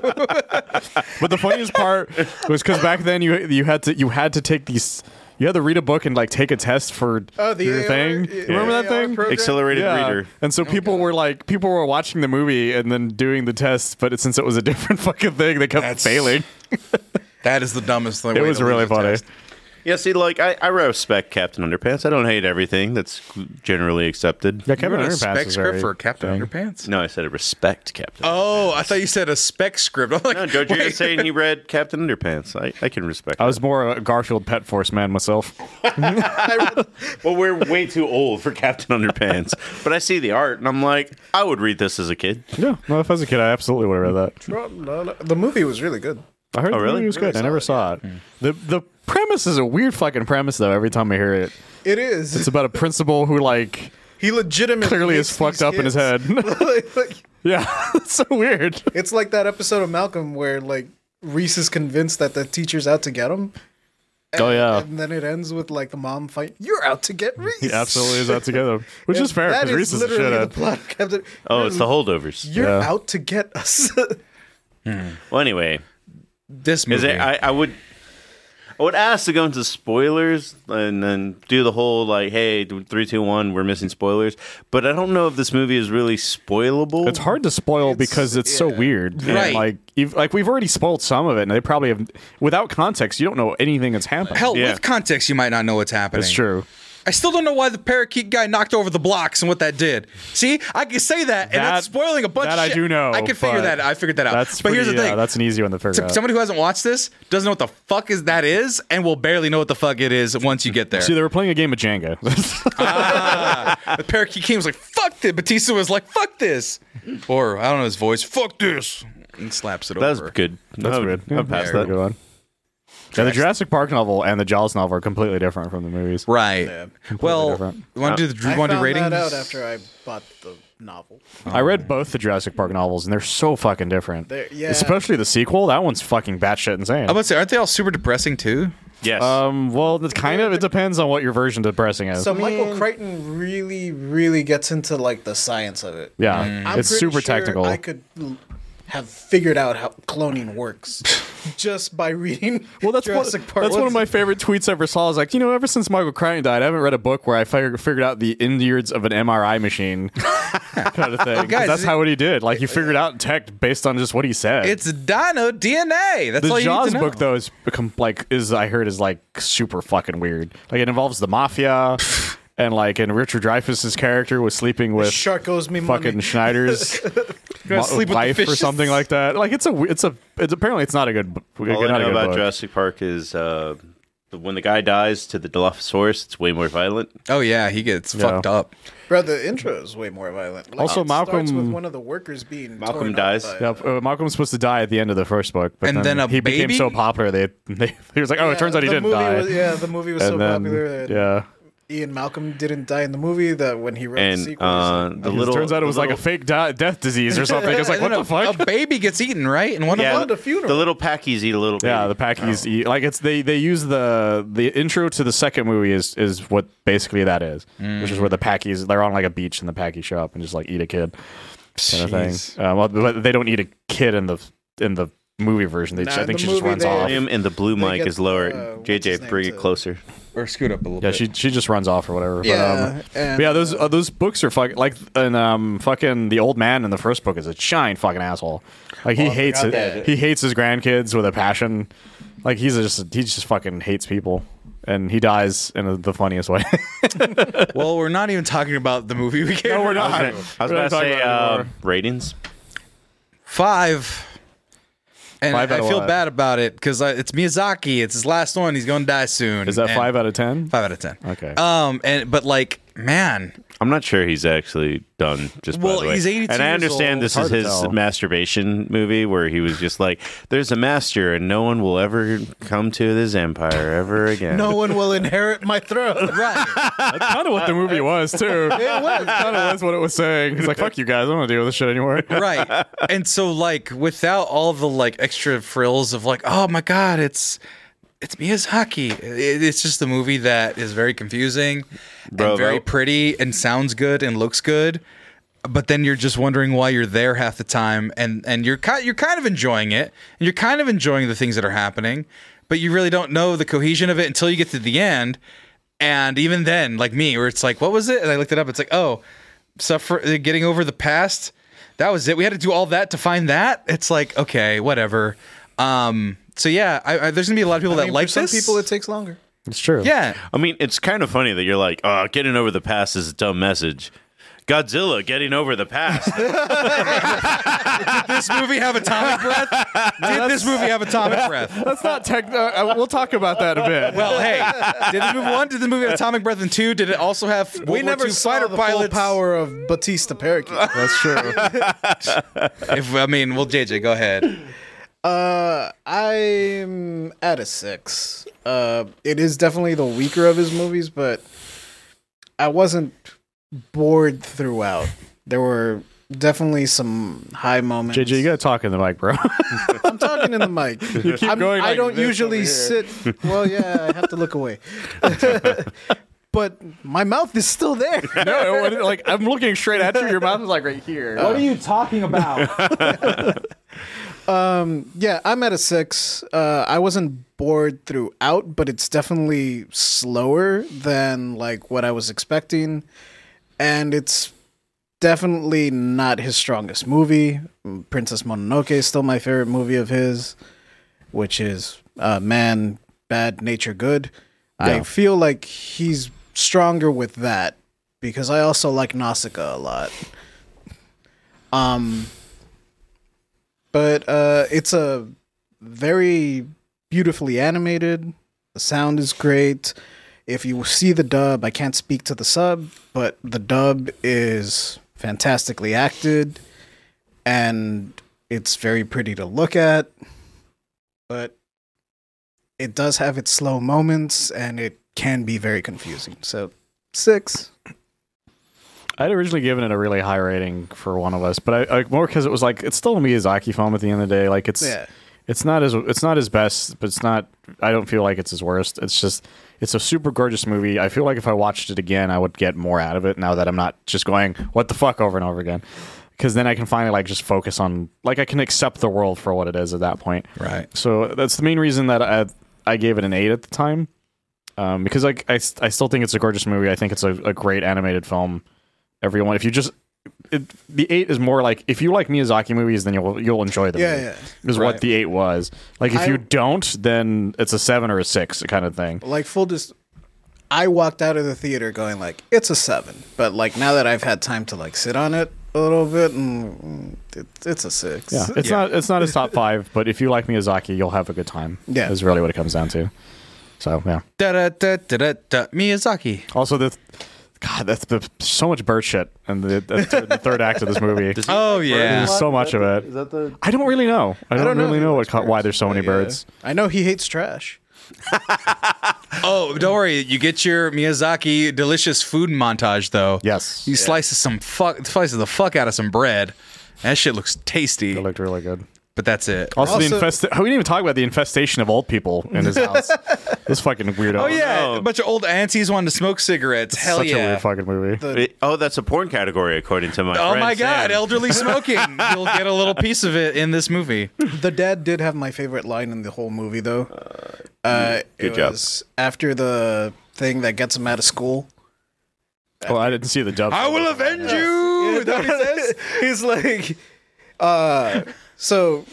Speaker 3: but the funniest part was because back then you you had to you had to take these. You had to read a book and like take a test for
Speaker 4: Oh, the
Speaker 3: your
Speaker 4: AR
Speaker 3: thing. Remember that
Speaker 4: AR
Speaker 3: thing?
Speaker 4: program?
Speaker 1: accelerated
Speaker 3: Yeah.
Speaker 1: reader.
Speaker 3: And
Speaker 4: Oh,
Speaker 3: so people were like, people were watching the movie and then doing the test, but it, since it was a different <laughs> fucking thing, they kept
Speaker 2: That's-
Speaker 3: failing.
Speaker 2: That is the dumbest thing.
Speaker 3: It was really funny.
Speaker 1: Yeah, see, like I, I respect Captain Underpants. I don't hate everything that's generally accepted.
Speaker 3: Yeah, Kevin
Speaker 2: a
Speaker 3: Underpass
Speaker 2: spec
Speaker 3: is
Speaker 2: script
Speaker 3: very-
Speaker 2: for Captain Underpants.
Speaker 1: No, I said I respect Captain.
Speaker 2: Oh, I thought you said a spec script. <laughs> I'm like,
Speaker 1: no, Joe <laughs> Jr.
Speaker 2: wait.
Speaker 1: saying he read Captain Underpants. I, I can respect.
Speaker 3: I was more a Garfield Pet Force man myself.
Speaker 1: that. Well, we're way too old for Captain Underpants, but I see the art and I'm like, I would read this as a kid.
Speaker 3: Yeah, no, if I was a kid, I absolutely would have read that.
Speaker 4: Bro, no, no. The movie was really good.
Speaker 3: I heard
Speaker 1: Oh,
Speaker 3: the
Speaker 1: really?
Speaker 3: movie was good.
Speaker 4: Really
Speaker 3: I never saw it. The the premise is a weird fucking premise though. Every time I hear it,
Speaker 4: It is.
Speaker 3: it's about a principal who like <laughs>
Speaker 4: he legitimately
Speaker 3: clearly
Speaker 4: hates
Speaker 3: is fucked
Speaker 4: these
Speaker 3: up in his head.
Speaker 4: kids. Like- <laughs> like,
Speaker 3: yeah, <laughs> it's so weird.
Speaker 4: it's like that episode of Malcolm where like Reese is convinced that the teacher's out to get him,
Speaker 3: oh yeah.
Speaker 4: and then it ends with like the mom fight. You're out to get Reese.
Speaker 3: He absolutely
Speaker 4: <laughs>
Speaker 3: is out together, which is fair
Speaker 4: That
Speaker 3: because
Speaker 4: is
Speaker 3: Reese is a
Speaker 4: literally the
Speaker 3: shithead.
Speaker 4: plot. of Captain.
Speaker 1: Oh, it's the holdovers.
Speaker 4: You're
Speaker 3: Yeah.
Speaker 4: out to get us.
Speaker 3: <laughs>
Speaker 1: Well, anyway,
Speaker 2: This
Speaker 1: is
Speaker 2: movie.
Speaker 1: it? I, I would. I would ask to go into spoilers and then do the whole like, hey, three, two, one, we're missing spoilers. But I don't know if this movie is really spoilable.
Speaker 3: It's hard to spoil because it's so weird. And,
Speaker 2: Right.
Speaker 3: Like, you've, like we've already spoiled some of it, and they probably have. Without context, you don't know anything that's happened.
Speaker 2: Hell,
Speaker 1: Yeah.
Speaker 2: with context, you might not know what's happening.
Speaker 3: it's true.
Speaker 2: I still don't know why the parakeet guy knocked over the blocks and what that did. See, I can say that, and that's
Speaker 3: That-
Speaker 2: spoiling a bunch.
Speaker 3: that
Speaker 2: of
Speaker 3: I
Speaker 2: shit.
Speaker 3: do know,
Speaker 2: I can figure
Speaker 3: but
Speaker 2: that. out. I figured that out.
Speaker 3: That's
Speaker 2: but
Speaker 3: pretty,
Speaker 2: here's the thing.
Speaker 3: Uh, that's an easy one to figure
Speaker 2: To
Speaker 3: out.
Speaker 2: somebody who hasn't watched this doesn't know what the fuck is that is, and will barely know what the fuck it is once you get there.
Speaker 3: See, they were playing a game of Jenga. <laughs>
Speaker 2: <laughs> the parakeet king was like, "Fuck this." Batista was like, "Fuck this," or I don't know his voice. "Fuck this," and slaps it
Speaker 1: That was
Speaker 2: over.
Speaker 1: good.
Speaker 3: That's
Speaker 1: I would-
Speaker 3: good.
Speaker 1: I would pass
Speaker 3: Very
Speaker 1: that.
Speaker 3: Good one. Yeah, the Jurassic Park novel and the Jaws novel are completely different from the movies.
Speaker 2: Right. Well,
Speaker 3: different.
Speaker 2: you want to do the
Speaker 4: I
Speaker 2: you want to do
Speaker 4: found
Speaker 2: ratings?
Speaker 4: that out after I bought the novel.
Speaker 3: I read both the Jurassic Park novels, and they're so fucking different.
Speaker 4: They're- yeah.
Speaker 3: Especially the sequel. That one's fucking batshit insane.
Speaker 2: I'm about to say, aren't they all super depressing too?
Speaker 1: Yes.
Speaker 3: Um. Well, it's kind of. It depends on what your version of depressing is.
Speaker 4: So Michael Crichton really, really gets into like the science of it.
Speaker 3: yeah,
Speaker 4: I'm
Speaker 3: it's
Speaker 4: pretty
Speaker 3: super
Speaker 4: sure
Speaker 3: technical.
Speaker 4: I could l- have figured out how
Speaker 3: <laughs>
Speaker 4: cloning works just by reading.
Speaker 3: well, that's one,
Speaker 4: Jurassic Park.
Speaker 3: that's one of my favorite tweets I ever saw. I was like, you know, ever since Michael Crichton died, I haven't read a book where I fig- figured out the innards of an MRI
Speaker 2: <laughs>
Speaker 3: machine kind of thing. 'Cause
Speaker 2: guys,
Speaker 3: that's
Speaker 2: it- uh,
Speaker 3: how what he did. Like, he figured out tech based on just what he said.
Speaker 2: It's Dino DNA. That's all
Speaker 3: the
Speaker 2: you need
Speaker 3: Jaws
Speaker 2: to know.
Speaker 3: book though
Speaker 2: <laughs>
Speaker 3: is become like is I heard is like super fucking weird. Like it involves the mafia. and like and Richard Dreyfuss's character was sleeping with
Speaker 4: shark owes me money.
Speaker 2: <laughs>
Speaker 3: fucking Schneider's
Speaker 2: Gotta
Speaker 3: mo-
Speaker 2: sleep with the
Speaker 3: wife or
Speaker 2: fishes.
Speaker 3: something like that. Like it's a we- it's a it's apparently it's not a good. b-
Speaker 1: All
Speaker 3: not
Speaker 1: I
Speaker 3: a
Speaker 1: know
Speaker 3: good
Speaker 1: about
Speaker 3: book.
Speaker 1: Jurassic Park is uh, when the guy dies to the Dilophosaurus, it's way more violent.
Speaker 2: Oh yeah, he gets
Speaker 3: Yeah.
Speaker 2: fucked up.
Speaker 4: Bro, the intro is way more violent. Like,
Speaker 3: Also,
Speaker 4: it starts with
Speaker 3: Malcolm-
Speaker 4: one of the workers being
Speaker 1: Malcolm
Speaker 4: torn up
Speaker 1: dies.
Speaker 4: by-
Speaker 3: Yeah, uh, Malcolm was supposed to die at the end of the first book, but
Speaker 2: And
Speaker 3: then,
Speaker 2: then a
Speaker 3: he became
Speaker 2: baby?
Speaker 3: so popular they, they <laughs> he was like, oh,
Speaker 4: Yeah,
Speaker 3: it turns out he
Speaker 4: the
Speaker 3: didn't
Speaker 4: movie
Speaker 3: die.
Speaker 4: Was, yeah, the movie was
Speaker 3: and
Speaker 4: so
Speaker 3: then
Speaker 4: popular that
Speaker 3: yeah,
Speaker 4: Ian Malcolm didn't die in the movie. That when he wrote the
Speaker 1: And
Speaker 4: sequel, he's
Speaker 1: uh,
Speaker 4: like,
Speaker 1: the
Speaker 3: It
Speaker 1: little
Speaker 3: turns out it
Speaker 1: the
Speaker 3: was like
Speaker 1: little-
Speaker 3: a fake di- death disease or something.
Speaker 2: <laughs>
Speaker 3: It's like what
Speaker 2: And
Speaker 3: the
Speaker 2: then a-
Speaker 3: fuck?
Speaker 2: A baby gets eaten, right? And one
Speaker 1: yeah,
Speaker 2: of
Speaker 4: around
Speaker 1: the,
Speaker 4: a funeral.
Speaker 1: the little packies eat a little bit.
Speaker 3: Yeah, the
Speaker 4: Oh.
Speaker 3: Packies eat like it's they they use the the intro to the second movie is is what basically that is, which
Speaker 2: Mm.
Speaker 3: is where the Packies they're on like a beach and the Packies show up and just like eat a kid kind of
Speaker 2: Jeez.
Speaker 3: thing. Um, well, but they don't eat a kid in the in the movie version. They
Speaker 4: Nah,
Speaker 3: just, I
Speaker 4: in
Speaker 3: think
Speaker 4: the
Speaker 3: she just
Speaker 4: movie
Speaker 3: runs
Speaker 4: they-
Speaker 3: off.
Speaker 1: volume and the blue
Speaker 4: They
Speaker 1: mic
Speaker 4: get
Speaker 1: is lower.
Speaker 4: the, uh, what's his
Speaker 1: JJ,
Speaker 4: name
Speaker 1: bring it
Speaker 4: to-
Speaker 1: closer.
Speaker 2: or scoot up a little
Speaker 3: Yeah,
Speaker 2: bit.
Speaker 3: she she just runs off or whatever.
Speaker 4: Yeah,
Speaker 3: but, um,
Speaker 4: and,
Speaker 3: but yeah, those uh, those books are fucking like and um fucking the old man in the first book is a giant fucking asshole. Like he hates it.
Speaker 4: that.
Speaker 3: He hates his grandkids with a passion. Like he's just he just fucking hates people, and he dies in the funniest way. <laughs>
Speaker 2: well, we're not even talking about the movie we came.
Speaker 3: we're not.
Speaker 1: I was going
Speaker 3: We're
Speaker 1: to
Speaker 3: not talking
Speaker 1: say
Speaker 3: about
Speaker 1: uh,
Speaker 3: it anymore.
Speaker 1: ratings.
Speaker 2: Five. And
Speaker 3: Five
Speaker 2: I,
Speaker 3: out of
Speaker 2: feel
Speaker 3: what?
Speaker 2: bad about it because it's Miyazaki. It's his last one. He's going to die soon.
Speaker 3: is that
Speaker 2: And-
Speaker 3: five out of ten?
Speaker 2: Five out of ten.
Speaker 3: Okay.
Speaker 2: Um. And but like, man,
Speaker 1: I'm not sure he's actually done. Just
Speaker 2: Well,
Speaker 1: by the way.
Speaker 2: he's 82
Speaker 1: and I
Speaker 2: years
Speaker 1: understand
Speaker 2: old.
Speaker 1: this
Speaker 3: Hard
Speaker 1: is
Speaker 3: to
Speaker 1: his
Speaker 3: tell.
Speaker 1: masturbation movie where he was just like, "There's a master, and no one will ever come to this empire ever again."
Speaker 4: no one will inherit
Speaker 2: uh,
Speaker 4: my throne.
Speaker 2: <laughs> right?
Speaker 3: That's kind of what the movie was too.
Speaker 4: It was.
Speaker 3: kind of was what it was saying. He's like, fuck you guys, I don't want to deal with this shit
Speaker 4: <laughs>
Speaker 3: anymore.
Speaker 2: right. And so like, without all the like extra frills of like, oh my god, it's it's Miyazaki. It, it's just a movie that is very confusing,
Speaker 1: Bro,
Speaker 2: and very
Speaker 1: that-
Speaker 2: pretty, and sounds good and looks good. But then you're just wondering why you're there half the time, and and you're kind you're kind of enjoying it, and you're kind of enjoying the things that are happening, but you really don't know the cohesion of it until you get to the end. And even then, like me, where it's like, what was it? And I looked it up. It's like, oh, suffer uh, getting over the past. That was it. We had to do all that to find that. It's like, okay, whatever. Um, so yeah, I, I, there's gonna be a lot of people that
Speaker 4: I mean,
Speaker 2: like
Speaker 4: for some
Speaker 2: this.
Speaker 4: people, it takes longer.
Speaker 3: It's true.
Speaker 4: <laughs>
Speaker 2: yeah,
Speaker 1: I mean, it's kind of funny that you're like, "Oh, getting over the past is a dumb message." Godzilla getting over the <laughs> past.
Speaker 2: did this movie have atomic breath? <laughs> Did this movie have
Speaker 4: <laughs>
Speaker 2: atomic breath?
Speaker 3: That's not tech. Uh, we'll talk about that in a bit.
Speaker 2: Well, hey, did the movie one? Did the movie have atomic breath? And two? Did it also have World War II fighter
Speaker 4: the
Speaker 2: pilots?
Speaker 4: full power of Batista parakeet.
Speaker 3: that's true.
Speaker 2: If I mean, well, JJ, go ahead.
Speaker 4: Uh, I'm at a six. Uh, it is definitely the weaker of his movies, but I wasn't bored throughout. There were definitely some high moments.
Speaker 3: JJ, you gotta talk in the mic, bro.
Speaker 4: I'm talking in the mic.
Speaker 3: <laughs> You keep
Speaker 4: I'm-
Speaker 3: going
Speaker 4: I
Speaker 3: like
Speaker 4: don't
Speaker 3: this
Speaker 4: usually
Speaker 3: over
Speaker 4: sit. Well, yeah, I have to look away. <laughs> but my mouth is still there.
Speaker 3: <laughs> no, it wouldn't- like I'm looking straight at you. Your mouth is like right here.
Speaker 5: What are you talking about?
Speaker 4: Yeah, I'm at a six. Uh, I wasn't bored throughout, but it's definitely slower than like what I was expecting, and it's definitely not his strongest movie. Mm, Princess Mononoke is still my favorite movie of his, which is uh, man bad nature good. I feel like he's stronger with that because I also like Nausicaa a lot. Um, but uh, it's a very beautifully animated. The sound is great. If you see the dub, I can't speak to the sub, but the dub is fantastically acted and it's very pretty to look at. But it does have its slow moments and it can be very confusing. So, six.
Speaker 3: I'd originally given it a really high rating for one of us, but I, I more because it was like it's still a Miyazaki film at the end of the day. Like it's
Speaker 4: Yeah.
Speaker 3: it's not as it's not his best, but it's not. I don't feel like it's his worst. It's just it's a super gorgeous movie. I feel like if I watched it again, I would get more out of it. Now that I'm not just going what the fuck over and over again, because then I can finally like just focus on like I can accept the world for what it is at that point.
Speaker 2: Right.
Speaker 3: So that's the main reason that I I gave it an eight at the time, um, because like I, st- I still think it's a gorgeous movie. I think it's a, a great animated film. Everyone, if you just it, the eight is more like if you like Miyazaki movies, then you'll you'll enjoy them.
Speaker 4: Yeah, yeah.
Speaker 3: Is what the eight was. Like if
Speaker 4: I-
Speaker 3: you don't, then it's a seven or a six kind of thing.
Speaker 4: Like, full dis. I walked out of the theater going like it's a seven, but like now that I've had time to like sit on it a little bit, and it, it's a six.
Speaker 3: Yeah, it's not it's not his top five, but if you like Miyazaki, you'll have a good time.
Speaker 4: Yeah.
Speaker 3: is really what it comes down to. So yeah.
Speaker 2: Da da da da da da. Miyazaki.
Speaker 3: Also, the God, that's the, so much bird shit and the, the, the third act of this movie.
Speaker 2: Oh yeah.
Speaker 3: There's so much of it.
Speaker 11: Is that the
Speaker 3: I don't really know. I don't,
Speaker 4: don't know
Speaker 3: really
Speaker 4: if
Speaker 3: know
Speaker 4: it
Speaker 3: what, co- why there's so many birds.
Speaker 4: I know he hates trash.
Speaker 2: Oh, don't worry. You get your Miyazaki delicious food montage though.
Speaker 3: Yes,
Speaker 2: He slices some fuck slices the fuck out of some bread. That shit looks tasty.
Speaker 3: it looked really good.
Speaker 2: But that's it.
Speaker 3: Also, the
Speaker 4: Also-
Speaker 3: infest. We didn't even talk about the infestation of old people in his house. this fucking weirdo.
Speaker 2: Oh yeah,
Speaker 1: no.
Speaker 2: a bunch of old aunties wanted to smoke cigarettes. Hell
Speaker 3: such
Speaker 2: yeah.
Speaker 3: a weird fucking movie.
Speaker 1: It- oh, that's a porn category, according to my
Speaker 2: Oh
Speaker 1: friend
Speaker 2: my
Speaker 1: Sam.
Speaker 2: god,
Speaker 3: <laughs>
Speaker 2: elderly smoking. You'll get a little piece of it in this movie.
Speaker 4: The dad did have my favorite line in the whole movie, though. Uh,
Speaker 1: good
Speaker 4: it
Speaker 1: job.
Speaker 4: was after the thing that gets him out of school.
Speaker 3: well, I didn't see the dub.
Speaker 2: I will avenge you.
Speaker 3: <laughs>
Speaker 2: Is <laughs> that what he says?
Speaker 4: <laughs> he's like, uh, so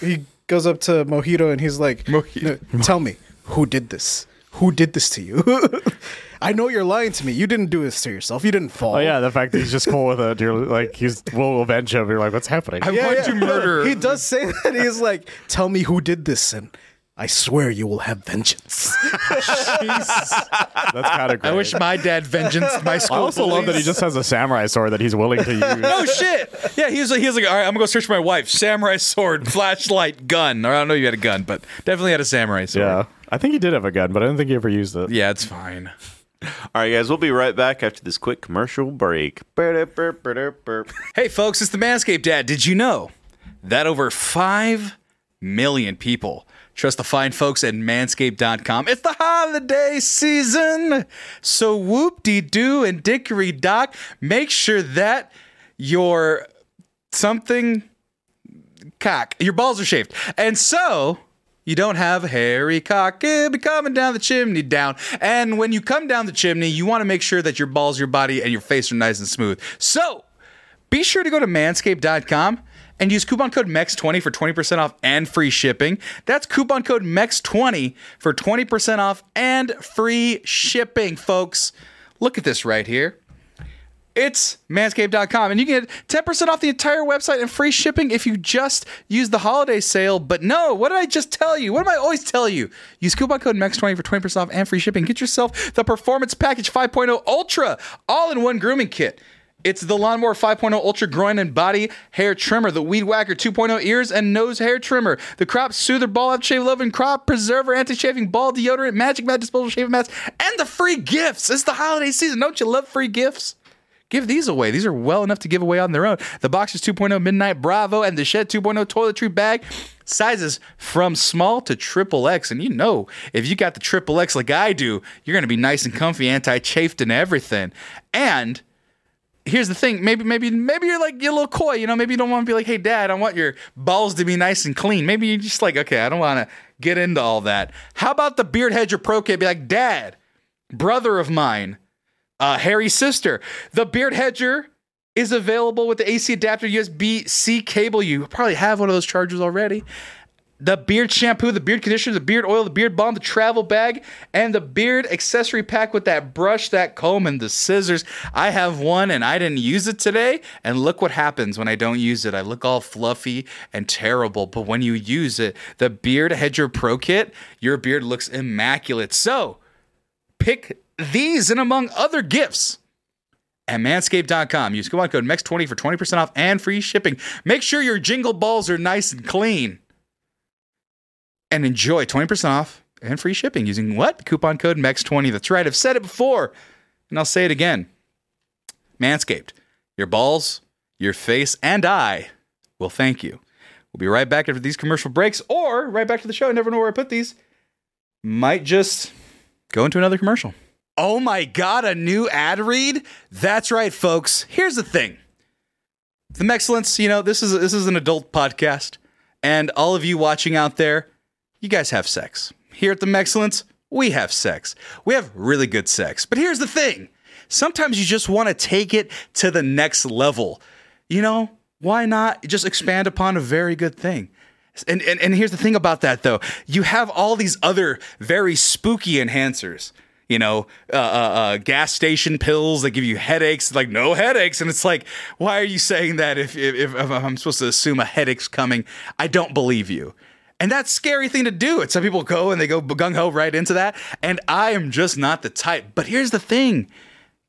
Speaker 4: he goes up to Mojito and he's like,
Speaker 2: Mojito.
Speaker 4: "No, <laughs> tell me who did this? Who did this to you? <laughs> I know you're lying to me. You didn't do this to yourself. You didn't fall.
Speaker 3: Oh yeah, the fact that he's just cool with it. You're like, he's will avenge him. You're like, what's happening?
Speaker 2: I want to murder.
Speaker 4: <laughs> He does say that. He's like, tell me who did this, and I swear you will have vengeance. <laughs>
Speaker 3: That's kind of great.
Speaker 2: I wish my dad vengeanced my
Speaker 3: I
Speaker 2: school.
Speaker 3: also love that he just has a samurai sword that he's willing to use.
Speaker 2: Oh shit! Yeah, he was like, he was like, all right, I'm gonna go search for my wife. Samurai sword, <laughs> flashlight, gun. Or I don't know if you had a gun, but definitely had a samurai sword.
Speaker 3: Yeah, I think he did have a gun, but I don't think he ever used it.
Speaker 2: Yeah, it's fine.
Speaker 1: All right, guys, we'll be right back after this quick commercial break. Burp, burp, burp, burp.
Speaker 2: Hey, folks, it's the Manscaped Dad. Did you know that over 5 million people trust the fine folks at manscaped.com? It's the holiday season. So, whoop de doo and dickory dock, make sure that your something cock, your balls are shaved. And so. You don't have a hairy cock. It'll be coming down the chimney down. And when you come down the chimney, you want to make sure that your balls, your body, and your face are nice and smooth. So, be sure to go to manscaped.com and use coupon code MEX20 for 20% off and free shipping. That's coupon code MEX20 for 20% off and free shipping, folks. Look at this right here. It's manscaped.com, and you can get 10% off the entire website and free shipping if you just use the holiday sale. But no, what did I just tell you? What am I always tell you? Use coupon code MEX20 for 20% off and free shipping. Get yourself the Performance Package 5.0 Ultra all in one grooming kit. It's the Lawnmower 5.0 Ultra Groin and Body Hair Trimmer, the Weed Whacker 2.0 Ears and Nose Hair Trimmer, the Crop Soother Ball Out Shave Loving Crop Preserver Anti Shaving Ball Deodorant Magic Mat Disposable Shaving Mats, and the free gifts. It's the holiday season. Don't you love free gifts? Give these away. These are well enough to give away on their own. The Boxers 2.0 oh, Midnight Bravo and the Shed 2.0 Toiletry Bag, sizes from small to triple X. And you know, if you got the triple X like I do, you're going to be nice and comfy, anti chafed, and everything. And here's the thing maybe maybe maybe you're like you're a little coy you know maybe you don't want to be like hey dad i want your balls to be nice and clean maybe you're just like okay i don't want to get into all that how about the beard hedger pro kit be like dad brother of mine uh harry's sister the beard hedger is available with the ac adapter usb c cable you probably have one of those chargers already the beard shampoo, the beard conditioner, the beard oil, the beard balm, the travel bag, and the beard accessory pack with that brush, that comb, and the scissors. I have one and I didn't use it today. And look what happens when I don't use it. I look all fluffy and terrible. But when you use it, the Beard Hedger Pro Kit, your beard looks immaculate. So pick these and among other gifts at manscaped.com. Use coupon code MEX20 for 20% off and free shipping. Make sure your jingle balls are nice and clean. And enjoy 20% off and free shipping using what? Coupon code MEX20. That's right. I've said it before, and I'll say it again. Manscaped. Your balls, your face, and I will thank you. We'll be right back after these commercial breaks or right back to the show. I never know where I put these. Might just go into another commercial. Oh my God, a new ad read? That's right, folks. Here's the thing. The Mexcellence, you know, this is this is an adult podcast. And all of you watching out there, you guys have sex. Here at the Mexcellence, we have sex. We have really good sex. But here's the thing. Sometimes you just want to take it to the next level. You know, why not just expand upon a very good thing? And, and, and here's the thing about that, though. You have all these other very spooky enhancers. you know, uh, uh, uh, gas station pills that give you headaches, like no headaches. And it's like, why are you saying that if, if, if I'm supposed to assume a headache's coming? I don't believe you. And that's a scary thing to do. And some people go and they go gung ho right into that. And I am just not the type. But here's the thing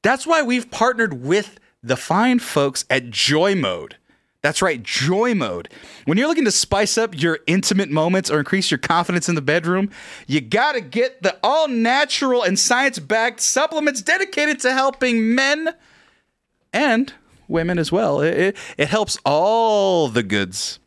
Speaker 2: that's why we've partnered with the fine folks at Joy Mode. That's right, Joy Mode. When you're looking to spice up your intimate moments or increase your confidence in the bedroom, you gotta get the all natural and science backed supplements dedicated to helping men and women as well. It, it, it helps all the goods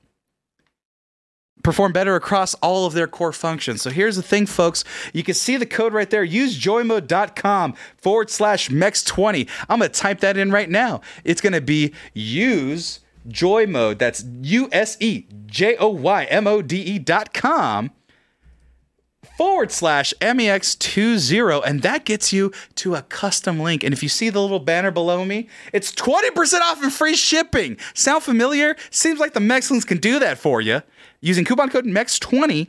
Speaker 2: perform better across all of their core functions. So here's the thing, folks. You can see the code right there. Use joymode.com forward slash MEX20. I'm going to type that in right now. It's going to be use joy mode. That's U S E J O Y M O D E dot com forward slash E MEX20. And that gets you to a custom link. And if you see the little banner below me, it's 20% off and free shipping. Sound familiar? Seems like the Mexicans can do that for you. Using coupon code E MEX20,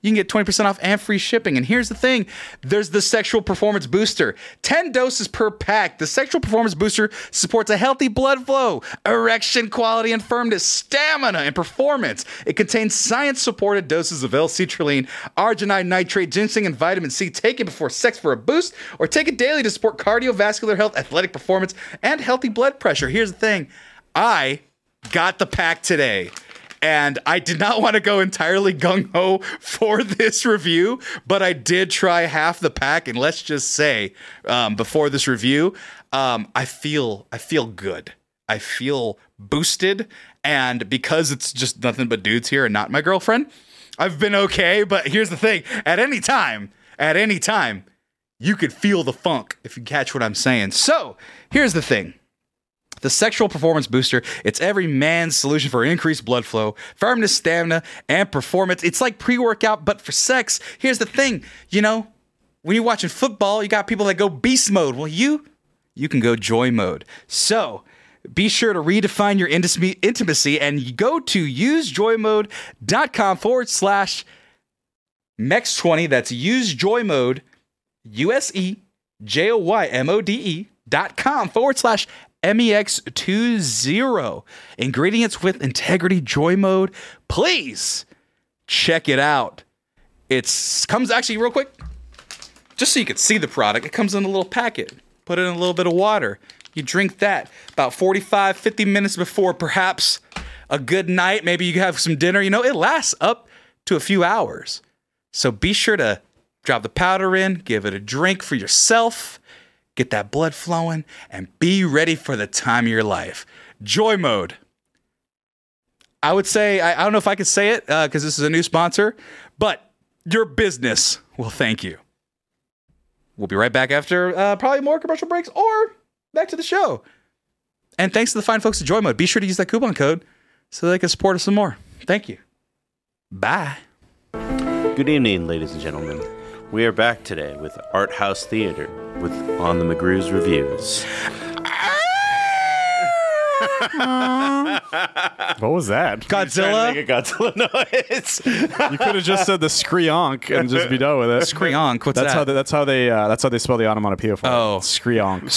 Speaker 2: you can get 20% off and free shipping. And here's the thing there's the Sexual Performance Booster. 10 doses per pack. The Sexual Performance Booster supports a healthy blood flow, erection quality and firmness, stamina, and performance. It contains science supported doses of L citrulline, arginine nitrate, ginseng, and vitamin C taken before sex for a boost or taken daily to support cardiovascular health, athletic performance, and healthy blood pressure. Here's the thing I got the pack today and I did not want to go entirely gung ho for this review, but I did try half the pack. And let's just say, um, before this review, um, I feel I feel good. I feel boosted, and because it's just nothing but dudes here and not my girlfriend, I've been okay. But here's the thing: at any time, at any time, you could feel the funk if you catch what I'm saying. So here's the thing. The Sexual Performance Booster, it's every man's solution for increased blood flow, firmness, stamina, and performance. It's like pre workout, but for sex. Here's the thing you know, when you're watching football, you got people that go beast mode. Well, you, you can go joy mode. So, be sure to redefine your intis- intimacy and you go to usejoymode.com forward slash MEX20. That's usejoymode, U S E J O Y M O D E dot com forward slash E MEX20. Ingredients with integrity, joy mode. Please check it out. It's comes actually real quick, just so you can see the product. It comes in a little packet. Put it in a little bit of water. You drink that about 45, 50 minutes before perhaps a good night. Maybe you have some dinner. You know, it lasts up to a few hours. So be sure to drop the powder in, give it a drink for yourself get that blood flowing, and be ready for the time of your life. Joy mode. I would say, I, I don't know if I could say it because this is a new sponsor, but your business will thank you. We'll be right back after uh, probably more commercial breaks or back to the show. And thanks to the fine folks at Joy Mode. Be sure to use that coupon code so they can support us some more. Thank you. Bye.
Speaker 1: Good evening, ladies and gentlemen. We are back today with Art House Theater with On the McGrew's Reviews.
Speaker 3: What was that?
Speaker 2: Godzilla.
Speaker 1: Make a Godzilla <laughs> noise.
Speaker 3: You could have just said the screonk and just be done with it.
Speaker 2: Screonk, what's
Speaker 3: that's
Speaker 2: that?
Speaker 3: How they, that's how they. Uh, that's how they spell the onomatopoeia for
Speaker 2: Oh.
Speaker 3: it. Screonk.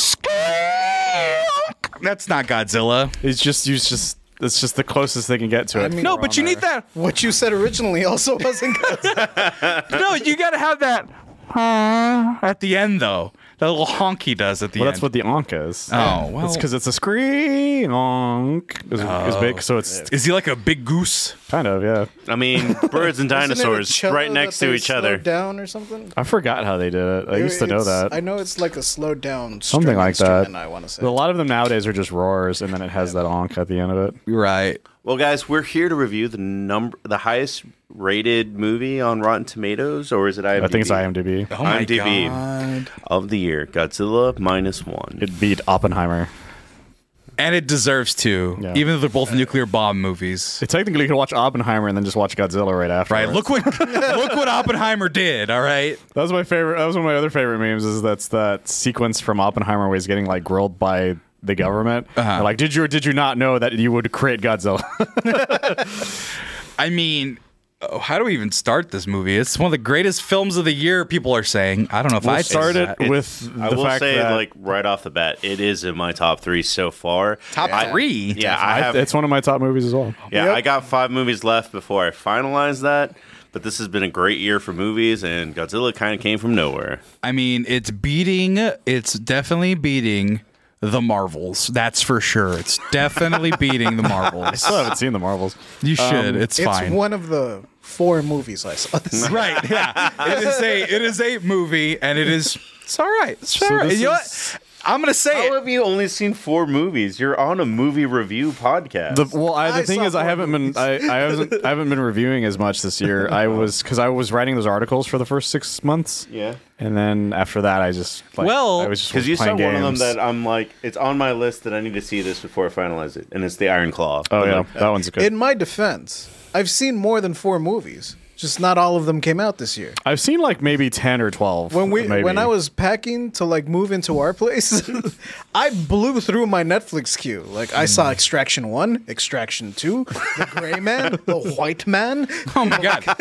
Speaker 2: That's not Godzilla.
Speaker 3: It's just. You just. It's just the closest they can get to it.
Speaker 2: No, but you need that.
Speaker 4: What you said originally also wasn't good.
Speaker 2: No, you gotta have that at the end though. That little honk he does at the
Speaker 3: Well,
Speaker 2: end.
Speaker 3: that's what the onk is.
Speaker 2: Oh, well-
Speaker 3: it's because it's a screonk. Is, is big, so
Speaker 4: Oh.
Speaker 3: it's
Speaker 2: is he like a big goose?
Speaker 3: kind of yeah.
Speaker 1: I mean, birds and dinosaurs right next to each other.
Speaker 4: Down or something.
Speaker 3: I forgot how they did it. I used to know
Speaker 4: It's-
Speaker 3: that.
Speaker 4: I know it's like a slowed down
Speaker 3: Something
Speaker 4: string
Speaker 3: like that.
Speaker 4: instrument, I want to say.
Speaker 3: A lot of them nowadays are just roars, and then it has that onk at the end of it.
Speaker 2: Right.
Speaker 1: Well, guys, we're here to review the number, the highest rated movie on Rotten Tomatoes, or is it IMDb?
Speaker 3: I think it's IMDb.
Speaker 2: Oh my
Speaker 1: IMDb.
Speaker 2: god.
Speaker 1: of the year. Godzilla minus one.
Speaker 3: It beat Oppenheimer.
Speaker 2: And it deserves to,
Speaker 3: Yeah.
Speaker 2: even though they're both nuclear bomb movies.
Speaker 3: So technically, you could watch Oppenheimer and then just watch Godzilla right after.
Speaker 2: Right. Look <laughs> what look what Oppenheimer did. All right.
Speaker 3: that was my favorite. That was one of my other favorite memes. Is that's that sequence from Oppenheimer where he's getting like grilled by the government.
Speaker 1: Uh-huh.
Speaker 3: They're Like, did you or did you not know that you would create Godzilla?
Speaker 2: I mean, oh, how do we even start this movie? It's one of the greatest films of the year. People are saying. I don't know if
Speaker 3: We'll
Speaker 2: I
Speaker 3: start it
Speaker 1: <laughs> It-
Speaker 3: with
Speaker 1: I
Speaker 3: the
Speaker 1: will
Speaker 3: fact
Speaker 1: say,
Speaker 3: that
Speaker 1: like right off the bat, it is in my top three so far.
Speaker 2: Top
Speaker 1: I-
Speaker 2: three?
Speaker 1: Yeah, I
Speaker 3: I,
Speaker 1: have.
Speaker 3: it's one of my top movies as well.
Speaker 1: yeah,
Speaker 4: Yep.
Speaker 1: I got five movies left before I finalize that. But this has been a great year for movies, and Godzilla kind of came from nowhere.
Speaker 2: I mean, it's beating. It's definitely beating the Marvels. That's for sure. It's definitely beating the Marvels.
Speaker 3: I haven't seen the Marvels.
Speaker 2: You should. it's
Speaker 4: It's
Speaker 2: fine.
Speaker 4: one of the four movies I saw <laughs> this year.
Speaker 2: Right. Yeah. it is a it is a movie, and it is it's all right. It's all right.
Speaker 3: this
Speaker 2: You know
Speaker 3: is-
Speaker 2: what? I'm gonna say
Speaker 1: How
Speaker 2: it.
Speaker 1: have you only seen four movies? You're on a movie review podcast.
Speaker 3: The, well, I, the
Speaker 4: I
Speaker 3: thing
Speaker 4: saw
Speaker 3: is, I
Speaker 4: four
Speaker 3: haven't been I, I haven't I haven't been reviewing as much this year. I was because I was writing those articles for the first six months.
Speaker 1: Uh-huh. Yeah.
Speaker 3: and then after that, I just like,
Speaker 2: Well,
Speaker 3: I was just
Speaker 1: because you saw
Speaker 3: playing
Speaker 1: one of them
Speaker 3: games.
Speaker 1: that I'm like, it's on my list that I need to see this before I finalize it, and it's the Iron Claw.
Speaker 3: oh
Speaker 1: I'm
Speaker 3: yeah,
Speaker 1: like,
Speaker 3: that one's good.
Speaker 4: In my defense, I've seen more than four movies. Just not all of them came out this year.
Speaker 3: I've seen like maybe ten or twelve.
Speaker 4: When we
Speaker 3: maybe.
Speaker 4: when I was packing to like move into our place, <laughs> I blew through my Netflix queue. Like I
Speaker 2: Hmm.
Speaker 4: saw Extraction One, Extraction Two, The
Speaker 2: <laughs>
Speaker 4: Gray Man, The White Man.
Speaker 2: Oh my god.
Speaker 1: <laughs>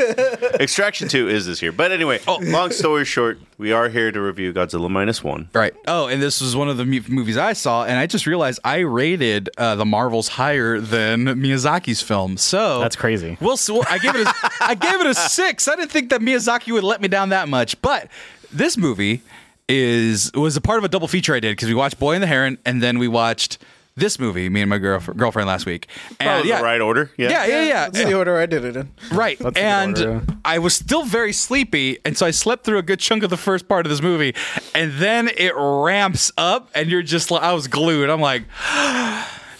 Speaker 1: Extraction Two is this year, but anyway. oh, Long story short, we are here to review Godzilla minus one.
Speaker 2: Right. Oh, and this was one of the mu- movies I saw, and I just realized I rated uh, the Marvels higher than Miyazaki's film. So
Speaker 3: That's crazy.
Speaker 2: We'll, s- well I gave it a, I gave it a six. I didn't think that Miyazaki would let me down that much, but this movie is was a part of a double feature I did because we watched Boy and the Heron, and then we watched this movie, me and my girlf- girlfriend last week. And
Speaker 1: Probably the right order. Yeah.
Speaker 2: Yeah, yeah, yeah.
Speaker 4: That's the order I did it in.
Speaker 2: Right.
Speaker 3: a good
Speaker 2: and
Speaker 3: order,
Speaker 2: I was still very sleepy. And so I slept through a good chunk of the first part of this movie. And then it ramps up, and you're just like, I was glued. I'm like, <gasps>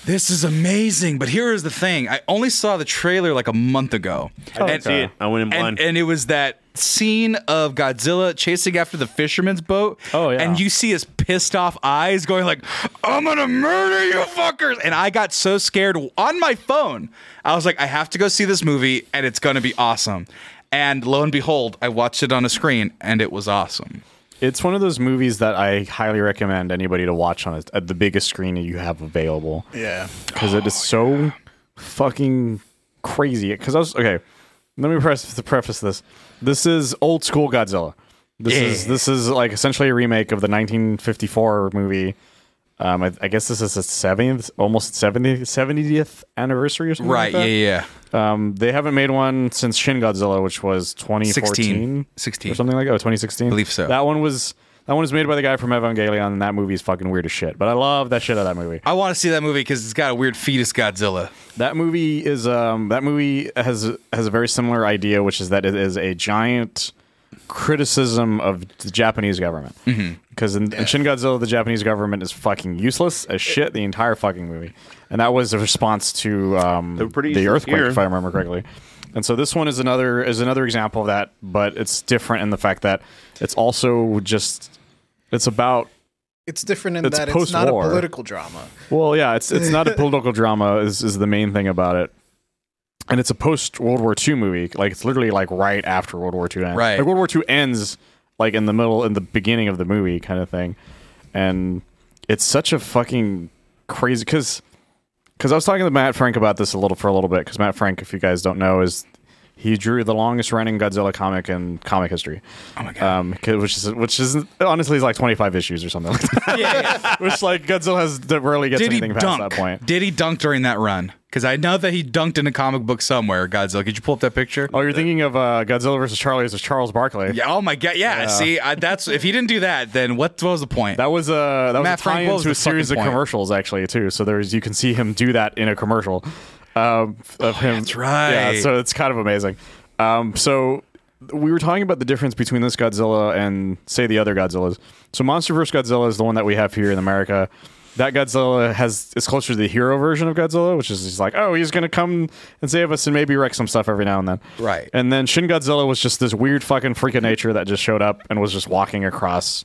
Speaker 2: this is amazing. But here is the thing I only saw the trailer like a month ago. I
Speaker 1: didn't see it. I went in blind.
Speaker 2: And, and it was that scene of Godzilla chasing after the fisherman's boat.
Speaker 3: Oh, yeah.
Speaker 2: And you see his pissed off eyes going like, I'm gonna murder you fuckers. And I got so scared on my phone. I was like, I have to go see this movie and it's gonna be awesome. And lo and behold, I watched it on a screen and it was awesome.
Speaker 3: It's one of those movies that I highly recommend anybody to watch on a, at the biggest screen you have available.
Speaker 4: Yeah.
Speaker 3: because it is
Speaker 2: Oh,
Speaker 3: so fucking crazy. Because I was okay. Let me press to preface this. This is old school Godzilla. This is this is like essentially a remake of the 1954 movie. Um, I, I guess this is its seventh, almost 70, 70th anniversary or something.
Speaker 2: Right, yeah,
Speaker 3: Like that.
Speaker 2: yeah.
Speaker 3: Um, they haven't made one since Shin Godzilla, which was 2014,
Speaker 2: 16.
Speaker 3: or something like that. Oh, 2016.
Speaker 2: Believe so.
Speaker 3: That one was that one was made by the guy from Evangelion, and that movie is fucking weird as shit. But I love that shit out of that movie.
Speaker 2: I wanna see that movie because it's got a weird fetus Godzilla.
Speaker 3: That movie is um that movie has has a very similar idea, which is that it is a giant criticism of the Japanese government.
Speaker 1: Mm-hmm.
Speaker 3: Because in, in Shin Godzilla, the Japanese government is fucking useless as shit the entire fucking movie, and that was a response to um
Speaker 1: pretty
Speaker 3: the
Speaker 1: useless
Speaker 3: earthquake,
Speaker 1: here.
Speaker 3: if I remember correctly. And so this one is another is another example of that, but it's different in the fact that it's also just it's about
Speaker 4: It's different in
Speaker 3: It's
Speaker 4: that it's not a
Speaker 3: post-war.
Speaker 4: political drama.
Speaker 3: well, yeah, it's it's not a political drama is is the main thing about it. And it's a post World War II movie. Like it's literally like right after World War II ends.
Speaker 2: Right.
Speaker 3: Like World War II ends like in the middle in the beginning of the movie kind of thing. And it's such a fucking crazy cuz cuz I was talking to Matt Frank about this a little for a little bit cuz Matt Frank if you guys don't know is he drew the longest running Godzilla comic in comic history. Oh my god! Um, 'cause- which is which is honestly is like twenty five issues or something. Like that. <laughs> which like Godzilla has that rarely gets
Speaker 2: Did he
Speaker 3: anything past
Speaker 2: dunk?
Speaker 3: that point.
Speaker 2: Did he dunk during that run? Because I know that he dunked in a comic book somewhere. Godzilla, could you pull up that picture?
Speaker 3: Oh, you're thinking of uh, Godzilla versus Charlie versus Charles Barkley.
Speaker 2: Yeah. Oh my god. Yeah. See, I, that's if he didn't do that, then what, was the point?
Speaker 3: That was uh, that was
Speaker 2: Matt
Speaker 3: a
Speaker 2: Frank,
Speaker 3: tie
Speaker 2: what was
Speaker 3: into a
Speaker 2: the fucking
Speaker 3: series of
Speaker 2: point?
Speaker 3: commercials actually too. So there's you can see him do that in a commercial um, of him.
Speaker 2: Oh, that's right.
Speaker 3: Yeah, so it's kind of amazing. Um, so we were talking about the difference between this Godzilla and say the other Godzillas. So Monster vs. Godzilla is the one that we have here in America. That Godzilla has is closer to the hero version of Godzilla, which is he's like, oh, he's gonna come and save us and maybe wreck some stuff every now and then.
Speaker 2: Right.
Speaker 3: And then Shin Godzilla was just this weird fucking freak of nature that just showed up and was just walking across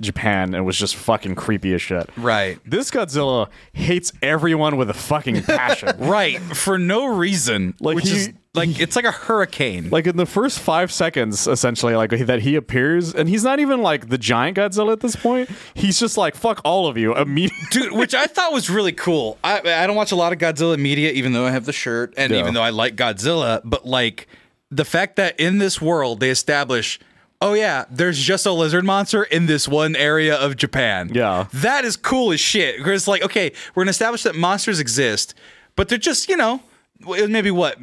Speaker 3: Japan and was just fucking creepy as shit.
Speaker 2: right.
Speaker 3: This Godzilla hates everyone with
Speaker 2: <laughs>
Speaker 3: a fucking passion.
Speaker 2: Right. For no reason.
Speaker 3: Like
Speaker 2: which
Speaker 3: he-
Speaker 2: is like it's like a hurricane.
Speaker 3: like in the first five seconds essentially like that he appears and he's not even like the giant godzilla at this point he's just like fuck all of you <laughs> immediately
Speaker 2: Dude, which I thought was really cool. I I don't watch a lot of Godzilla media, even though I have the shirt and
Speaker 3: Yeah.
Speaker 2: even though I like Godzilla, but like the fact that in this world they establish, oh yeah, there's just a lizard monster in this one area of Japan.
Speaker 3: Yeah.
Speaker 2: that is cool as shit. Because it's like, okay, we're gonna establish that monsters exist, but they're just you know w- maybe what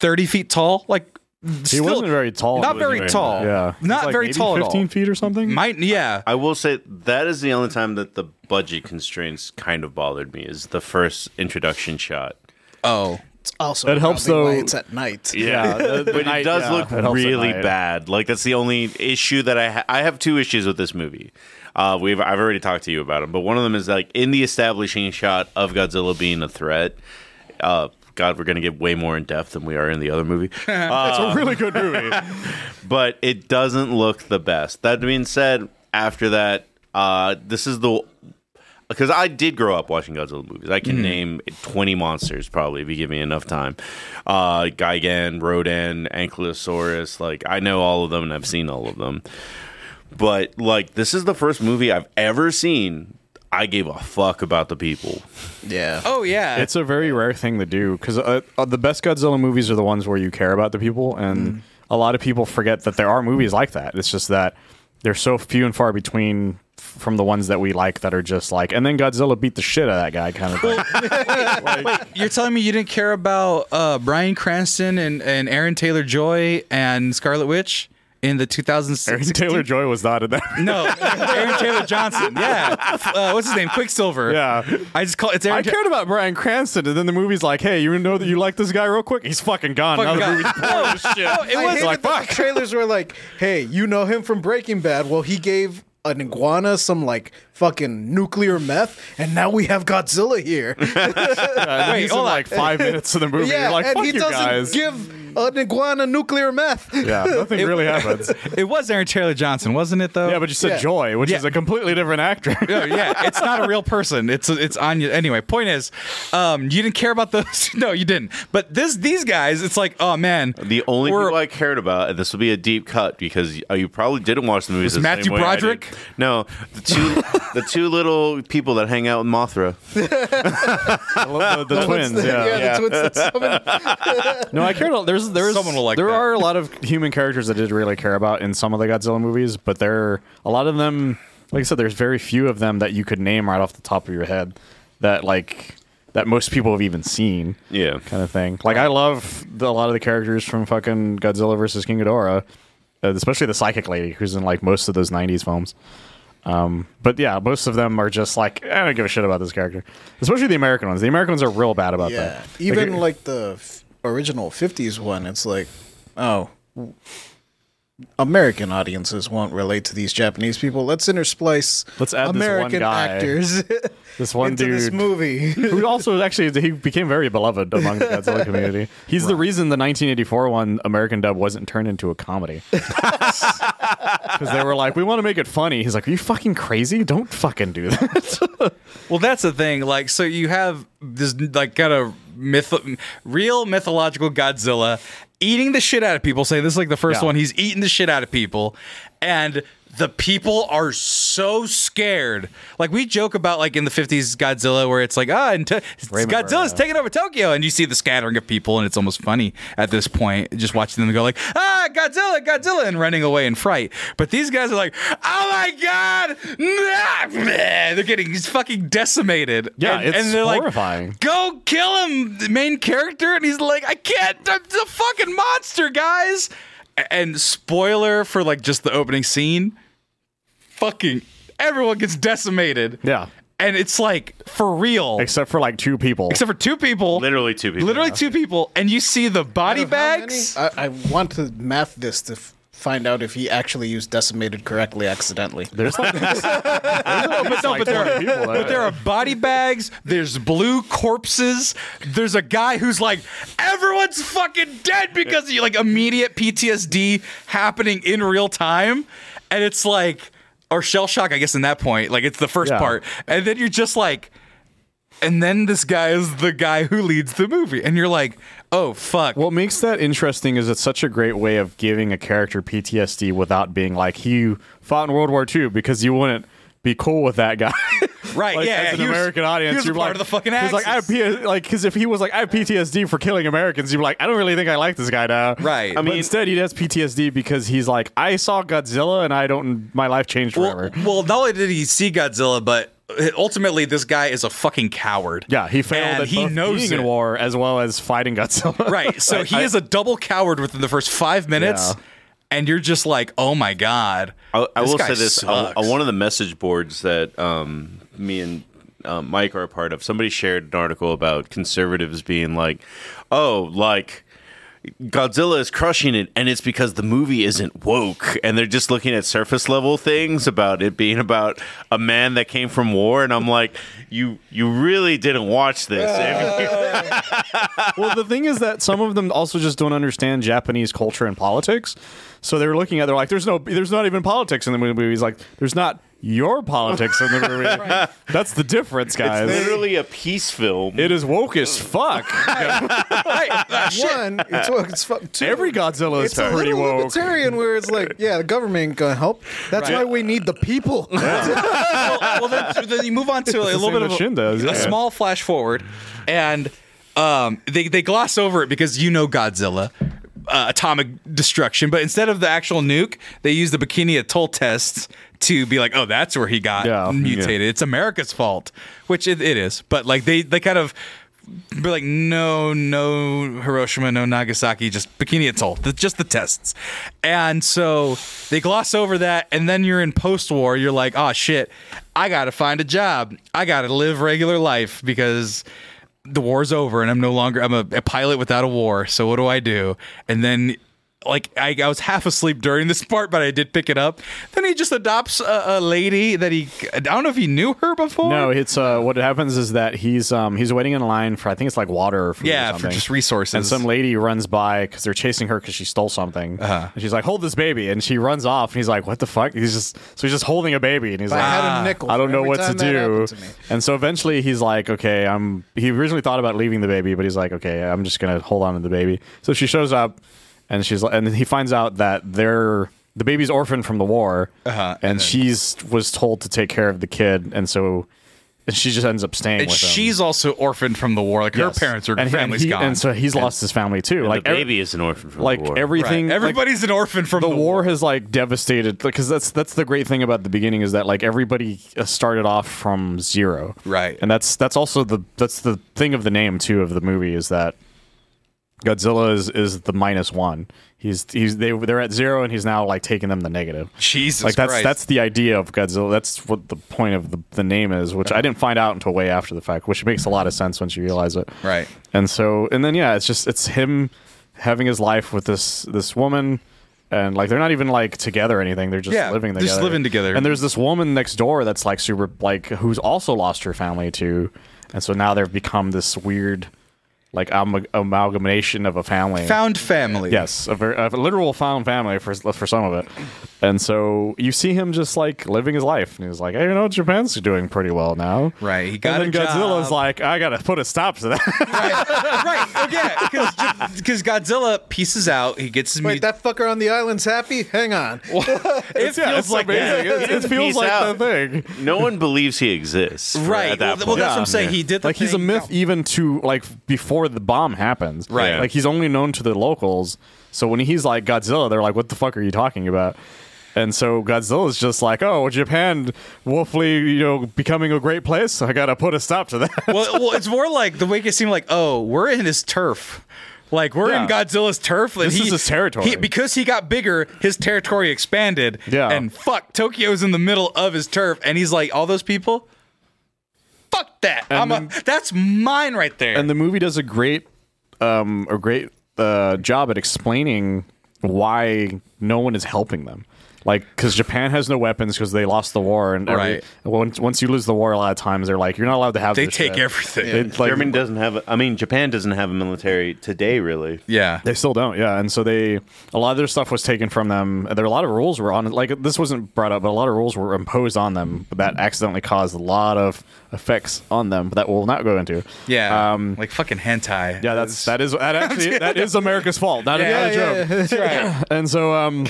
Speaker 2: thirty feet tall, like.
Speaker 3: He wasn't very tall.
Speaker 2: Not very tall.
Speaker 3: Yeah.
Speaker 2: Not
Speaker 3: He's like
Speaker 2: very
Speaker 3: maybe
Speaker 2: tall at all.
Speaker 3: 15 feet or something?
Speaker 2: Might yeah.
Speaker 1: I will say that is the only time that the budget constraints kind of bothered me is the first introduction shot.
Speaker 2: Oh.
Speaker 4: It's also
Speaker 3: That helps,
Speaker 4: probably why
Speaker 3: though.
Speaker 4: It's at night.
Speaker 1: Yeah,
Speaker 2: <laughs>
Speaker 1: but it
Speaker 3: night-
Speaker 1: does
Speaker 3: yeah,
Speaker 1: look
Speaker 3: it helps at
Speaker 1: really
Speaker 3: night.
Speaker 1: bad. Like that's the only issue that I ha- I have two issues with this movie. Uh, we've I've already talked to you about them, but one of them is like in the establishing shot of Godzilla being a threat. Uh, God, we're gonna get way more in depth than we are in the other
Speaker 3: <laughs>
Speaker 1: movie. Uh,
Speaker 3: It's a really good movie.
Speaker 1: <laughs> but it doesn't look the best. That being said, after that, uh, this is the because I did grow up watching Godzilla movies. I can
Speaker 2: Hmm.
Speaker 1: name twenty monsters probably if you give me enough time. Uh, Gigan, Rodan, Ankylosaurus. Like I know all of them and I've seen all of them. But like this is the first movie I've ever seen. I gave a fuck about the people.
Speaker 4: Yeah.
Speaker 2: Oh yeah.
Speaker 3: It's a very rare thing to do because uh, uh, the best Godzilla movies are the ones where you care about the people, and a lot of people forget that there are movies like that. It's just that they're so few and far between f- from the ones that we like that are just like, and then Godzilla beat the shit out of that guy kind of thing. <laughs>
Speaker 2: You're telling me you didn't care about uh, Brian Cranston and, and Aaron Taylor Joy and Scarlet Witch in the 2006?
Speaker 3: Aaron Taylor Joy was not
Speaker 2: <laughs>
Speaker 3: in that.
Speaker 2: No, Aaron Taylor Johnson. Yeah, uh, what's his name? Quicksilver.
Speaker 3: Yeah.
Speaker 2: I just call it's Aaron.
Speaker 3: I
Speaker 2: Ta-
Speaker 3: cared about Brian Cranston, and then the movie's like, "Hey, you know that you like this guy real quick? He's fucking gone."
Speaker 2: Fucking
Speaker 3: now
Speaker 2: gone.
Speaker 3: the movie's boring as Oh, shit.
Speaker 2: it
Speaker 4: I
Speaker 2: was-
Speaker 4: hated
Speaker 3: like,
Speaker 4: that
Speaker 3: fuck.
Speaker 4: The trailers were like, "Hey, you know him from Breaking Bad? Well, he gave an iguana some like fucking nuclear meth, and now we have Godzilla
Speaker 3: <laughs>
Speaker 4: here."
Speaker 3: And
Speaker 2: <laughs> Wait,
Speaker 3: <laughs> he's
Speaker 2: hold
Speaker 3: in
Speaker 2: on.
Speaker 3: like five minutes of the movie.
Speaker 4: yeah,
Speaker 3: You're like,
Speaker 4: and
Speaker 3: "Fuck
Speaker 4: he
Speaker 3: you
Speaker 4: doesn't
Speaker 3: guys."
Speaker 4: give an iguana nuclear meth.
Speaker 3: yeah, nothing really happens.
Speaker 2: it was Aaron Taylor Johnson, wasn't it? Though.
Speaker 3: Yeah, but you said
Speaker 4: Yeah.
Speaker 3: Joy, which
Speaker 2: Yeah.
Speaker 3: is a completely different actor.
Speaker 2: No,
Speaker 3: <laughs>
Speaker 2: yeah, it's not a real person. It's it's Anya. Anyway, point is, um, you didn't care about those. <laughs> No, you didn't. But this these guys, it's like, oh man,
Speaker 1: The only
Speaker 2: We're-
Speaker 1: people I cared about, and this will be a deep cut because uh, you probably didn't watch the movies.
Speaker 2: Was
Speaker 1: the same
Speaker 2: Matthew
Speaker 1: way I did.
Speaker 2: Broderick?
Speaker 1: No, the two the two little people that hang out with Mothra.
Speaker 3: the, <laughs> the twins, yeah.
Speaker 4: yeah, the twins that summon
Speaker 2: <laughs>
Speaker 3: No, I care. a lot- There's there's
Speaker 2: Someone will like
Speaker 3: there
Speaker 2: that.
Speaker 3: are a lot of human characters I did really care about in some of the Godzilla movies, but there are a lot of them. Like I said, there's very few of them that you could name right off the top of your head that like that most people have even seen.
Speaker 1: Yeah.
Speaker 3: kind of thing. Like I love the, a lot of the characters from fucking Godzilla versus King Ghidorah, uh, especially the psychic lady who's in like most of those '90s films. Um, but yeah, most of them are just like I don't give a shit about this character, especially the American ones. The American ones are real bad about
Speaker 4: Yeah,
Speaker 3: that.
Speaker 4: even like the f- original '50s one, it's like, oh, American audiences won't relate to these Japanese people. Let's intersplice
Speaker 3: Let's add this one
Speaker 4: American
Speaker 3: guy,
Speaker 4: actors <laughs>
Speaker 3: this one
Speaker 4: into this
Speaker 3: dude.
Speaker 4: movie.
Speaker 3: who also actually he became very beloved
Speaker 4: <laughs>
Speaker 3: among the Godzilla community. He's the reason the 1984 one American dub wasn't turned into a
Speaker 4: <laughs>
Speaker 3: comedy <laughs> because they were like, we want to make it funny. He's like, are you fucking crazy? Don't fucking do that.
Speaker 2: Well, that's the thing. Like, so you have this like kind of myth, real mythological Godzilla eating the shit out of people. Say this is like the first
Speaker 3: Yeah.
Speaker 2: one. He's eating the shit out of people, and the people are so scared. Like we joke about like in the fifties Godzilla, where it's like ah, and t-
Speaker 3: Raymond
Speaker 2: Godzilla's
Speaker 3: Burrow.
Speaker 2: taking over Tokyo, and you see the scattering of people, and it's almost funny at this point, just watching them go like ah, Godzilla, Godzilla, and running away in fright. But these guys are like, oh my god, nah, bleh." they're getting fucking decimated.
Speaker 3: Yeah,
Speaker 2: and,
Speaker 3: it's
Speaker 2: and they're
Speaker 3: horrifying.
Speaker 2: Like, Go kill him, the main character, and he's like, I can't. I'm the fucking monster, guys. A- And spoiler for like just the opening scene, fucking everyone gets decimated.
Speaker 3: yeah.
Speaker 2: and it's like for real, except,
Speaker 3: except for like two people.
Speaker 2: for two people,
Speaker 1: Literally two people.
Speaker 2: literally two people, and you see the body
Speaker 4: How
Speaker 2: bags.
Speaker 4: many? I, I want to math this to f- find out if he actually used decimated correctly accidentally.
Speaker 3: there's like, there's but,
Speaker 2: <laughs> no, but there are-
Speaker 3: people. There.
Speaker 2: But there are body bags. There's blue corpses. There's a guy who's like, everyone's fucking dead because of you like immediate PTSD happening in real time, and it's like, or shell shock, I guess. In that point, like it's the first
Speaker 3: Yeah.
Speaker 2: part, and then you're just like, and then this guy is the guy who leads the movie, and you're like, oh fuck,
Speaker 3: What makes that interesting is it's such a great way of giving a character PTSD without being like he fought in World War II because you wouldn't be cool with that guy.
Speaker 2: <laughs> Right,
Speaker 3: Like,
Speaker 2: yeah,
Speaker 3: as
Speaker 2: yeah,
Speaker 3: an
Speaker 2: he was-
Speaker 3: American audience,
Speaker 2: he was
Speaker 3: you're
Speaker 2: part
Speaker 3: like,
Speaker 2: of the fucking
Speaker 3: he's like, I have
Speaker 2: Axis.
Speaker 3: P- like, because if he was like, I have PTSD for killing Americans, you're like, I don't really think I like this guy now.
Speaker 2: Right.
Speaker 3: I
Speaker 2: I
Speaker 3: mean,
Speaker 1: mean-
Speaker 3: instead, he has PTSD because he's like, I saw Godzilla and I don't, my life changed forever.
Speaker 2: Well, well, not only did he see Godzilla, but ultimately this guy is a fucking coward.
Speaker 3: yeah, he failed
Speaker 2: and
Speaker 3: at
Speaker 2: he
Speaker 3: both
Speaker 2: knows
Speaker 3: being in
Speaker 2: it.
Speaker 3: war as well as fighting Godzilla.
Speaker 2: Right.
Speaker 3: <laughs>
Speaker 2: So he is a double coward within the first five minutes,
Speaker 3: Yeah.
Speaker 2: and you're just like, oh my god.
Speaker 1: I, I will
Speaker 2: guy
Speaker 1: say this: on
Speaker 2: sucks.
Speaker 1: one of the message boards that um, me and um, Mike are a part of, somebody shared an article about conservatives being like, "Oh, like." Godzilla is crushing it, and it's because the movie isn't woke, and they're just looking at surface level things about it being about a man that came from war. And I'm like, you you really didn't watch this.
Speaker 3: well, the thing is that some of them also just don't understand Japanese culture and politics. So they were looking at, they're like, there's no, there's not even politics in the movie. He's like, there's not your politics in the movie. That's the difference,
Speaker 1: it's
Speaker 3: guys.
Speaker 1: literally a peace film.
Speaker 3: It is woke as fuck.
Speaker 4: One, it's woke. It's fuck.
Speaker 3: <laughs>
Speaker 4: Two,
Speaker 3: Every Godzilla is
Speaker 4: it's a
Speaker 3: pretty
Speaker 4: little
Speaker 3: woke.
Speaker 4: libertarian where it's like, yeah, the government ain't gonna help. That's why we need
Speaker 3: <laughs>
Speaker 4: the people.
Speaker 2: well, well, then, then you move on to a little
Speaker 3: thing
Speaker 2: bit
Speaker 3: that
Speaker 2: of a,
Speaker 3: Shin does,
Speaker 2: a
Speaker 3: yeah.
Speaker 2: small flash forward, and um, they they gloss over it because you know Godzilla. Uh, atomic destruction, but instead of the actual nuke, they use the Bikini Atoll tests to be like, "Oh, that's where he got
Speaker 3: Yeah.
Speaker 2: mutated. It's America's fault," which it, it is. But like they, they kind of be like, "No, no, Hiroshima, no Nagasaki, just Bikini Atoll, the, just the tests." And so they gloss over that, and then you're in post-war. You're like, "Oh shit, I gotta find a job. I gotta live regular life because." the war's over and I'm no longer I'm a, a pilot without a war. So what do I do? And then like I, I was half asleep during this part, but I did pick it up. Then he just adopts a, a lady that he I don't know if he knew her before.
Speaker 3: No, it's uh, what happens is that he's um, he's waiting in line for I think it's like water. Or food or
Speaker 2: Yeah, for
Speaker 3: something.
Speaker 2: just resources.
Speaker 3: And some lady runs by because they're chasing her because she stole something. Uh-huh. And she's like, "Hold this baby!" And she runs off. And he's like, "What the fuck?" He's just so he's just holding a baby, and he's
Speaker 4: I
Speaker 3: like, "Ah,
Speaker 4: had a nickel.
Speaker 3: "I don't
Speaker 4: for
Speaker 3: know
Speaker 4: every
Speaker 3: what to
Speaker 4: time that
Speaker 3: do."
Speaker 4: happened to me.
Speaker 3: and so eventually he's like, "Okay, I'm." He originally thought about leaving the baby, but he's like, "Okay, I'm just gonna hold on to the baby." So she shows up, and she's and he finds out that they're. The baby's orphaned from the war,
Speaker 2: Uh-huh.
Speaker 3: and, she's was told to take care of the kid, and so and she just ends up staying
Speaker 2: and
Speaker 3: with him.
Speaker 2: she's also orphaned from the war. Like
Speaker 3: Yes.
Speaker 2: her parents are
Speaker 3: and he- and
Speaker 2: family's
Speaker 3: he-
Speaker 2: gone.
Speaker 3: and so he's lost his family too.
Speaker 1: like
Speaker 3: like
Speaker 1: the
Speaker 3: every-
Speaker 1: baby is an orphan from
Speaker 3: like
Speaker 1: the war.
Speaker 2: Right.
Speaker 3: everything. like,
Speaker 2: everybody's an orphan from
Speaker 3: the
Speaker 2: the,
Speaker 3: war has like devastated because that's that's the great thing about the beginning is that like everybody uh, started off from zero,
Speaker 2: Right.
Speaker 3: And that's that's also the that's the thing of the name too of the movie is that Godzilla is is the minus one. He's he's they they're at zero and he's now like taking them the negative.
Speaker 2: Jesus
Speaker 3: like that's
Speaker 2: Christ.
Speaker 3: that's the idea of Godzilla. That's what the point of the, the name is, which I didn't find out until way after the fact, which makes a lot of sense once you realize it.
Speaker 2: Right.
Speaker 3: And so and then yeah, it's just it's him having his life with this this woman and like they're not even like together or anything. They're just
Speaker 2: Yeah,
Speaker 3: living
Speaker 2: they're
Speaker 3: together.
Speaker 2: just living together.
Speaker 3: And there's this woman next door that's like super like who's also lost her family too. And so now they've become this weird like am- amalgamation of a family.
Speaker 2: found family.
Speaker 3: Yes, a, ver- a literal found family for for some of it, and so you see him just like living his life, and he's like, "Hey, you know, Japan's doing pretty well now."
Speaker 2: Right, he got
Speaker 3: and
Speaker 2: a
Speaker 3: then Godzilla's
Speaker 2: job.
Speaker 3: like, "I gotta put a stop to that."
Speaker 2: right. Oh,
Speaker 3: <laughs>
Speaker 2: yeah, because Godzilla pieces out. He gets his mut-
Speaker 4: Wait, that fucker on the island's happy. Hang on.
Speaker 2: it
Speaker 3: Yeah, it's amazing. It, it feels
Speaker 1: Peace
Speaker 3: like
Speaker 1: out.
Speaker 3: the thing.
Speaker 1: no one believes he exists. for-
Speaker 2: Right.
Speaker 1: At that
Speaker 2: well,
Speaker 1: point.
Speaker 2: well, that's what I'm saying. He did the
Speaker 3: Like he's a
Speaker 2: thing.
Speaker 3: myth even to like before the bomb happens.
Speaker 2: Right.
Speaker 3: Like he's only known to the locals. So when he's like Godzilla, they're like, "What the fuck are you talking about?" And so Godzilla's just like, "Oh, Japan, woefully, you know, becoming a great place. I gotta put a stop to that."
Speaker 2: well, well, it's more like the make it seem like, oh, we're in his turf. Like we're in
Speaker 3: Yeah.
Speaker 2: Godzilla's turf. And
Speaker 3: This
Speaker 2: he,
Speaker 3: is his territory.
Speaker 2: he- because he got bigger, his territory expanded.
Speaker 3: Yeah.
Speaker 2: And fuck, Tokyo's in the middle of his turf, and he's like, all those people. Fuck that! I'm a, that's mine right there.
Speaker 3: and the movie does a great um a great uh job at explaining why no one is helping them like because japan has no weapons because they lost the war and every,
Speaker 2: Right.
Speaker 3: once, once you lose the war a lot of times they're like you're not allowed to have
Speaker 2: they
Speaker 3: this
Speaker 2: take
Speaker 3: shit."
Speaker 2: everything.
Speaker 3: They, like,
Speaker 1: Germany doesn't have. A, I mean, Japan doesn't have a military today, really.
Speaker 2: yeah.
Speaker 3: They still don't, yeah. And so they a lot of their stuff was taken from them. There a lot of rules were on like this wasn't brought up, but a lot of rules were imposed on them that accidentally caused a lot of effects on them that we'll not go into.
Speaker 2: Yeah.
Speaker 3: Um,
Speaker 2: like fucking hentai.
Speaker 3: yeah, that's that is
Speaker 2: <laughs>
Speaker 3: that actually that is America's fault. Not, a-
Speaker 2: Yeah,
Speaker 3: <laughs> not a joke.
Speaker 2: that's right.
Speaker 3: And so um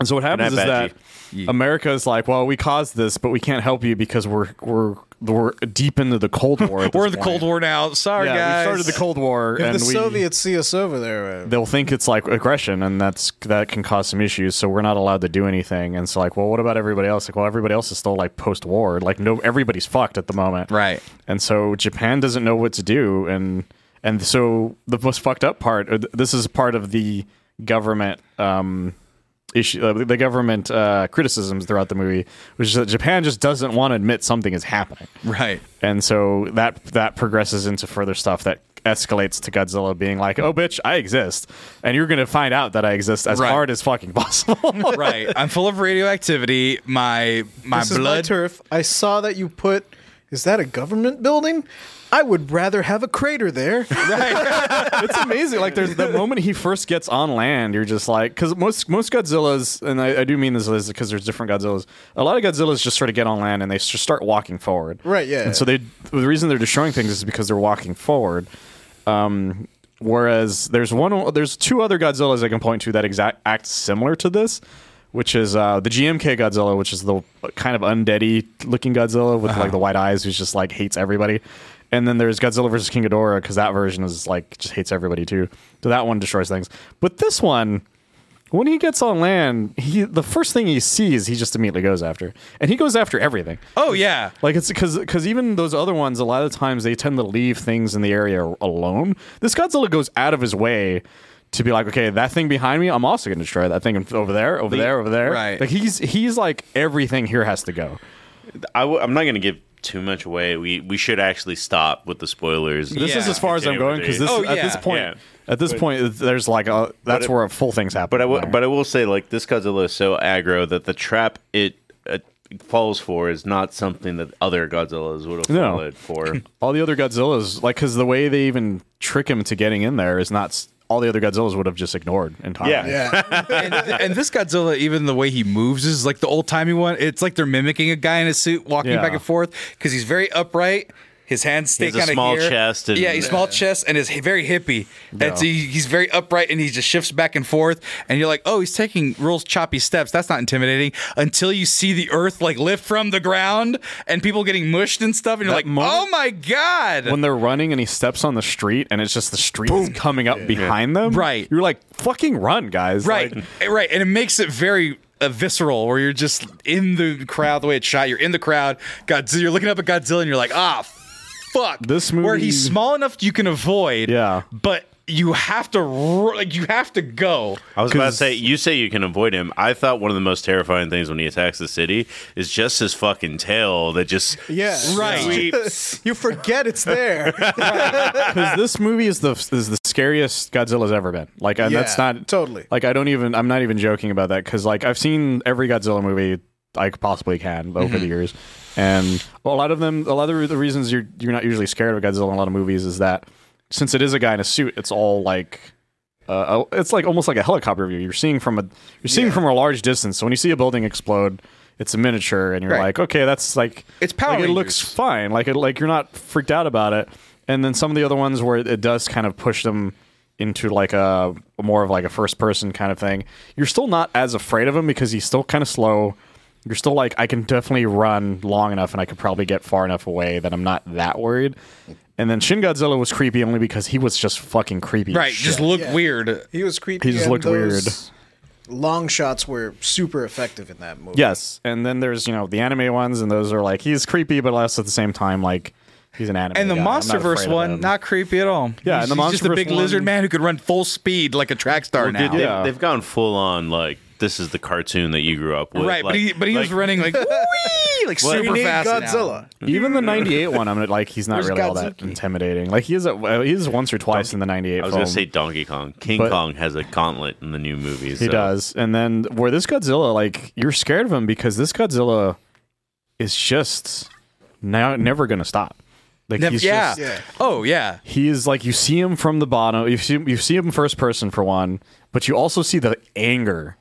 Speaker 3: and so what happens is
Speaker 1: night,
Speaker 3: that America's like, well, we caused this, but we can't help you because we're we're we're deep into the Cold War. at
Speaker 2: We're in
Speaker 3: this
Speaker 2: the
Speaker 3: point.
Speaker 2: Cold War now. Sorry,
Speaker 3: Yeah,
Speaker 2: guys.
Speaker 3: we started the Cold War,
Speaker 4: If
Speaker 3: and
Speaker 4: the
Speaker 3: we,
Speaker 4: Soviets see us over there, uh,
Speaker 3: they'll think it's like aggression, and that's that can cause some issues. So we're not allowed to do anything. And so like, well, what about everybody else? Like, well, everybody else is still like post-war. Like, no, everybody's fucked at the moment,
Speaker 2: Right.
Speaker 3: And so Japan doesn't know what to do, and and so the most fucked up part. uh, th- This is part of the government. Um, issue uh, the government uh, criticisms throughout the movie which is that japan just doesn't want to admit something is happening
Speaker 2: Right.
Speaker 3: and so that that progresses into further stuff that escalates to Godzilla being like, "Oh, bitch, I exist, and you're gonna find out that I exist as
Speaker 2: Right.
Speaker 3: hard as fucking possible."
Speaker 4: <laughs>
Speaker 2: Right. I'm full of radioactivity. My my
Speaker 4: this
Speaker 2: blood.
Speaker 4: is my turf. I saw that you put. Is that a government building? I would rather have a crater there.
Speaker 3: <laughs> it's amazing. Like there's the moment he first gets on land, you're just like, because most most Godzillas, and I, I do mean this because there's different Godzillas. A lot of Godzillas just sort of get on land and they just start walking forward.
Speaker 4: Right, yeah.
Speaker 3: And so they the reason they're destroying things is because they're walking forward. Um, whereas there's one, there's two other Godzillas I can point to that exact act similar to this. Which is uh, the GMK Godzilla, which is the kind of undeady looking Godzilla with like the white eyes, who's just like hates everybody. And then there's Godzilla versus King Ghidorah because that version is like just hates everybody too. So that one destroys things. But this one, when he gets on land, he the first thing he sees, he just immediately goes after, and he goes after everything.
Speaker 2: Oh yeah.
Speaker 3: Like it's because because even those other ones, a lot of times they tend to leave things in the area alone. This Godzilla goes out of his way to be like, okay, that thing behind me, I'm also going to destroy that thing over there, over there, over there.
Speaker 2: right.
Speaker 3: Like he's he's like everything here has to go.
Speaker 1: I w- I'm not going to give too much away. We we should actually stop with the spoilers.
Speaker 3: This is
Speaker 2: Yeah.
Speaker 3: as far as I'm
Speaker 1: Continue
Speaker 3: going
Speaker 1: with
Speaker 3: because
Speaker 1: the-
Speaker 3: this
Speaker 2: Oh,
Speaker 3: at this
Speaker 2: yeah.
Speaker 3: point
Speaker 1: Yeah.
Speaker 3: at this point there's like a, that's
Speaker 1: it-
Speaker 3: where full things happen.
Speaker 1: But I will,
Speaker 3: there.
Speaker 1: but I will say, like this Godzilla is so aggro that the trap it uh, falls for is not something that other Godzillas would have
Speaker 3: No.
Speaker 1: fallen for.
Speaker 3: all the other Godzillas, like, because the way they even trick him to getting in there is not s- all the other Godzillas would have just ignored entirely.
Speaker 1: Yeah.
Speaker 4: yeah,
Speaker 2: and, and this Godzilla, even the way he moves is like the old timey one. It's like they're mimicking a guy in a suit walking
Speaker 3: Yeah.
Speaker 2: back and forth because he's very upright. His hands stay
Speaker 1: has a
Speaker 2: kind of
Speaker 1: small chest and-
Speaker 2: yeah, he's small chest and is very hippie. That's he, he's very upright and he just shifts back and forth. And you're like, oh, he's taking real choppy steps. That's not intimidating until you see the earth like lift from the ground and people getting mushed and stuff. And you're
Speaker 3: That
Speaker 2: like,
Speaker 3: moment-
Speaker 2: oh my god,
Speaker 3: When they're running and he steps on the street and it's just the street is coming up behind them,
Speaker 2: Right.
Speaker 3: You're like, fucking run, guys!
Speaker 2: right eh,
Speaker 3: Like,
Speaker 2: right and it makes it very uh, visceral where you're just in the crowd the way it's shot you're in the crowd Godzilla, you're looking up at godzilla and you're like ah fuck
Speaker 3: This
Speaker 2: where
Speaker 3: movie-
Speaker 2: he's small enough you can avoid
Speaker 3: Yeah.
Speaker 2: but you have to ro- like you have to go
Speaker 1: I was about to
Speaker 3: 'Cause-
Speaker 1: say, you say you can avoid him. I thought one of the most terrifying things when he attacks the city is just his fucking tail that just
Speaker 4: yeah,
Speaker 2: Right.
Speaker 1: sweeps.
Speaker 4: <laughs> You forget
Speaker 3: <laughs>
Speaker 4: it's there.
Speaker 3: because this movie is the is the scariest Godzilla's ever been. Like, and
Speaker 4: Yeah,
Speaker 3: that's not
Speaker 4: totally.
Speaker 3: Like, I don't even. I'm not even joking about that because like I've seen every Godzilla movie I possibly can over the years, and a lot of them. A lot of the reasons you're you're not usually scared of Godzilla in a lot of movies is that since it is a guy in a suit, it's all like. Uh, it's like almost like a helicopter view. You're seeing from a you're seeing from a large distance. So when you see a building explode, it's a miniature, and you're
Speaker 2: Right.
Speaker 3: like, okay, that's like
Speaker 2: It's Power
Speaker 3: like, It
Speaker 2: Rangers.
Speaker 3: looks fine. Like it, like you're not freaked out about it. And then some of the other ones where it, it does kind of push them into like a more of like a first person kind of thing. You're still not as afraid of him because he's still kind of slow. You're still like I can definitely run long enough and I could probably get far enough away that I'm not that worried. And then Shin Godzilla was creepy only because he was just fucking creepy. as
Speaker 2: right
Speaker 3: shit.
Speaker 2: just look
Speaker 4: Yeah.
Speaker 2: weird
Speaker 4: He was creepy.
Speaker 3: He just
Speaker 4: and
Speaker 3: looked
Speaker 4: those Long shots were super effective in that movie.
Speaker 3: Yes. And then there's, you know, the anime ones and those are like he's creepy but also at the same time like he's an anime.
Speaker 2: and the
Speaker 3: guy. I'm not
Speaker 2: monsterverse
Speaker 3: afraid of
Speaker 2: one
Speaker 3: him.
Speaker 2: not creepy at all
Speaker 3: Yeah,
Speaker 2: he's,
Speaker 3: and the
Speaker 2: he's just a
Speaker 3: Monsterverse
Speaker 2: big lizard
Speaker 3: one-
Speaker 2: man who could run full speed like a track star
Speaker 1: Well,
Speaker 2: now
Speaker 1: dude, they've,
Speaker 3: Yeah.
Speaker 1: they've gone full on like this is the cartoon that you grew up with.
Speaker 2: right but he but he was running
Speaker 3: <laughs>
Speaker 2: like wee, like
Speaker 1: Well,
Speaker 2: super
Speaker 4: We need
Speaker 2: fast now.
Speaker 4: Godzilla.
Speaker 3: Even the '98 one, I'm like, he's not
Speaker 4: Where's
Speaker 3: really all that
Speaker 4: Godzuki?
Speaker 3: intimidating. Like he is, a, he is once or twice in the '98
Speaker 1: I was
Speaker 3: film.
Speaker 1: gonna say Donkey Kong. King
Speaker 3: But-
Speaker 1: Kong has a gauntlet in the new movies.
Speaker 3: he does, and then where this Godzilla, like, you're scared of him because this Godzilla is just now never gonna stop. Like
Speaker 2: Nev-
Speaker 3: he's
Speaker 2: yeah.
Speaker 3: just,
Speaker 4: Yeah.
Speaker 2: oh yeah
Speaker 3: he is like you see him from the bottom. You see, you see him first person for one, but you also see the anger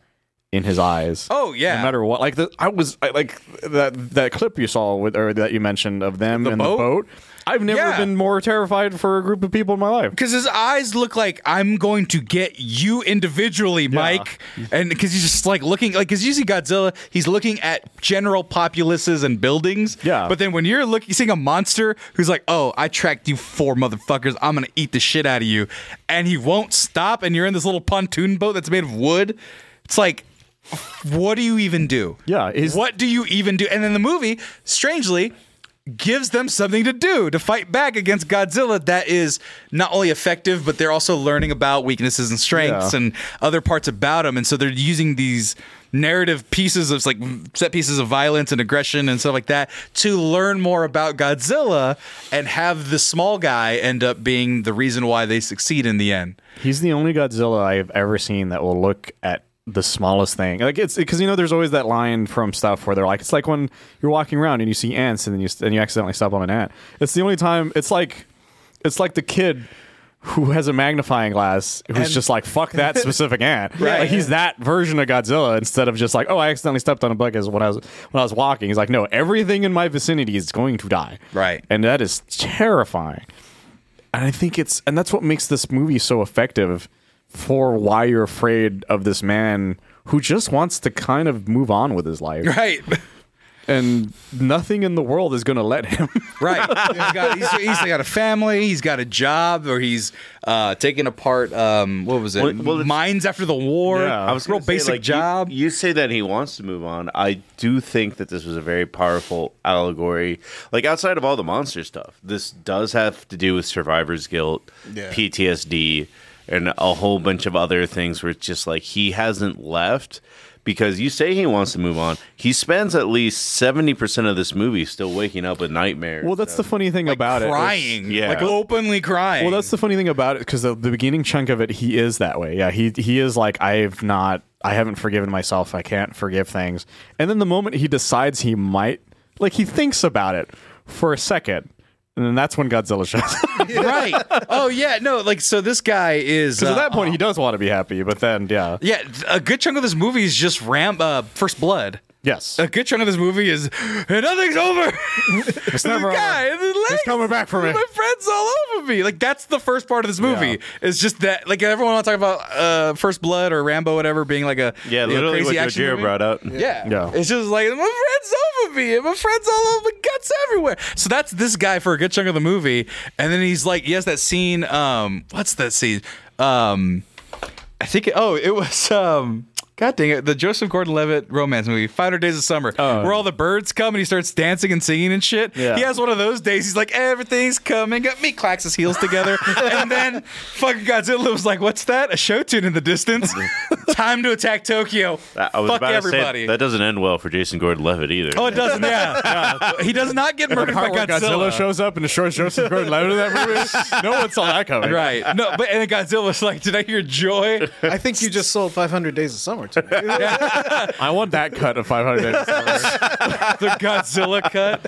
Speaker 3: in his eyes.
Speaker 2: Oh, yeah.
Speaker 3: no matter what. Like the I was I, like that that clip you saw with or that you mentioned of them in
Speaker 2: boat?
Speaker 3: the boat. I've never
Speaker 2: Yeah.
Speaker 3: been more terrified for a group of people in my life.
Speaker 2: Because his eyes look like I'm going to get you individually, Mike, and because he's just like looking like because usually Godzilla, he's looking at general populaces and buildings.
Speaker 3: Yeah.
Speaker 2: But then when you're looking, seeing a monster who's like, "Oh, I tracked you four motherfuckers. I'm gonna eat the shit out of you," and he won't stop, and you're in this little pontoon boat that's made of wood. It's like, what do you even do?
Speaker 3: Yeah, he's-
Speaker 2: What do you even do? And then the movie, strangely, gives them something to do to fight back against Godzilla that is not only effective, but they're also learning about weaknesses and strengths
Speaker 3: Yeah.
Speaker 2: and other parts about him. And so they're using these narrative pieces of like set pieces of violence and aggression and stuff like that to learn more about Godzilla and have the small guy end up being the reason why they succeed in the end.
Speaker 3: He's the only Godzilla I've ever seen that will look at the smallest thing. Like it's because you know there's always that line from stuff where they're like, it's like when you're walking around and you see ants and then you and you accidentally step on an ant. It's the only time. It's like it's like the kid who has a magnifying glass who's just like fuck
Speaker 2: <laughs>
Speaker 3: that specific ant.
Speaker 2: Right.
Speaker 3: Like he's that version of Godzilla instead of just like oh I accidentally stepped on a bug as when I was when I was walking. He's like no everything in my vicinity is going to die.
Speaker 2: Right.
Speaker 3: And that is terrifying and I think it's and that's what makes this movie so effective for why you're afraid of this man who just wants to kind of move on with his life <laughs>
Speaker 2: Right.
Speaker 3: and nothing in the world is going to let him <laughs>
Speaker 2: Right. <laughs> he's, got, he's, he's got a family. He's got a job, or he's uh, taking apart um, what was it?
Speaker 1: Well- well, it's-
Speaker 2: Mines after the war.
Speaker 3: Yeah.
Speaker 1: I was
Speaker 2: real
Speaker 1: gonna say,
Speaker 2: basic
Speaker 1: like, you-
Speaker 2: job.
Speaker 1: You, say that he wants to move on. I do think that this was a very powerful allegory. Like outside of all the monster stuff, this does have to do with survivor's guilt, PTSD, and a whole bunch of other things where it's just like he hasn't left because you say he wants to move on. He spends at least 70% of this movie still waking up with nightmares.
Speaker 3: well that's the funny thing about it is-
Speaker 2: crying,
Speaker 1: yeah.
Speaker 2: like openly crying.
Speaker 3: Well, that's the funny thing about it because the, the beginning chunk of it, he is that way. Yeah, he he is like I've not, I haven't forgiven myself. I can't forgive things. And then the moment he decides he might, like he thinks about it for a second, and then that's when Godzilla shows. up.
Speaker 2: <laughs>
Speaker 3: <laughs>
Speaker 2: right. Oh yeah, no, like so this guy is
Speaker 3: Because
Speaker 2: uh,
Speaker 3: at that point, he does want to be happy, but then yeah,
Speaker 2: yeah, a good chunk of this movie is just ramp uh, first blood.
Speaker 3: yes,
Speaker 2: A good chunk of this movie is and nothing's over. <laughs>
Speaker 3: it's
Speaker 2: the
Speaker 3: never.
Speaker 2: guy
Speaker 3: over.
Speaker 2: and the legs.
Speaker 3: He's coming back for me.
Speaker 2: My friends all over me. Like that's the first part of this movie. It's just that like everyone want to talk about uh, First Blood or Rambo, whatever, being like a
Speaker 1: yeah,
Speaker 2: you know,
Speaker 1: literally
Speaker 2: crazy
Speaker 1: what
Speaker 2: action
Speaker 1: Gojira
Speaker 2: movie.
Speaker 1: brought up.
Speaker 2: Yeah.
Speaker 3: Yeah.
Speaker 2: it's just like my friends over me, and my friends all over, my guts everywhere. So that's this guy for a good chunk of the movie, and then he's like, he has that scene. Um, what's that scene? Um, I think. It, oh, it was. Um, God dang it! The Joseph Gordon-Levitt romance movie, Five Hundred Days of Summer, where all the birds come and he starts dancing and singing and shit.
Speaker 3: Yeah.
Speaker 2: He has one of those days. He's like, everything's coming up. Me clacks his heels together, and then fucking Godzilla was like, "What's that? A show tune in the distance? Time to attack Tokyo!
Speaker 1: I I was
Speaker 2: Fuck
Speaker 1: about
Speaker 2: everybody!"
Speaker 1: to say that doesn't end well for Jason Gordon-Levitt either.
Speaker 2: Oh, it doesn't. Yeah, <laughs> he does not get murdered by
Speaker 3: Part where Godzilla.
Speaker 2: Godzilla.
Speaker 3: shows up and destroys Joseph Gordon-Levitt in that movie. No one saw that coming.
Speaker 2: Right. No, but and then Godzilla's like, "Did I
Speaker 1: <laughs>
Speaker 2: hear joy?"
Speaker 4: I think you just sold 500 Days of Summer
Speaker 2: <laughs>
Speaker 4: to me.
Speaker 3: I want that cut of 500 minutes.
Speaker 2: The Godzilla cut.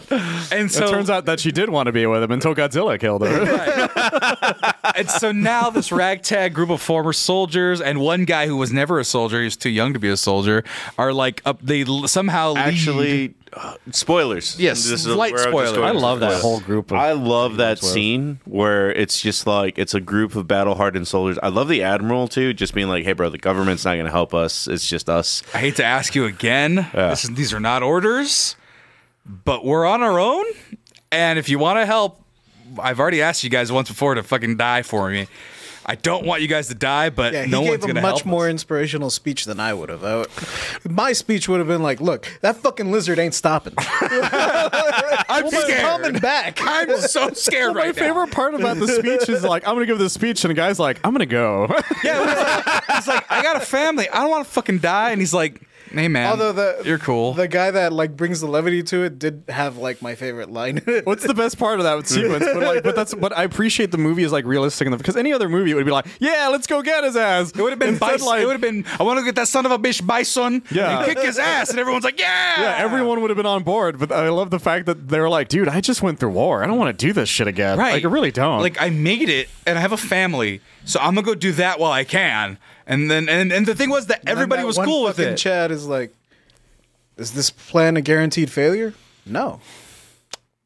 Speaker 2: And <laughs> so
Speaker 3: it turns out that she did want to be with him until Godzilla killed her.
Speaker 2: and so now this ragtag group of former soldiers and one guy who was never a soldier, he was too young to be a soldier, are like up. They l- somehow lead-
Speaker 1: actually uh, spoilers
Speaker 2: Yes, light
Speaker 1: where I'm just
Speaker 2: spoilers.
Speaker 1: going
Speaker 2: I
Speaker 1: with
Speaker 2: love that
Speaker 1: spoilers.
Speaker 3: whole group of-
Speaker 1: i love that scene where it's just like it's a group of battle-hardened soldiers i love the admiral too just being like hey bro the government's not gonna help us it's just us
Speaker 2: I hate to ask you again. This is, these are not orders, but we're on our own. And if you want to help, I've already asked you guys once before to fucking die for me. I don't want you guys to die, but
Speaker 4: Yeah, he
Speaker 2: no
Speaker 4: gave
Speaker 2: one's
Speaker 4: a
Speaker 2: gonna
Speaker 4: much
Speaker 2: help.
Speaker 4: more
Speaker 2: us.
Speaker 4: inspirational speech than I would have. I would- my speech would have been like, "Look, that fucking lizard
Speaker 2: <laughs>
Speaker 4: ain't stopping.
Speaker 2: I'm
Speaker 4: It's
Speaker 2: scared.
Speaker 4: coming back."
Speaker 2: I'm <laughs> so scared
Speaker 3: My
Speaker 2: right now.
Speaker 3: favorite part about the speech is like, I'm gonna give this speech, and the guy's like, I'm gonna go. <laughs>
Speaker 2: Yeah, he's like, he's like, I got a family. I don't want to fucking die. And he's like, Hey man,
Speaker 4: Although the
Speaker 2: you're cool.
Speaker 4: the guy that like brings the levity to it did have like my favorite line.
Speaker 3: What's the best part of that sequence? But like, but that's but I appreciate the movie is like realistic enough because any other movie would be like, yeah, let's go get his
Speaker 2: it
Speaker 3: ass.
Speaker 2: would have been
Speaker 3: Instead,
Speaker 2: bison. it would have been. I want to get that son of a bitch bison.
Speaker 3: Yeah.
Speaker 2: and kick his ass, and everyone's like, yeah.
Speaker 3: Yeah, everyone would have been on board, but I love the fact that they were like, dude, I just went through war. I don't want to do this shit again.
Speaker 2: Right.
Speaker 3: Like, I really don't.
Speaker 2: Like I made it and I have a family, so I'm gonna go do that while I can. And then and, and the thing was that everybody
Speaker 4: that
Speaker 2: was
Speaker 4: one
Speaker 2: cool with
Speaker 4: fucking
Speaker 2: it.
Speaker 4: Chad is like, is this plan a guaranteed failure? No.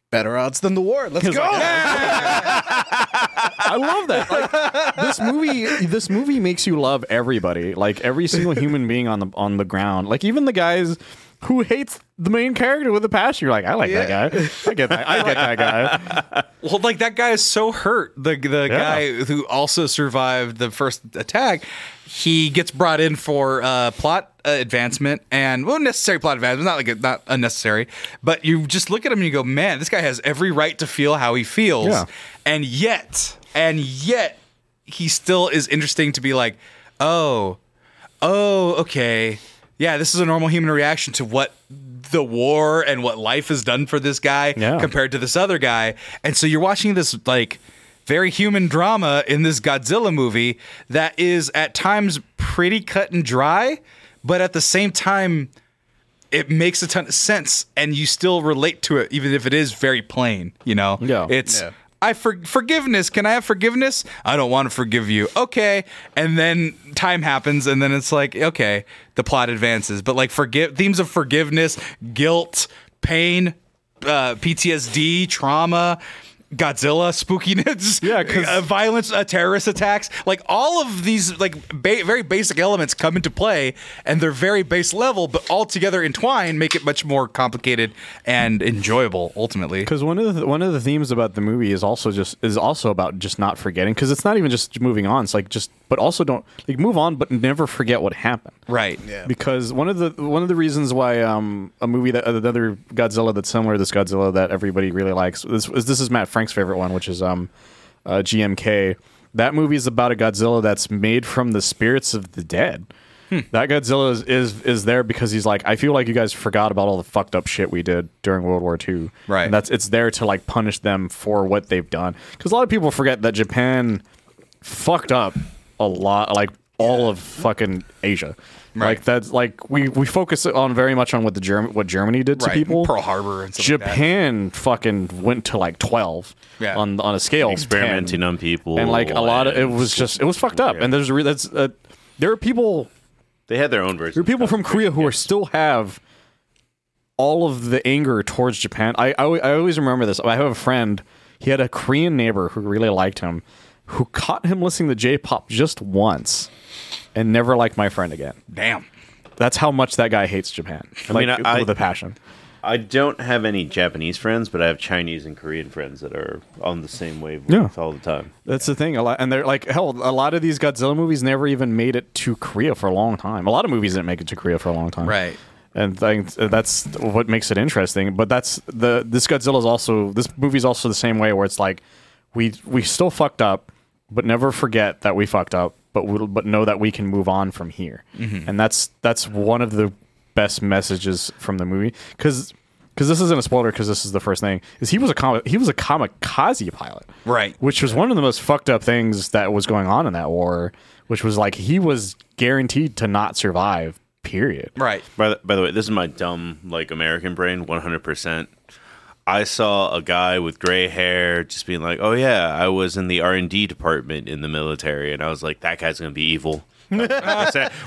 Speaker 4: Better odds than the war. Let's go.
Speaker 3: I love that. Like, this movie, this movie makes you love everybody, like every single human being on the on the ground, like even the guys who hates the main character with a passion. You're like, I like that guy. I get that. I get that guy.
Speaker 2: Well, like that guy is so hurt. The the guy who also survived the first attack, he gets brought in for uh, plot uh, advancement and well, necessary plot advancement. Not like a, not unnecessary, but you just look at him and you go, man, this guy has every right to feel how he feels,
Speaker 3: Yeah.
Speaker 2: and yet, and yet, he still is interesting to be like, oh, oh, okay. Yeah, this is a normal human reaction to what the war and what life has done for this guy
Speaker 3: Yeah.
Speaker 2: compared to this other guy. And so you're watching this like very human drama in this Godzilla movie that is at times pretty cut and dry, but at the same time it makes a ton of sense and you still relate to it even if it is very plain, you know.
Speaker 3: Yeah.
Speaker 2: It's I for, forgiveness. Can I have forgiveness? I don't want to forgive you. Okay. And then time happens, and then it's like, okay, the plot advances. But like forgive themes of forgiveness, guilt, pain, uh, PTSD, trauma, Godzilla, spookiness, <laughs>
Speaker 3: Yeah, 'cause-
Speaker 2: uh, violence, uh, terrorist attacks. Like all of these, like ba- very basic elements come into play, and they're very base level, but all together entwined make it much more complicated and enjoyable ultimately.
Speaker 3: Because one of the one of the themes about the movie is also just is also about just not forgetting. Because it's not even just moving on. It's like just, but also don't like move on, but never forget what happened.
Speaker 2: Right. Yeah.
Speaker 3: Because one of the one of the reasons why um a movie that another Godzilla that's similar to this Godzilla that everybody really likes this is this is Matt Frank's favorite one, which is um uh, GMK. That movie is about a Godzilla that's made from the spirits of the dead.
Speaker 2: Hmm.
Speaker 3: That Godzilla is, is is there because he's like, I feel like you guys forgot about all the fucked up shit we did during World War II.
Speaker 2: Right.
Speaker 3: And that's it's there to like punish them for what they've done. Because a lot of people forget that Japan fucked up a lot, like all of fucking Asia. Like that's like we we focus on very much on what the Germ- what Germany did to
Speaker 2: Right.
Speaker 3: people.
Speaker 2: Pearl Harbor and stuff like that.
Speaker 3: Japan fucking went to like twelve
Speaker 2: Yeah.
Speaker 3: on on a scale of 10.
Speaker 1: Experimenting on people
Speaker 3: and like a lot of it
Speaker 1: and-
Speaker 3: was just it was fucked up. And there's a re- that's uh, there are people
Speaker 1: They had their own
Speaker 3: there
Speaker 1: version.
Speaker 3: are people from Korea who are still have all of the anger towards Japan. I, I, I always remember this. I have a friend. He had a Korean neighbor who really liked him, who caught him listening to J-pop just once, and never liked my friend again.
Speaker 2: Damn.
Speaker 3: That's how much that guy hates Japan. Like,
Speaker 1: mean, I-
Speaker 3: with a passion.
Speaker 1: I don't have any Japanese friends, but I have Chinese and Korean friends that are on the same wavelength
Speaker 3: Yeah.
Speaker 1: all the time.
Speaker 3: That's the thing. A lot, and they're like, hell, a lot of these Godzilla movies never even made it to Korea for a long time. A lot of movies didn't make it to Korea for a long time.
Speaker 2: Right.
Speaker 3: And I think that's what makes it interesting. But that's the this Godzilla's also this movie's also the same way where it's like we we still fucked up, but never forget that we fucked up, but we'll, but know that we can move on from here.
Speaker 2: Mm-hmm.
Speaker 3: And that's that's one of the best messages from the movie because because this isn't a spoiler because this is the first thing is he was a comic he was a kamikaze pilot
Speaker 2: Right.
Speaker 3: which was one of the most fucked up things that was going on in that war, which was like he was guaranteed to not survive. Period.
Speaker 2: Right.
Speaker 1: By the, by the way, this is my dumb like American brain, one hundred percent. I saw a guy with gray hair just being like, "Oh yeah, I was in the R and D department in the military," and I was like, "That guy's gonna be evil." <laughs>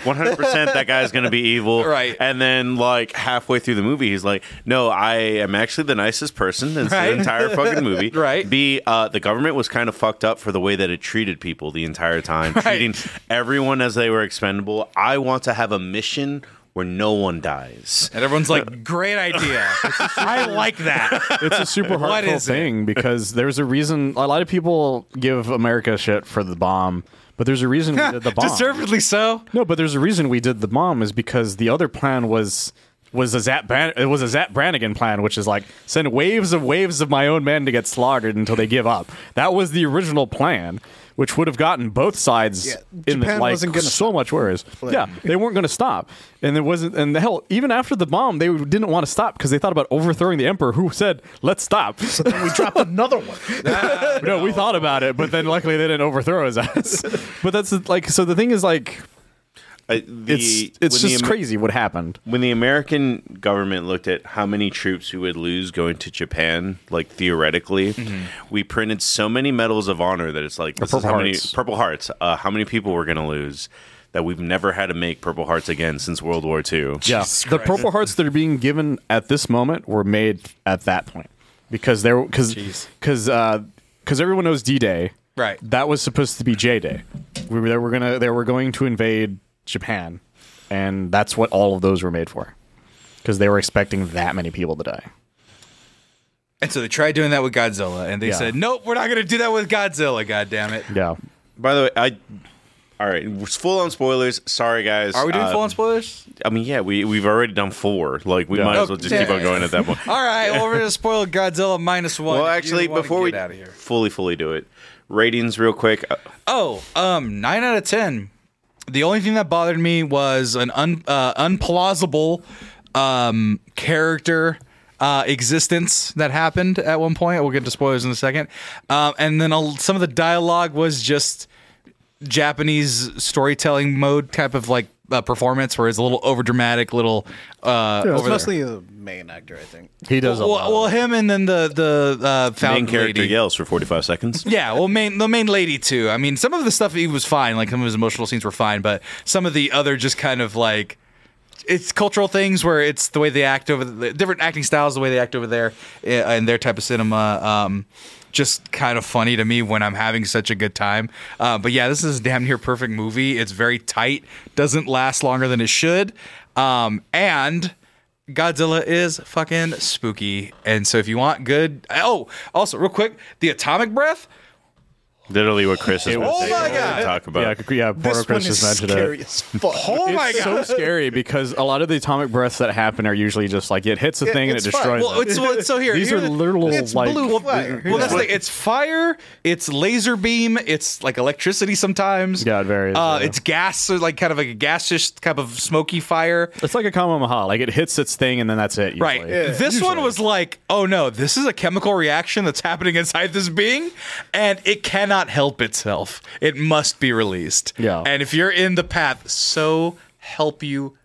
Speaker 1: One hundred percent, that guy's gonna be evil.
Speaker 2: Right.
Speaker 1: And then like halfway through the movie, he's like, "No, I am actually the nicest person in
Speaker 2: Right.
Speaker 1: the entire fucking movie."
Speaker 2: <laughs> Right.
Speaker 1: B, uh, the government was kind of fucked up for the way that it treated people the entire
Speaker 3: <laughs>
Speaker 1: time, treating everyone as they were expendable. I want to have a mission where no one dies.
Speaker 2: And everyone's
Speaker 1: <laughs>
Speaker 2: like, great idea. <laughs> I like that.
Speaker 3: It's a super heartfelt
Speaker 2: is it?
Speaker 3: thing because there's a reason. A lot of people give America shit for the bomb, but there's a reason we
Speaker 2: <laughs>
Speaker 3: did the bomb.
Speaker 2: Deservedly so.
Speaker 3: No, but there's a reason we did the bomb is because the other plan was was a Zap Bran- it was a Zap Brannigan plan, which is like send waves of waves of my own men to get slaughtered until they give up. That was the original plan, which would have gotten both sides
Speaker 4: Yeah,
Speaker 3: in the,
Speaker 4: Japan
Speaker 3: like
Speaker 4: wasn't gonna
Speaker 3: so much worse. Yeah, they weren't going to stop, and it wasn't. And hell, even after the bomb, they didn't want to stop because they thought about overthrowing the emperor, who said, "Let's stop."
Speaker 4: we
Speaker 3: <laughs>
Speaker 4: dropped another <laughs> one.
Speaker 3: no, we thought about it, but then luckily they didn't overthrow his ass. <laughs> but that's like so. The thing is like.
Speaker 1: Uh, the-
Speaker 3: It's it's
Speaker 1: when the
Speaker 3: just
Speaker 1: Amer-
Speaker 3: crazy what happened.
Speaker 1: When the American government looked at how many troops we would lose going to Japan, like theoretically,
Speaker 3: Mm-hmm.
Speaker 1: we printed so many medals of honor that it's like this is
Speaker 3: Purple
Speaker 1: how many
Speaker 3: Hearts.
Speaker 1: Purple Hearts. Uh, how many people we're gonna lose? that we've never had to make Purple Hearts again since World War II.
Speaker 3: Yeah, the Purple Hearts that are being given at this moment were made at that point because there because because because everyone knows D Day.
Speaker 2: Right.
Speaker 3: That was supposed to be J Day. We were they were gonna they were going to invade Japan, and that's what all of those were made for because they were expecting that many people to die.
Speaker 2: And so they tried doing that with Godzilla, and they
Speaker 3: Yeah.
Speaker 2: said, "Nope, we're not going to do that with Godzilla." God damn it!
Speaker 3: Yeah.
Speaker 1: By the way, I. All right, full on spoilers. Sorry, guys.
Speaker 2: Are we doing
Speaker 1: Uh,
Speaker 2: full on spoilers?
Speaker 1: I mean, yeah, we we've already done four. Like, we
Speaker 3: Yeah.
Speaker 1: might as well just keep on
Speaker 2: Okay.
Speaker 1: going at that point.
Speaker 2: <laughs> All right, well, we're going to spoil Godzilla minus one.
Speaker 1: Well,
Speaker 2: if you
Speaker 1: actually,
Speaker 2: wanna
Speaker 1: before we
Speaker 2: get out of here.
Speaker 1: fully fully do it, ratings real quick. Uh,
Speaker 2: Oh, um, nine out of ten. The only thing that bothered me was an un, uh, unplausible um, character uh, existence that happened at one point. We'll get to spoilers in a second. Um, and then i some of the dialogue was just Japanese storytelling mode type of like uh, performance, where it's a little overdramatic, little uh,
Speaker 4: It's
Speaker 2: over
Speaker 4: mostly the main actor, I think.
Speaker 3: He does a
Speaker 2: Well,
Speaker 3: lot.
Speaker 2: well, him and then the the uh, fountain
Speaker 1: main character
Speaker 2: lady.
Speaker 1: yells for forty five seconds.
Speaker 2: Yeah, well, main the main lady too. I mean, some of the stuff he was fine, like some of his emotional scenes were fine, but some of the other just kind of like it's cultural things where it's the way they act over the different acting styles, the way they act over there, eh, and their type of cinema. Um, just kind of funny to me when I'm having such a good time. Uh, but yeah, this is a damn near perfect movie. It's very tight, doesn't last longer than it should, um, and. Godzilla is fucking spooky. And so if you want good oh, also real quick, the atomic breath,
Speaker 1: Literally what Chris is.
Speaker 3: was-
Speaker 2: Oh my God.
Speaker 1: Talk about.
Speaker 3: yeah, yeah. Porno
Speaker 4: This one
Speaker 3: Chris
Speaker 4: is
Speaker 3: just mentioned
Speaker 4: scary
Speaker 3: it.
Speaker 4: as fuck.
Speaker 2: Oh my
Speaker 3: It's
Speaker 2: god.
Speaker 3: so scary because a lot of the atomic breaths that happen are usually just like it hits a thing and it
Speaker 4: it's fine.
Speaker 3: destroys.
Speaker 2: well,
Speaker 3: it.
Speaker 2: it's well, so here.
Speaker 3: These
Speaker 2: here
Speaker 3: are literal
Speaker 4: It's
Speaker 3: like
Speaker 4: blue fire.
Speaker 2: well, that's like it's fire, it's laser beam, it's like electricity sometimes.
Speaker 3: Yeah, it varies,
Speaker 2: Uh,
Speaker 3: yeah.
Speaker 2: It's gas, so like kind of like a gaseous type of smoky fire.
Speaker 3: It's like a Kama Maha. Like it hits its thing and then that's it.
Speaker 2: Right.
Speaker 3: usually.
Speaker 2: this one was like, oh no, this is a chemical reaction that's happening inside this being, and it cannot help itself. It must be released.
Speaker 3: Yeah.
Speaker 2: And if you're in the path, so help you,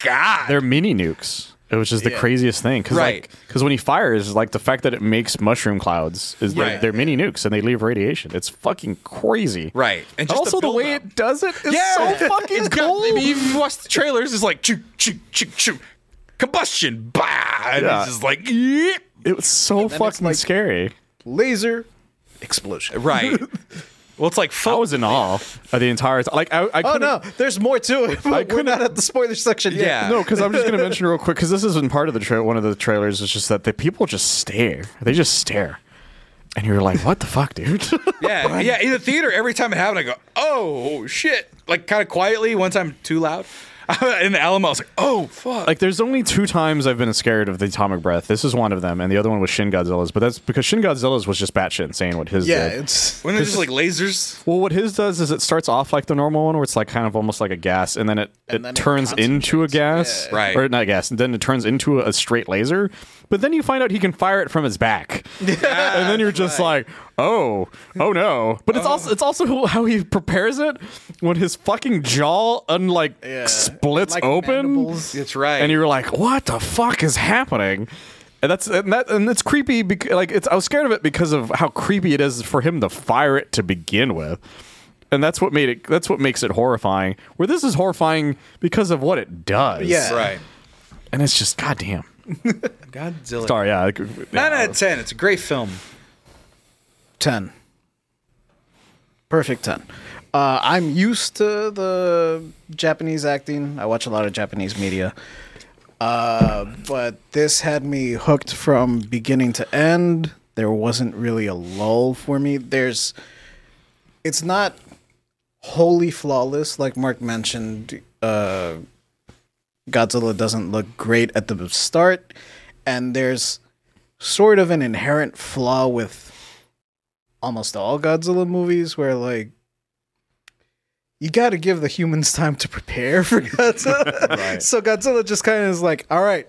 Speaker 2: God.
Speaker 3: They're mini nukes. It was just the craziest thing. Cause
Speaker 2: Right.
Speaker 3: Because when he fires, like the fact that it makes mushroom clouds is like
Speaker 2: Right.
Speaker 3: they're mini nukes and they leave radiation. It's fucking crazy.
Speaker 2: Right. And
Speaker 3: And
Speaker 2: just the
Speaker 3: also the, way
Speaker 2: buildup.
Speaker 3: it does it is
Speaker 2: <laughs>
Speaker 3: so fucking
Speaker 2: It's got-
Speaker 3: cool.
Speaker 2: I mean, if you watch the trailers, it's like choo choo choo choo, combustion, bah, and
Speaker 3: Yeah.
Speaker 2: it's just like yeep.
Speaker 3: it was so
Speaker 4: then it's
Speaker 3: fucking
Speaker 4: like- <laughs>
Speaker 3: scary.
Speaker 4: Laser explosion.
Speaker 2: right. <laughs> Well, it's like
Speaker 3: I
Speaker 2: fo-
Speaker 3: was in awe of the entire time. Like I, I
Speaker 4: Oh
Speaker 3: couldn't-
Speaker 4: no, there's more to it. But we're
Speaker 3: couldn't-
Speaker 4: not at the spoiler section yet.
Speaker 2: Yeah.
Speaker 3: No, because I'm just gonna mention real quick because this isn't part of the tra- one of the trailers. It's just that the people just stare. They just stare, and you're like, "What the fuck, dude?" <laughs>
Speaker 2: yeah, yeah. In the theater, every time it happened, I go, oh shit, like kind of quietly. One time, too loud. <laughs> in the Alamo, I was like, oh fuck.
Speaker 3: like, there's only two times I've been scared of the atomic breath. This is one of them, and the other one was Shin Godzilla's. But that's because Shin Godzilla's was just batshit insane. What his
Speaker 4: Yeah,
Speaker 3: did.
Speaker 4: it's
Speaker 2: when there's just like lasers.
Speaker 3: Well, what his does is it starts off like the normal one, where it's like kind of almost like a gas, and then it, it
Speaker 4: then it
Speaker 3: turns into a gas,
Speaker 2: Yeah. Right.
Speaker 3: Or not gas, and then it turns into a, a straight laser. But then you find out he can fire it from his back, and then you're just like, oh, oh no! But it's also it's also how he prepares it when his fucking jaw unlike splits
Speaker 4: Like
Speaker 3: open.
Speaker 4: mandibles.
Speaker 2: That's right.
Speaker 3: And you're like, what the fuck is happening? And that's and that and it's creepy. Because, like it's, I was scared of it because of how creepy it is for him to fire it to begin with, and that's what made it. That's what makes it horrifying. Where this is horrifying because of what it does.
Speaker 4: Yeah.
Speaker 2: right.
Speaker 3: and it's just goddamn.
Speaker 4: <laughs>
Speaker 2: Godzilla.
Speaker 3: Sorry, yeah. like,
Speaker 2: Nine
Speaker 3: yeah.
Speaker 2: out of ten. It's a great film.
Speaker 4: ten. Perfect ten. Uh, I'm used to the Japanese acting. I watch a lot of Japanese media, uh, but this had me hooked from beginning to end. There wasn't really a lull for me. There's, it's not wholly flawless, like Mark mentioned. Uh, Godzilla doesn't look great at the start, and there's sort of an inherent flaw with almost all Godzilla movies where like you got to give the humans time to prepare for Godzilla. <laughs> So Godzilla just kind of is like, "All right,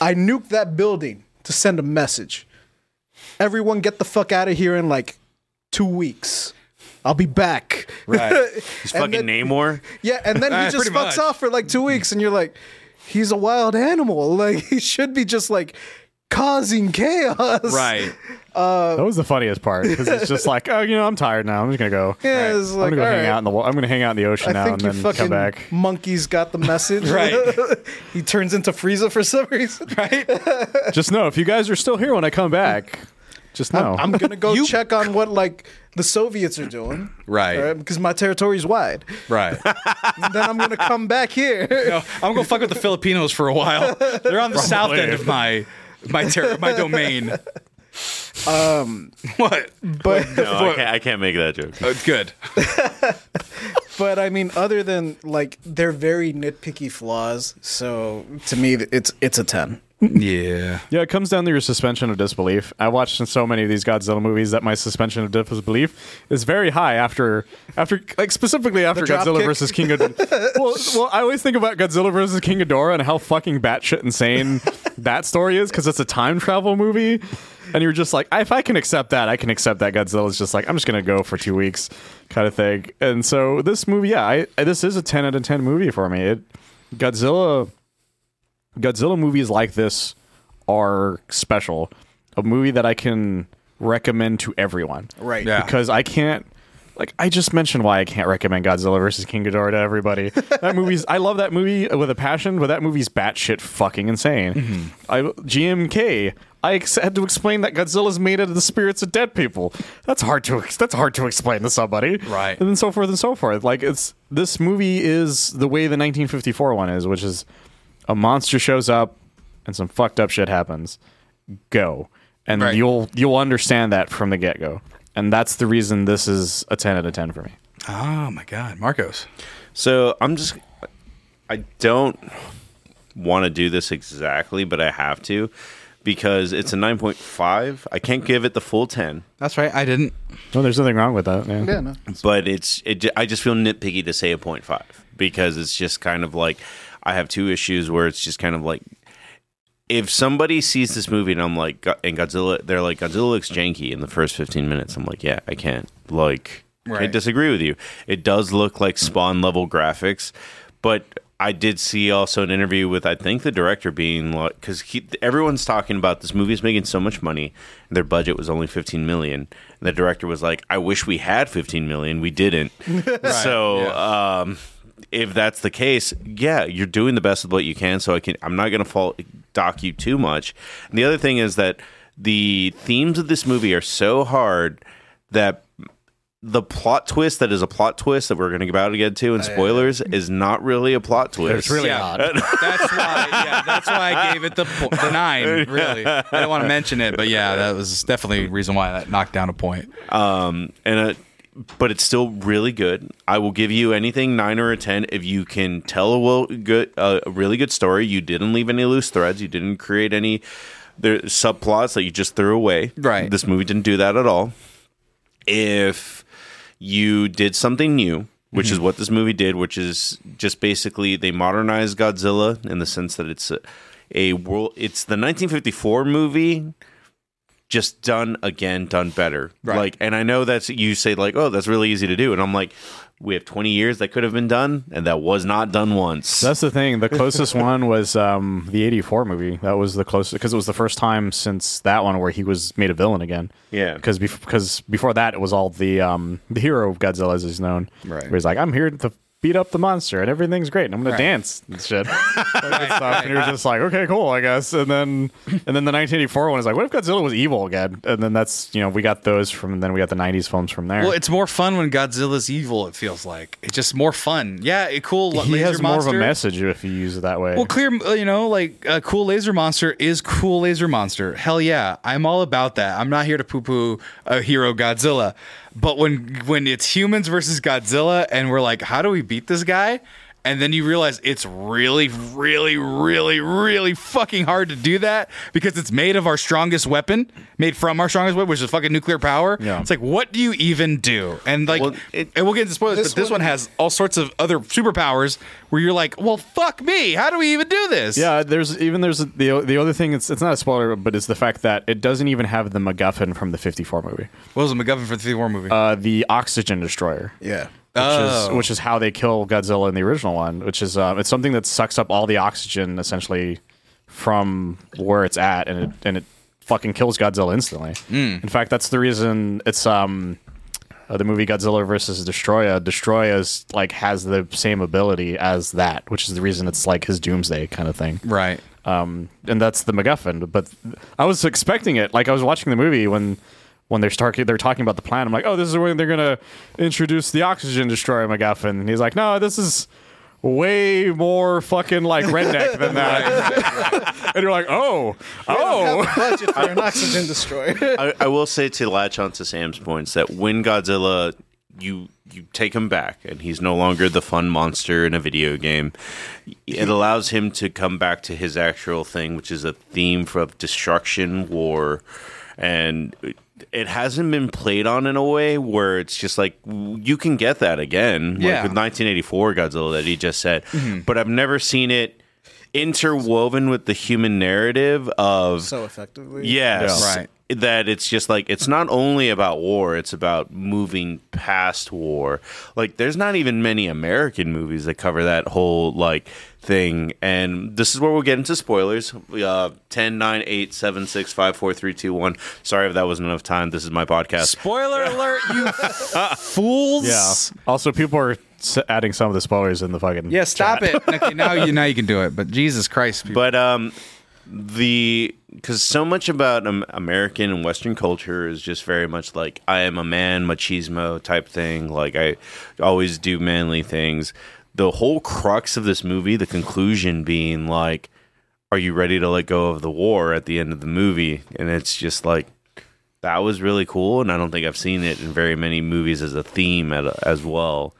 Speaker 4: I nuked that building to send a message. Everyone get the fuck out of here in like 2 weeks. I'll be back." <laughs>
Speaker 2: Right.
Speaker 1: He's
Speaker 4: And
Speaker 1: fucking
Speaker 4: then-
Speaker 2: <laughs>
Speaker 1: Namor.
Speaker 4: Yeah, and then
Speaker 2: Uh,
Speaker 4: he just
Speaker 2: pretty
Speaker 4: fucks
Speaker 2: much.
Speaker 4: <laughs> off for like 2 weeks and you're like, "He's a wild animal. Like he should be just like causing chaos.
Speaker 2: Right.
Speaker 3: That was the funniest part because it's just like, oh, you know, I'm tired now. I'm just gonna go.
Speaker 4: <laughs> Yeah, it's
Speaker 3: I'm
Speaker 4: like,
Speaker 3: gonna go
Speaker 4: all
Speaker 3: hang
Speaker 4: right.
Speaker 3: out in the. wa- I'm gonna hang out in the ocean
Speaker 4: I
Speaker 3: now and
Speaker 4: think you
Speaker 3: then come
Speaker 4: fucking
Speaker 3: back.
Speaker 4: monkeys got the message.
Speaker 2: <laughs> Right.
Speaker 4: <laughs> he turns into Frieza for some reason.
Speaker 2: <laughs> Right.
Speaker 3: just know if you guys are still here when I come back, just know.
Speaker 4: I'm gonna go
Speaker 2: <laughs> You-
Speaker 4: check on what like the Soviets are doing.
Speaker 2: Right.
Speaker 4: all Because my territory's wide.
Speaker 2: Right. <laughs>
Speaker 4: And then I'm gonna come back here.
Speaker 2: No, I'm gonna fuck with the Filipinos for a while. They're on the south end of my my ter- my domain. Um,
Speaker 3: Um,
Speaker 2: <laughs> what?
Speaker 4: But
Speaker 1: No, I can't, I can't make that joke.
Speaker 2: Uh, good.
Speaker 4: <laughs> but I mean, other than like they're very nitpicky flaws, so to me it's it's a ten.
Speaker 2: Yeah.
Speaker 3: yeah, it comes down to your suspension of disbelief. I watched so many of these Godzilla movies that my suspension of disbelief is very high after after like specifically after
Speaker 4: drop
Speaker 3: Godzilla
Speaker 4: kick?
Speaker 3: versus King. Ghidorah.
Speaker 4: <laughs>
Speaker 3: well, well, I always think about Godzilla versus King Ghidorah and how fucking batshit
Speaker 4: <laughs>
Speaker 3: insane that story is because it's a time travel movie. And you're just like, if I can accept that, I can accept that Godzilla's just like, I'm just gonna go for two weeks, kind of thing. And so this movie, yeah, I, this is a 10 out of 10 movie for me. It Godzilla Godzilla movies like this are special. A movie that I can recommend to everyone.
Speaker 4: Right.
Speaker 2: Yeah.
Speaker 3: Because I can't like I just mentioned why I can't recommend Godzilla versus King Ghidorah to everybody. That movie's I love that movie with a passion, but that movie's batshit fucking insane. I GMK I ex- had to explain that Godzilla's made out of the spirits of dead people. That's hard to ex- that's hard to explain to somebody,
Speaker 2: Right.
Speaker 3: And then so forth and so forth. Like it's this movie is the way the 1954 one is, which is a monster shows up and some fucked up shit happens go and
Speaker 2: Right.
Speaker 3: you'll you'll understand that from the get-go and that's the reason this is a 10 out of 10 for me
Speaker 2: Oh my God, Marcos.
Speaker 1: So I'm just, I don't want to do this exactly, but I have to because it's a 9.5. I can't give it the full 10,
Speaker 2: That's right. I didn't.
Speaker 3: no there's nothing wrong with that yeah,
Speaker 4: no.
Speaker 1: but it's, it, ju- I just feel nitpicky to say a 0.5 because it's just kind of like, I have two issues where it's just kind of like, if somebody sees this movie and I'm like, "Go- and Godzilla, they're like, Godzilla looks janky in the first 15 minutes. I'm like, yeah, I can't. Like, I
Speaker 2: Right.
Speaker 1: disagree with you. It does look like Spawn level graphics, but I did see also an interview with, I think, the director being like, because everyone's talking about this movie's making so much money. and Their budget was only 15 million. And the director was like, I wish we had 15 million. We didn't. so, um, if that's the case, yeah, you're doing the best of what you can. So I can, I'm not going to fault dock you too much. And the other thing is that the themes of this movie are so hard that the plot twist that is a plot twist that we're going to get about to get to in spoilers is not really a plot twist. Oh, Mm-hmm. It's
Speaker 2: yeah. <laughs> That's why. Yeah, that's why I gave it the po-
Speaker 3: <laughs>
Speaker 2: the nine. Really, I didn't want to mention it, but yeah, that was definitely a reason why that knocked down a point.
Speaker 1: um and uh but it's still really good. I will give you anything nine or a ten if you can tell a well good a really good story. You didn't leave any loose threads. You didn't create any there subplots that you just threw away.
Speaker 2: Right.
Speaker 1: This movie didn't do that at all. If you did something new, which is what this movie did, which is just basically they modernized Godzilla in the sense that it's a, a world. It's the 1954 movie, just done again, done better.
Speaker 2: Right.
Speaker 1: Like, and I know that's you say like, oh, that's really easy to do, and I'm like, we have 20 years that could have been done, and that was not done once.
Speaker 3: that's the thing
Speaker 2: <laughs>
Speaker 3: the closest one was um, the 84 movie that was the closest because it was the first time since that one where he was made a villain again
Speaker 1: Yeah.
Speaker 3: because because before that it was all the um, the hero of godzilla as he's known
Speaker 2: Right.
Speaker 3: where he's like i'm here to beat up the monster and everything's great and i'm gonna dance
Speaker 2: <laughs>
Speaker 3: and shit stuff, and you're just like, okay, cool, I guess. And then and then the 1984 one is like, what if Godzilla was evil again? And then that's you know we got those from then we got the 90s films from there.
Speaker 2: Well, it's more fun when Godzilla's evil. It feels like it's just more fun. Yeah, a cool.
Speaker 3: he
Speaker 2: laser
Speaker 3: has more
Speaker 2: monster.
Speaker 3: of a message if you use it that way.
Speaker 2: Well, clear, uh, you know, like a cool laser monster is cool laser monster. Hell yeah, I'm all about that. I'm not here to poo poo a hero Godzilla, but when when it's humans versus Godzilla and we're like, how do we beat this guy? And then you realize it's really, really, really, really fucking hard to do that because it's made of our strongest weapon, made from our strongest weapon, which is fucking nuclear power.
Speaker 3: Yeah.
Speaker 2: It's like, what do you even do? And like,
Speaker 1: Well, it-
Speaker 2: and we'll get into spoilers,
Speaker 4: This
Speaker 2: but this one
Speaker 4: one-
Speaker 2: has all sorts of other superpowers where you're like, well, fuck me. How do we even do this?
Speaker 3: yeah, there's even there's the the other thing. It's it's not a spoiler, but it's the fact that it doesn't even have the MacGuffin from the '54 movie,
Speaker 2: What was the McGuffin for the Civil War movie?
Speaker 3: uh, the oxygen destroyer.
Speaker 4: Yeah.
Speaker 3: which
Speaker 2: Oh.
Speaker 3: is which is how uh, they kill Godzilla in the original one, which is um, it's something that sucks up all the oxygen essentially from where it's at, and it and it fucking kills Godzilla instantly. In fact, that's the reason it's um uh, the movie Godzilla versus Destroya. Destroya is like has the same ability as that, which is the reason it's like his doomsday kind of thing.
Speaker 2: Right.
Speaker 3: Um, and that's the MacGuffin. But I was expecting it. Like I was watching the movie when when they're start, they're talking about the plan. I'm like, oh, this is where they're gonna introduce the oxygen destroyer MacGuffin. And he's like, no, this is way more fucking like redneck than that. and you're like, oh, oh.
Speaker 4: budget for an oxygen destroyer.
Speaker 1: I, I will say to latch onto Sam's points that when Godzilla, you you take him back and he's no longer the fun monster in a video game. It allows him to come back to his actual thing, which is a theme for- of destruction, war, and it- it hasn't been played on in a way where it's just like you can get that again,
Speaker 2: Yeah.
Speaker 1: like with 1984 Godzilla that he just said. But I've never seen it interwoven with the human narrative of
Speaker 4: so effectively.
Speaker 1: Yes.
Speaker 2: Yeah. Right.
Speaker 1: That it's just like it's not only about war, it's about moving past war. Like there's not even many American movies that cover that whole like thing. And this is where we'll get into spoilers. Uh 10 9 8 7 6 5 4 3 2 1. Sorry if that wasn't enough time. This is my podcast.
Speaker 2: Spoiler alert, <laughs> you fools.
Speaker 3: Yeah. Also, people are s- adding some of the spoilers in the fucking.
Speaker 2: Yeah, stop it. Okay, now you now you can do it. But Jesus Christ, people.
Speaker 1: But um, the because so much about um, American and Western culture is just very much like I am a man machismo type thing. Like I always do manly things. The whole crux of this movie, the conclusion being like, are you ready to let go of the war at the end of the movie? And it's just like. That was really cool, and I don't think I've seen it in very many movies as a theme at, as well.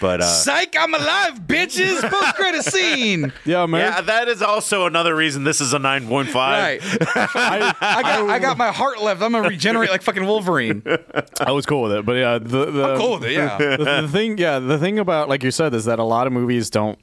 Speaker 1: But uh,
Speaker 2: Psych, I'm alive, bitches. Post credit scene.
Speaker 3: Yeah, man.
Speaker 1: yeah, that is also another reason this is a nine point five.
Speaker 2: Right. <laughs> I, got, I got my heart left. I'm gonna regenerate like fucking Wolverine.
Speaker 3: I was cool with it, but yeah, the, the
Speaker 2: I'm cool with it, yeah.
Speaker 3: <laughs> the, the thing, yeah, the thing about like you said is that a lot of movies don't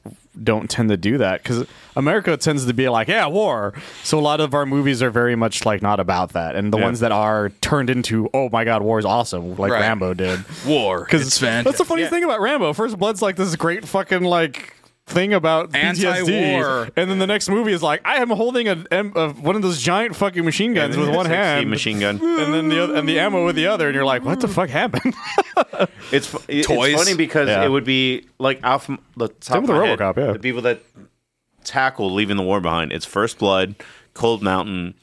Speaker 3: don't tend to do that because America tends to be like, yeah, war. So a lot of our movies are very much like not about that, and the ones that are turned into, oh my god, war is awesome, like
Speaker 2: Right. <laughs>
Speaker 3: Rambo did.
Speaker 2: War. Because it's <laughs>
Speaker 3: That's the
Speaker 2: fantastic.
Speaker 3: funny thing about Rambo. First Blood's like this great fucking like thing about
Speaker 2: Anti-war.
Speaker 3: PTSD, and then the next movie is like I am holding a, em- a one of those giant fucking machine guns with one
Speaker 1: Six-seat
Speaker 3: hand,
Speaker 1: machine gun.
Speaker 3: and then the other, and the ammo with the other, and you're like,
Speaker 2: <laughs>
Speaker 3: what the fuck happened?
Speaker 1: <laughs> It's fu- it-
Speaker 2: Toys.
Speaker 1: It's funny because
Speaker 3: Yeah.
Speaker 1: it would be like off m- the top
Speaker 3: Same with
Speaker 1: of
Speaker 3: the
Speaker 1: my head,
Speaker 3: RoboCop, yeah.
Speaker 1: The people that tackle leaving the war behind. It's First Blood, Cold Mountain,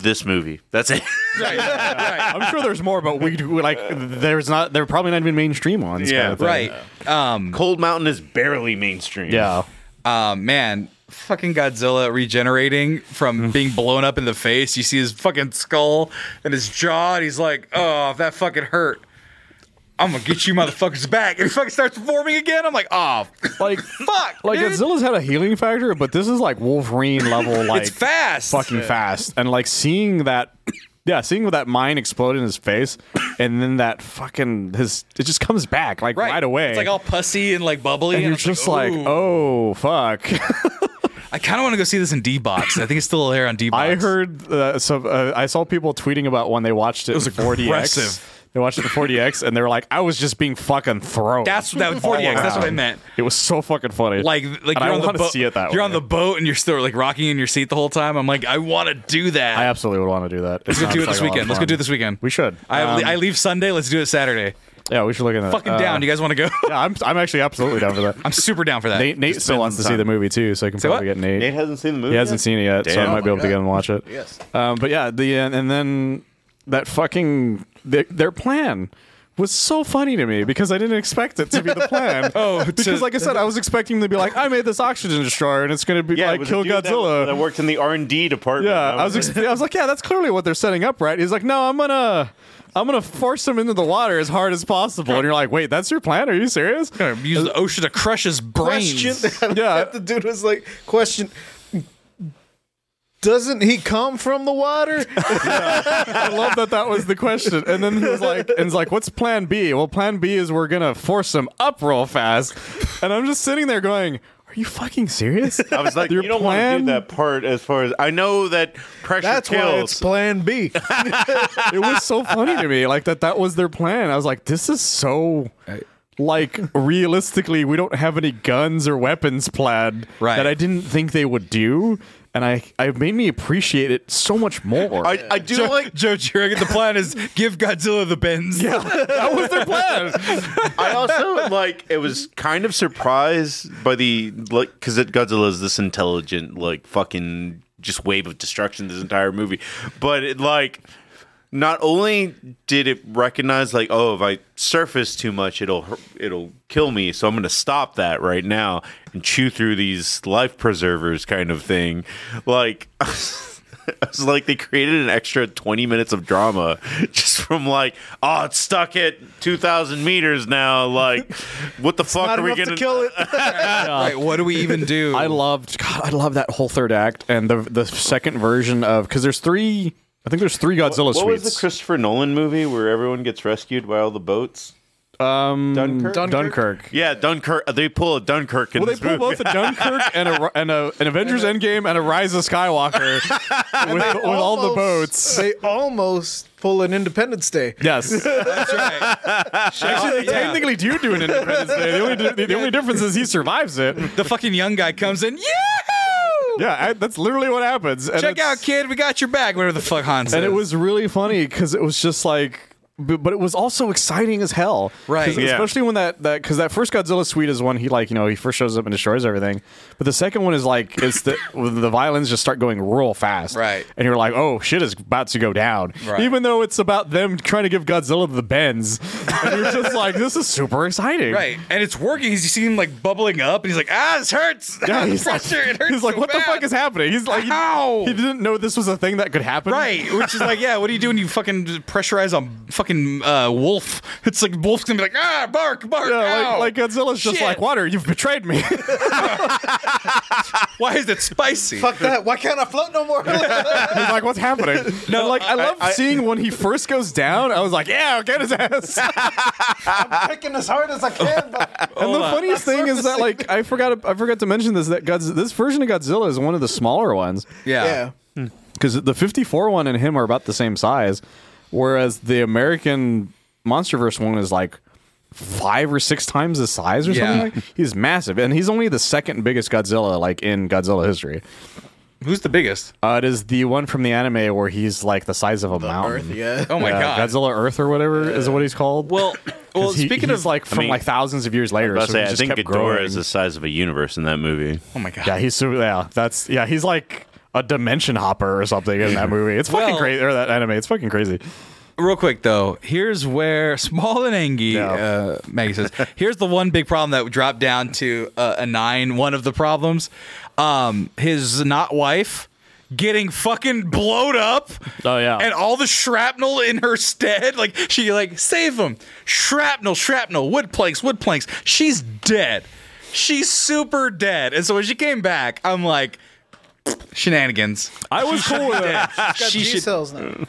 Speaker 1: this movie. That's it. <laughs>
Speaker 3: I'm sure there's more, but we do
Speaker 2: <laughs>
Speaker 3: like there's not there are probably not even mainstream ones.
Speaker 1: Yeah,
Speaker 3: kind of thing.
Speaker 2: Right. Um.
Speaker 1: Cold Mountain is barely mainstream.
Speaker 3: Yeah,
Speaker 2: Uh, man, fucking Godzilla regenerating from being blown up in the face. You see his fucking skull and his jaw, and he's like, oh, if that fucking hurt. I'm gonna get you motherfuckers back. And he fucking starts performing again. I'm like, oh,
Speaker 3: like
Speaker 2: fuck.
Speaker 3: <laughs> like
Speaker 2: dude.
Speaker 3: Godzilla's had a healing factor, but this is like Wolverine level,
Speaker 2: <laughs>
Speaker 3: like
Speaker 2: It's fast.
Speaker 3: fucking fast, and like seeing that. <coughs> Yeah, seeing that mine explode in his face, and then that fucking his it just comes back like right, away.
Speaker 2: It's like all pussy and like bubbly.
Speaker 3: and you're
Speaker 2: I'm
Speaker 3: just like,
Speaker 2: ooh.
Speaker 3: oh fuck.
Speaker 2: I kind of want to go see this in D box. I think it's still there on D box.
Speaker 3: <laughs> I heard uh, some. Uh, I saw people tweeting about when they watched it. It
Speaker 2: was
Speaker 3: in 4DX.
Speaker 2: aggressive.
Speaker 3: They watched it in 4DX, and they were like, "I was just being fucking thrown."
Speaker 2: that's that 40x. That's what I meant.
Speaker 3: It was so fucking funny.
Speaker 2: Like, like
Speaker 3: and
Speaker 2: you're
Speaker 3: I
Speaker 2: on the
Speaker 3: wanna
Speaker 2: boat.
Speaker 3: see it that
Speaker 2: you're
Speaker 3: way.
Speaker 2: on the boat and you're still like rocking in your seat the whole time. I'm like, I want to do that.
Speaker 3: I absolutely would want to do that.
Speaker 2: Let's go do it this weekend. Let's go do it this weekend.
Speaker 3: We should.
Speaker 2: I,
Speaker 3: Um, uh,
Speaker 2: I leave Sunday. Let's do it Saturday.
Speaker 3: Yeah, we should look at that.
Speaker 2: Fucking down. You guys want to go? <laughs>
Speaker 3: <laughs> Yeah, I'm. I'm actually absolutely down for that.
Speaker 2: I'm super down for that.
Speaker 3: Nate, Nate still wants to see the movie too, so I can
Speaker 2: Say
Speaker 3: probably
Speaker 2: what?
Speaker 3: get Nate.
Speaker 1: Nate hasn't seen the movie.
Speaker 3: He hasn't seen it yet, so
Speaker 1: Damn.
Speaker 3: I might be able to get him to watch it.
Speaker 4: Yes.
Speaker 3: Um, but yeah, the and, and then that fucking their, their plan was so funny to me because I didn't expect it to be the plan.
Speaker 2: <laughs> Oh, to-
Speaker 3: because like I said, I was expecting them to be like, I made this oxygen destroyer and it's gonna be
Speaker 1: Yeah, it
Speaker 3: like
Speaker 1: was a
Speaker 3: kill
Speaker 1: dude that-
Speaker 3: Godzilla.
Speaker 1: That, worked in the R and D department.
Speaker 3: yeah, I was ex- I was like, yeah, that's clearly what they're setting up, right? He's like, no, I'm gonna. I'm gonna force him into the water as hard as possible, and you're like, "Wait, that's your plan? Are you serious?"
Speaker 2: Gonna Use
Speaker 3: uh,
Speaker 2: the ocean to crush his brains. <laughs>
Speaker 3: <laughs>
Speaker 4: Question. <laughs>
Speaker 3: Yeah.
Speaker 4: the dude was like, question. Doesn't he come from the water?
Speaker 3: I love that that was the question. And then he was like, and he's like, what's plan B? Well, plan B is we're going to force him up real fast. And I'm just sitting there going, are you fucking serious?
Speaker 1: I was like,
Speaker 3: <laughs> Your
Speaker 1: you don't want to do
Speaker 3: plan-
Speaker 1: that part as far as I know that pressure
Speaker 4: That's
Speaker 1: kills.
Speaker 4: why it's Plan B.
Speaker 3: it was so funny to me. Like that, that was their plan. I was like, this is so like realistically, we don't have any guns or weapons planned
Speaker 2: Right.
Speaker 3: that I didn't think they would do. and I it made me appreciate it so much more.
Speaker 1: I, I
Speaker 3: <laughs>
Speaker 1: do like
Speaker 2: Joe Jurek. The plan is give Godzilla the bends. Yeah, that was their plan.
Speaker 1: I also like it was kind of surprised by the like because Godzilla is this intelligent like fucking just wave of destruction this entire movie, but it like not only did it recognize like oh if I surface too much it'll hur- it'll kill me so I'm gonna stop that right now and chew through these life preservers kind of thing, like. <laughs> It was like they created an extra 20 minutes of drama <laughs> just from like, oh, it's stuck at 2,000 meters now. Like, what the fuck
Speaker 4: Not
Speaker 1: are we
Speaker 4: enough
Speaker 1: going
Speaker 4: to kill it.
Speaker 2: <laughs> Right, what do we even do?
Speaker 3: I loved God, I love that whole third act and the the second version of because there's three. I think there's three Godzilla
Speaker 1: What was
Speaker 3: suites.
Speaker 1: the Christopher Nolan movie where everyone gets rescued by all the boats?
Speaker 3: um,
Speaker 1: Dunkirk?
Speaker 3: Dunkirk.
Speaker 1: Yeah, Dunkirk. They pull a Dunkirk in
Speaker 3: Well, they
Speaker 1: this
Speaker 3: pull
Speaker 1: movie.
Speaker 3: both a Dunkirk and a and a an Avengers Endgame and a Rise of
Speaker 1: <laughs>
Speaker 3: Skywalker with, with all the
Speaker 4: Almost-
Speaker 3: boats.
Speaker 4: They almost pull an Independence Day.
Speaker 3: Yes,
Speaker 2: That's right. Uh,
Speaker 3: actually, they technically do do an Independence Day. The only di- the only difference is he survives it.
Speaker 2: <laughs> The fucking young guy comes in. Yeah.
Speaker 3: Yeah, I, that's literally what happens. And
Speaker 2: Check
Speaker 3: it's-
Speaker 2: out, kid. We got your back. Whatever the fuck Han says.
Speaker 3: and it was really funny because it was just like bu- but it was also exciting as hell 'Cause
Speaker 2: Right. Yeah.
Speaker 3: especially when that that because that first godzilla suite is one he like you know he first shows up and destroys everything but the second one is like it's the <laughs> when the violins just start going real fast
Speaker 2: Right.
Speaker 3: and you're like oh shit is about to go down
Speaker 2: Right.
Speaker 3: even though it's about them trying to give godzilla the bends and you're just like this is super exciting
Speaker 2: right, and it's working. He's- You see him like bubbling up, and he's like, "Ah, this hurts. <laughs>
Speaker 3: yeah,
Speaker 2: he's
Speaker 3: he's like,
Speaker 2: pressure. it hurts
Speaker 3: he's like
Speaker 2: so
Speaker 3: what the
Speaker 2: bad."
Speaker 3: fuck is happening? He's like, he,
Speaker 2: Ow!
Speaker 3: he didn't know this was a thing that could happen.
Speaker 2: Right, which is like, yeah, what are you doing? You fucking pressurize a fucking uh, wolf. It's like wolf's gonna be like, ah, bark, bark.
Speaker 3: Yeah,
Speaker 2: ow."
Speaker 3: like, like Godzilla's just
Speaker 2: Shit.
Speaker 3: like, water, you've betrayed me. <laughs>
Speaker 2: why is it spicy?
Speaker 4: Fuck that. Why can't I float no more? <laughs>
Speaker 3: He's like,
Speaker 2: <laughs>
Speaker 3: what's happening? No, like I love seeing when he first goes down. I was like, yeah, get his
Speaker 2: <laughs>
Speaker 3: ass. and
Speaker 4: Kicking as hard as I can, but
Speaker 3: the
Speaker 2: <laughs>
Speaker 3: funniest thing is that like I forgot I forgot to mention this that Godz- this version of Godzilla is one of the smaller ones
Speaker 2: Yeah.
Speaker 4: yeah.
Speaker 3: because the 54 one and him are about the same size, whereas the American MonsterVerse one is like five or six times the size or
Speaker 2: Yeah.
Speaker 3: something. Like. He's massive, and he's only the second biggest Godzilla like in Godzilla history.
Speaker 2: Who's the biggest?
Speaker 3: Uh, it is the one from the anime where he's like the size of a mountain.
Speaker 4: Yeah.
Speaker 2: Oh my
Speaker 3: Yeah,
Speaker 2: god.
Speaker 3: Godzilla Earth or whatever is what he's
Speaker 2: <laughs>
Speaker 3: called.
Speaker 2: well, well.
Speaker 3: 'Cause he-
Speaker 2: speaking
Speaker 3: he's
Speaker 2: of
Speaker 3: like from
Speaker 1: mean-
Speaker 3: like thousands of years later,
Speaker 1: I, was
Speaker 3: so
Speaker 1: gonna
Speaker 3: he
Speaker 1: say, I
Speaker 3: just
Speaker 1: think
Speaker 3: kept
Speaker 1: Ghidorah
Speaker 3: growing.
Speaker 1: is the size of a universe in that movie.
Speaker 2: oh my god.
Speaker 3: yeah, he's super, yeah, that's yeah, he's like a dimension hopper or something in that movie. It's fucking
Speaker 2: Well-
Speaker 3: crazy or that anime. It's fucking crazy.
Speaker 2: Real quick though, here's where <laughs> Small and Angie uh, Maggie says, here's the one big problem that dropped down to uh, a nine. One of the problems, um, his not wife getting fucking blowed up.
Speaker 3: Oh, yeah.
Speaker 2: and all the shrapnel in her stead. Like she like save him, shrapnel, shrapnel, wood planks, wood planks. She's dead. She's super dead. And so when she came back, I'm like. Shenanigans.
Speaker 3: I was cool with it.
Speaker 4: She's got
Speaker 2: She
Speaker 4: G
Speaker 2: should-
Speaker 4: cells now.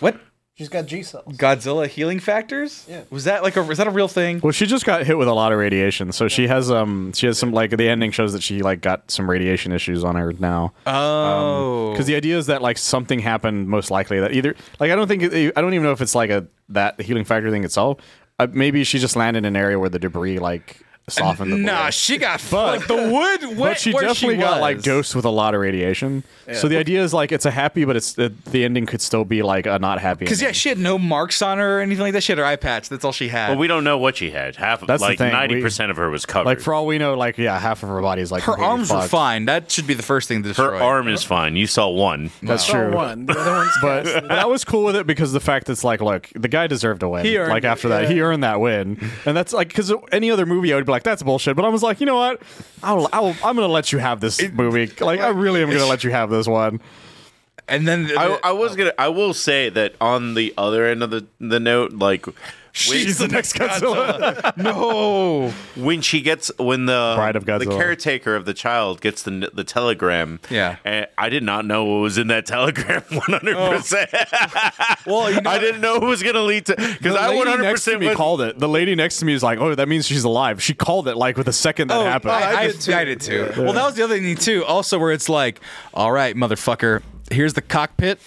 Speaker 2: What?
Speaker 4: She's got G cells.
Speaker 2: Godzilla healing factors? Yeah. Was that like a was that a real thing?
Speaker 3: Well, she just got hit with a lot of radiation, so she has um she has some like the ending shows that she like got some radiation issues on her now.
Speaker 2: Oh.
Speaker 3: because the idea is that like something happened most likely that either like i don't think it- i don't even know if it's like a that healing factor thing itself uh, maybe she just landed in an area where the debris like softened the
Speaker 2: nah,
Speaker 3: blow.
Speaker 2: she got but, like the wood went
Speaker 3: but she
Speaker 2: where
Speaker 3: definitely
Speaker 2: she
Speaker 3: got like
Speaker 2: was.
Speaker 3: dosed with a lot of radiation so the idea is like it's a happy but it's it, the ending could still be like a not happy
Speaker 2: Cause yeah,
Speaker 3: ending.
Speaker 2: she had no marks on her or anything like that. She had her eye patch. That's all she had.
Speaker 1: But we don't know what she had. Half of
Speaker 3: That's the
Speaker 1: like
Speaker 3: thing, we-
Speaker 1: ninety percent of her was covered.
Speaker 3: like for all we know like yeah half of her body is like
Speaker 2: her
Speaker 3: completely
Speaker 2: arms were
Speaker 3: fucked.
Speaker 2: fine. That should be the first thing to
Speaker 1: her
Speaker 2: destroy.
Speaker 1: arm is fine. You saw one.
Speaker 3: that's
Speaker 4: Saw
Speaker 3: true
Speaker 4: One. The other one's
Speaker 3: <laughs> but and I was cool with it because the fact it's like, look, the guy deserved a win.
Speaker 2: He earned
Speaker 3: like
Speaker 2: it,
Speaker 3: after that, he earned that win, and that's like because any other movie I would be like, that's bullshit. But I was like, you know what? I'll, I'll I'm gonna let you have this movie. Like I really am gonna let you have this one.
Speaker 2: And then the,
Speaker 1: I, I
Speaker 3: Oh.
Speaker 1: was gonna. I will say that on the other end of the the note, like
Speaker 3: She's the next
Speaker 1: uh, <laughs>
Speaker 3: Godzilla.
Speaker 2: no.
Speaker 1: when she gets when the
Speaker 3: Bride of
Speaker 1: the
Speaker 3: Godzilla.
Speaker 1: caretaker of the child gets the the telegram.
Speaker 2: Yeah.
Speaker 1: and I did not know what was in that <laughs> telegram.
Speaker 3: Oh.
Speaker 1: One hundred percent.
Speaker 2: Well, you know,
Speaker 1: I didn't know it was gonna lead to because
Speaker 3: The
Speaker 1: I
Speaker 3: lady
Speaker 1: one hundred
Speaker 3: next to
Speaker 1: percent
Speaker 3: me called it. The lady next to me is like, "Oh, that means she's alive." She called it like with the second that
Speaker 2: Oh,
Speaker 3: happened.
Speaker 2: I, I,
Speaker 4: I
Speaker 2: I
Speaker 4: did
Speaker 2: did
Speaker 4: too.
Speaker 2: too. Well, that was the other thing too. Also, where it's like, all right, motherfucker, here's the cockpit.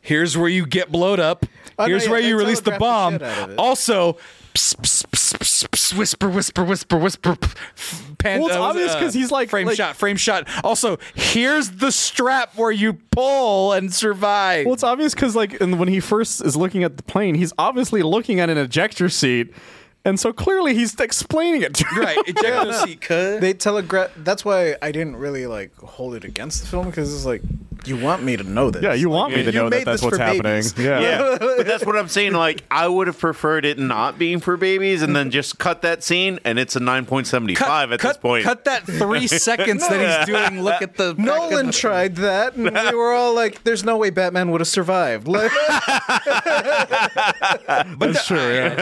Speaker 2: Here's where you get blowed up.
Speaker 4: no,
Speaker 2: Here's
Speaker 4: yeah,
Speaker 2: where
Speaker 4: they
Speaker 2: you release the
Speaker 4: telegraphed the
Speaker 2: bomb.
Speaker 4: shit out of it.
Speaker 2: also, pss, pss, pss, pss, Psst, psst, whisper, whisper, whisper, whisper. p- f- Pan,
Speaker 3: Well, it's
Speaker 2: uh, was it,
Speaker 3: obvious
Speaker 2: uh,
Speaker 3: 'cause he's like-
Speaker 2: frame
Speaker 3: like-
Speaker 2: shot, frame shot. Also, here's the strap where you pull and survive.
Speaker 3: Well, it's obvious because like in- when he first is looking at the plane, he's obviously looking at an ejector seat, and so clearly he's explaining it. To
Speaker 2: right, ejector seat, cuz.
Speaker 4: They telegraph. That's why I didn't really like hold it against the film because it's like you want me to know this.
Speaker 3: Yeah, you want me to
Speaker 4: You
Speaker 3: know that
Speaker 4: made
Speaker 3: that's
Speaker 4: this
Speaker 3: what's
Speaker 4: for
Speaker 3: happening.
Speaker 4: babies. <laughs>
Speaker 2: <laughs>
Speaker 3: Yeah.
Speaker 1: Yeah, but that's what I'm saying. Like, I would have preferred it not being for babies, and then just cut that scene, and it's a 9.75 at
Speaker 2: cut,
Speaker 1: this point.
Speaker 2: Cut that three seconds that he's doing. Look at the back of
Speaker 4: Nolan
Speaker 2: the-
Speaker 4: tried that, and we were all like, "There's no way Batman would have survived." <laughs> Like,
Speaker 2: But
Speaker 3: That's true. Yeah.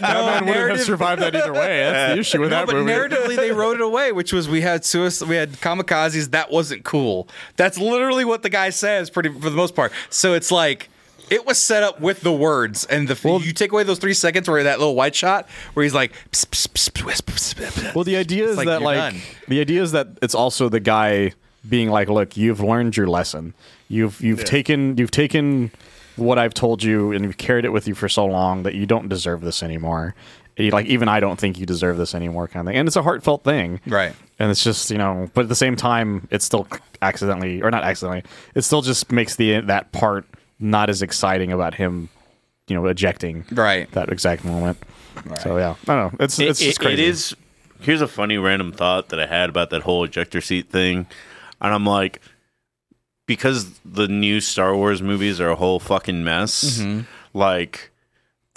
Speaker 2: Batman
Speaker 3: Wouldn't have survived that either way. That's the issue with that
Speaker 2: but
Speaker 3: movie.
Speaker 2: narratively they wrote it away, which was we had suicide, we had kamikazes. That wasn't cool. That's literally what the guy says, pretty for the most part. So it's like it was set up with the words and the. you take away those three seconds where that little white shot where he's like. "Psst, psst, psst, psst, whisk, psst, psst, psst."
Speaker 3: Well, the idea
Speaker 2: It's
Speaker 3: is that
Speaker 2: you're
Speaker 3: like
Speaker 2: done.
Speaker 3: the idea is that it's also the guy being like, "Look, you've learned your lesson. You've you've taken you've taken what I've told you and you've carried it with you for so long that you don't deserve this anymore. You- Like even I don't think you deserve this anymore." Kind of thing, and it's a heartfelt thing,
Speaker 2: Right.
Speaker 3: And it's just you know, but at the same time, it still accidentally or not accidentally, it still just makes the that part not as exciting about him. You know, ejecting
Speaker 2: Right.
Speaker 3: that exact moment. So yeah, I don't know. It's
Speaker 1: It-
Speaker 3: it's just
Speaker 1: it- it
Speaker 3: crazy.
Speaker 1: is. Here's a funny random thought that I had about that whole ejector seat thing, and I'm like, because the new Star Wars movies are a whole fucking mess. Like,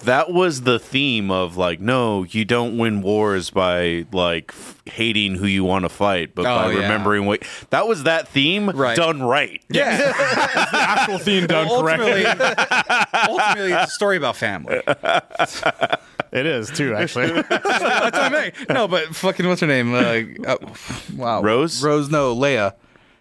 Speaker 1: that was the theme of like, no, you don't win wars by like f- hating who you want to fight, but by
Speaker 2: Oh, yeah.
Speaker 1: remembering what. That was that theme
Speaker 2: Right.
Speaker 1: done right.
Speaker 2: Yeah.
Speaker 3: actual theme done
Speaker 2: ultimately, ultimately, it's a story about family.
Speaker 3: It is too, <laughs> actually.
Speaker 2: That's what I meant. No, but fucking what's her name? Uh, uh, wow.
Speaker 1: Rose?
Speaker 2: Rose, no, Leia.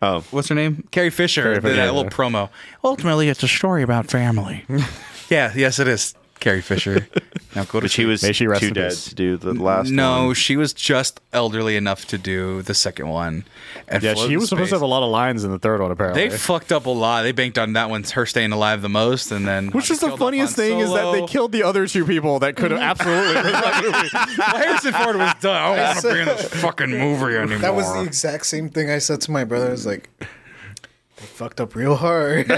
Speaker 1: Oh.
Speaker 2: What's her name? Carrie Fisher. did
Speaker 3: Fisher,
Speaker 2: that
Speaker 3: yeah.
Speaker 2: little promo. Ultimately, it's a story about family.
Speaker 3: <laughs>
Speaker 2: yeah, yes, it is. Carrie Fisher. Now go to
Speaker 1: But she was
Speaker 3: May she rest
Speaker 1: too
Speaker 3: in
Speaker 1: dead
Speaker 3: peace.
Speaker 1: to do the last.
Speaker 2: No,
Speaker 1: one.
Speaker 2: she was just elderly enough to do the second one. And
Speaker 3: yeah,
Speaker 2: float
Speaker 3: she
Speaker 2: in
Speaker 3: was supposed to
Speaker 2: space.
Speaker 3: have a lot of lines in the third one, apparently.
Speaker 2: They fucked up a lot. They banked on that one, her staying alive the most, and then
Speaker 3: which is the
Speaker 2: killed off
Speaker 3: funniest
Speaker 2: Han
Speaker 3: thing is that they
Speaker 2: Solo.
Speaker 3: killed the other two people
Speaker 2: <laughs>
Speaker 3: that could have absolutely.
Speaker 2: Well, <laughs> Harrison Ford was done. I don't want to be in this fucking movie anymore.
Speaker 4: that was the exact same thing I said to my brother. I was like, "They fucked up real hard."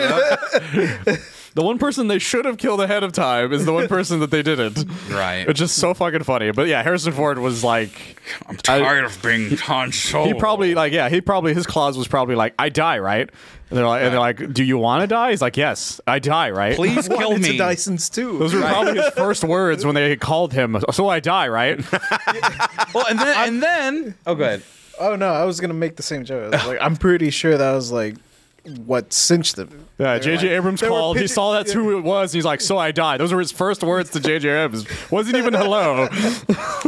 Speaker 3: the one person they should have killed ahead of time is the one person that they didn't.
Speaker 2: Right.
Speaker 3: It's just so fucking funny. But yeah, Harrison Ford was like,
Speaker 2: I'm tired of being <laughs> Han Solo.
Speaker 3: he probably like yeah, he probably his clause was probably like, I die, right? And they're like, and they're like, do you want to die? He's like, yes, I die, right?
Speaker 2: please kill
Speaker 4: <laughs> Wanted
Speaker 2: me.
Speaker 4: to Dyson's too.
Speaker 3: Those were probably his first words when they called him. So I
Speaker 2: <laughs>
Speaker 3: die, right?
Speaker 2: Well, and then and then oh, go ahead.
Speaker 4: Oh no, I was gonna make the same joke. I was like, I'm pretty sure that was like what cinched them.
Speaker 3: Yeah,
Speaker 4: They were
Speaker 3: JJ
Speaker 4: like-
Speaker 3: Abrams
Speaker 4: they were
Speaker 3: called. he
Speaker 4: pitching-
Speaker 3: saw that's who it was. He's like, "So I died." Those were his first words to JJ Abrams. Wasn't even <laughs> hello.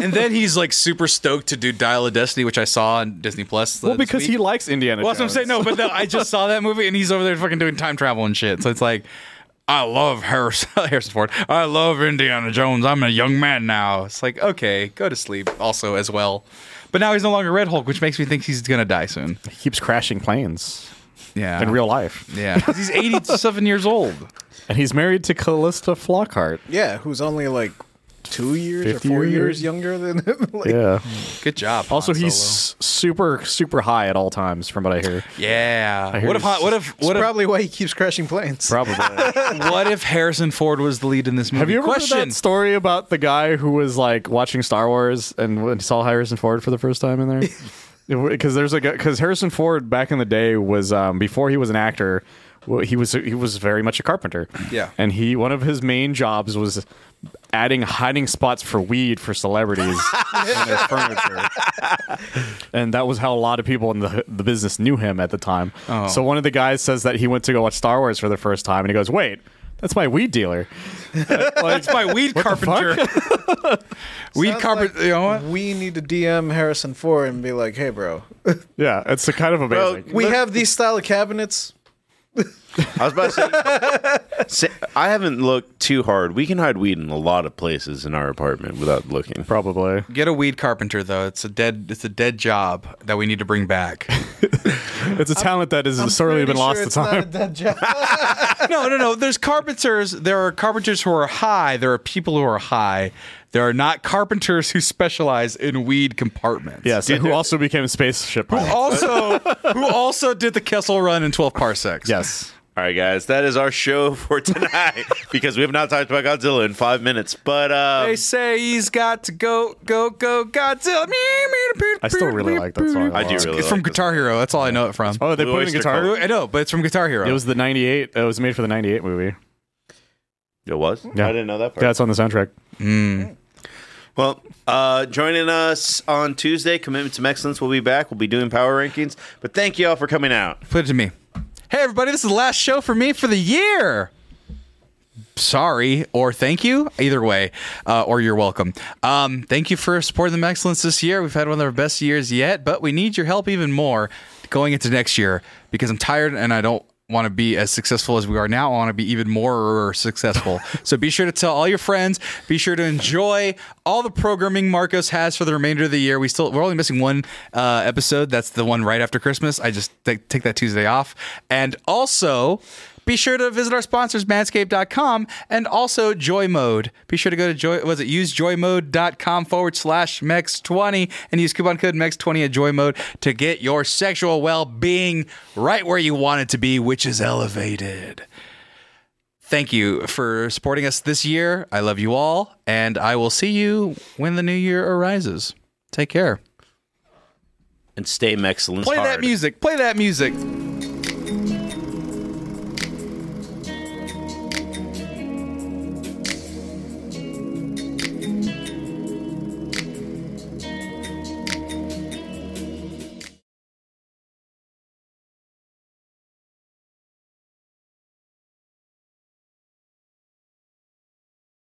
Speaker 2: And then he's like super stoked to do Dial of Destiny, which I saw on Disney Plus.
Speaker 3: well, because he
Speaker 2: Well,
Speaker 3: likes Indiana.
Speaker 2: that's what I'm saying. No, but no, I just saw that movie, and he's over there fucking doing time travel and shit. So it's like. I love Harrison, <laughs> Harrison Ford. I love Indiana Jones. I'm a young man now. It's like, okay, go to sleep also as well. But now he's no longer Red Hulk, which makes me think he's going to die soon.
Speaker 3: He keeps crashing planes
Speaker 2: Yeah.
Speaker 3: in real life,
Speaker 2: Yeah. 'Cause He's 87 years old.
Speaker 3: and he's married to Callista Flockhart.
Speaker 4: Yeah, who's only like two years or
Speaker 3: 50
Speaker 4: four
Speaker 3: years?
Speaker 4: years, younger than <laughs> him. like,
Speaker 3: Yeah.
Speaker 2: Good job.
Speaker 3: Also,
Speaker 2: Han
Speaker 3: he's
Speaker 2: Solo.
Speaker 3: s- super super high at all times, from what I hear.
Speaker 2: Yeah.
Speaker 3: hear
Speaker 2: What if
Speaker 3: he's-
Speaker 2: Han- what if what
Speaker 3: <laughs>
Speaker 4: That's
Speaker 2: if
Speaker 4: probably why he keeps crashing planes. <laughs>
Speaker 3: Probably. Have
Speaker 2: what if Harrison Ford was the lead in this movie?
Speaker 3: you ever
Speaker 2: Question.
Speaker 3: heard that
Speaker 2: <laughs>
Speaker 3: story about the guy who was like watching Star Wars and when he saw Harrison Ford for the first time in
Speaker 2: <laughs>
Speaker 3: there? because there's a because Harrison Ford back in the day was um, before he was an actor, well, he was he was very much a carpenter.
Speaker 2: Yeah.
Speaker 3: and he one of his main jobs was adding hiding spots for weed
Speaker 2: <laughs>
Speaker 3: for celebrities in their furniture, and that was how a lot of people in the the business knew him at the time.
Speaker 2: Oh.
Speaker 3: So one of the guys says that he went to go watch Star Wars for the first time, and he goes, "Wait." That's my
Speaker 2: <laughs>
Speaker 3: weed dealer. <laughs>
Speaker 2: That's by weed carpenter. <laughs> weed
Speaker 4: Sounds
Speaker 2: carpenter.
Speaker 4: like
Speaker 2: you know what?
Speaker 4: We need to DM Harrison Ford and be like, "Hey, bro,
Speaker 3: Yeah, it's a kind of amazing.
Speaker 4: we have these style of cabinets.
Speaker 1: I was about to say,
Speaker 3: <laughs>
Speaker 1: say- I haven't looked too hard. We can hide weed in a lot of places in our apartment without looking.
Speaker 3: Probably.
Speaker 2: Get a weed carpenter though. It's a dead. It's a dead job that we need to bring
Speaker 4: <laughs>
Speaker 2: back.
Speaker 3: It's a talent that has sorely
Speaker 4: Pretty
Speaker 3: been lost
Speaker 4: sure
Speaker 3: to
Speaker 4: it's not a
Speaker 3: time.
Speaker 4: dead job.
Speaker 2: <laughs> no, no, no. There's carpenters. There are carpenters who are high. There are people who are high. There are not carpenters who specialize in weed compartments.
Speaker 3: Yes, who also became a spaceship
Speaker 2: Who
Speaker 3: pilot.
Speaker 4: Oh,
Speaker 2: also who also did the Kessel Run in 12 parsecs.
Speaker 3: Yes.
Speaker 1: All right, guys, that is our show <laughs> for tonight because we have not talked about Godzilla in five minutes. But uh,
Speaker 2: They say he's got to go, go, go, Godzilla.
Speaker 3: I still really like that song. a
Speaker 1: I do
Speaker 3: lot.
Speaker 1: really
Speaker 2: It's from
Speaker 1: like this.
Speaker 2: Guitar Hero. That's all I know it from.
Speaker 3: Oh, they
Speaker 1: Blue
Speaker 3: put it in
Speaker 1: Oyster
Speaker 3: guitar.
Speaker 1: Cult.
Speaker 2: I know, but it's from Guitar Hero.
Speaker 3: It was the '98. It was made for the '98 movie.
Speaker 1: It was.
Speaker 3: Yeah.
Speaker 1: I didn't know that part.
Speaker 3: That's on the soundtrack.
Speaker 1: Well, uh, joining us on Tuesday, Commitment to Excellence will be back. We'll be doing power rankings. But thank you all for coming out.
Speaker 2: Put it to me. Hey, everybody, this is the last show for me for the year. Sorry or thank you, either way, uh, or you're welcome. Um, thank you for supporting the excellence this year. We've had one of our best years yet, but we need your help even more going into next year because I'm tired and I don't want to be as successful as we are now. I want to be even more successful. so be sure to tell all your friends. Be sure to enjoy all the programming Marcos has for the remainder of the year. We still we're only missing one uh, episode. That's the one right after Christmas. I just take take that Tuesday off. And also. Be sure to visit our sponsors, manscaped.com, and also Joy Mode. Be sure to go to Joy, was it usejoymode.com forward slash MEX20 and use coupon code MEX20 at Joy Mode to get your sexual well being right where you want it to be, which is elevated. Thank you for supporting us this year. I love you all, and I will see you when the new year arises. Take care.
Speaker 1: And stay excellence.
Speaker 2: Play that
Speaker 1: hard.
Speaker 2: music. Play that music.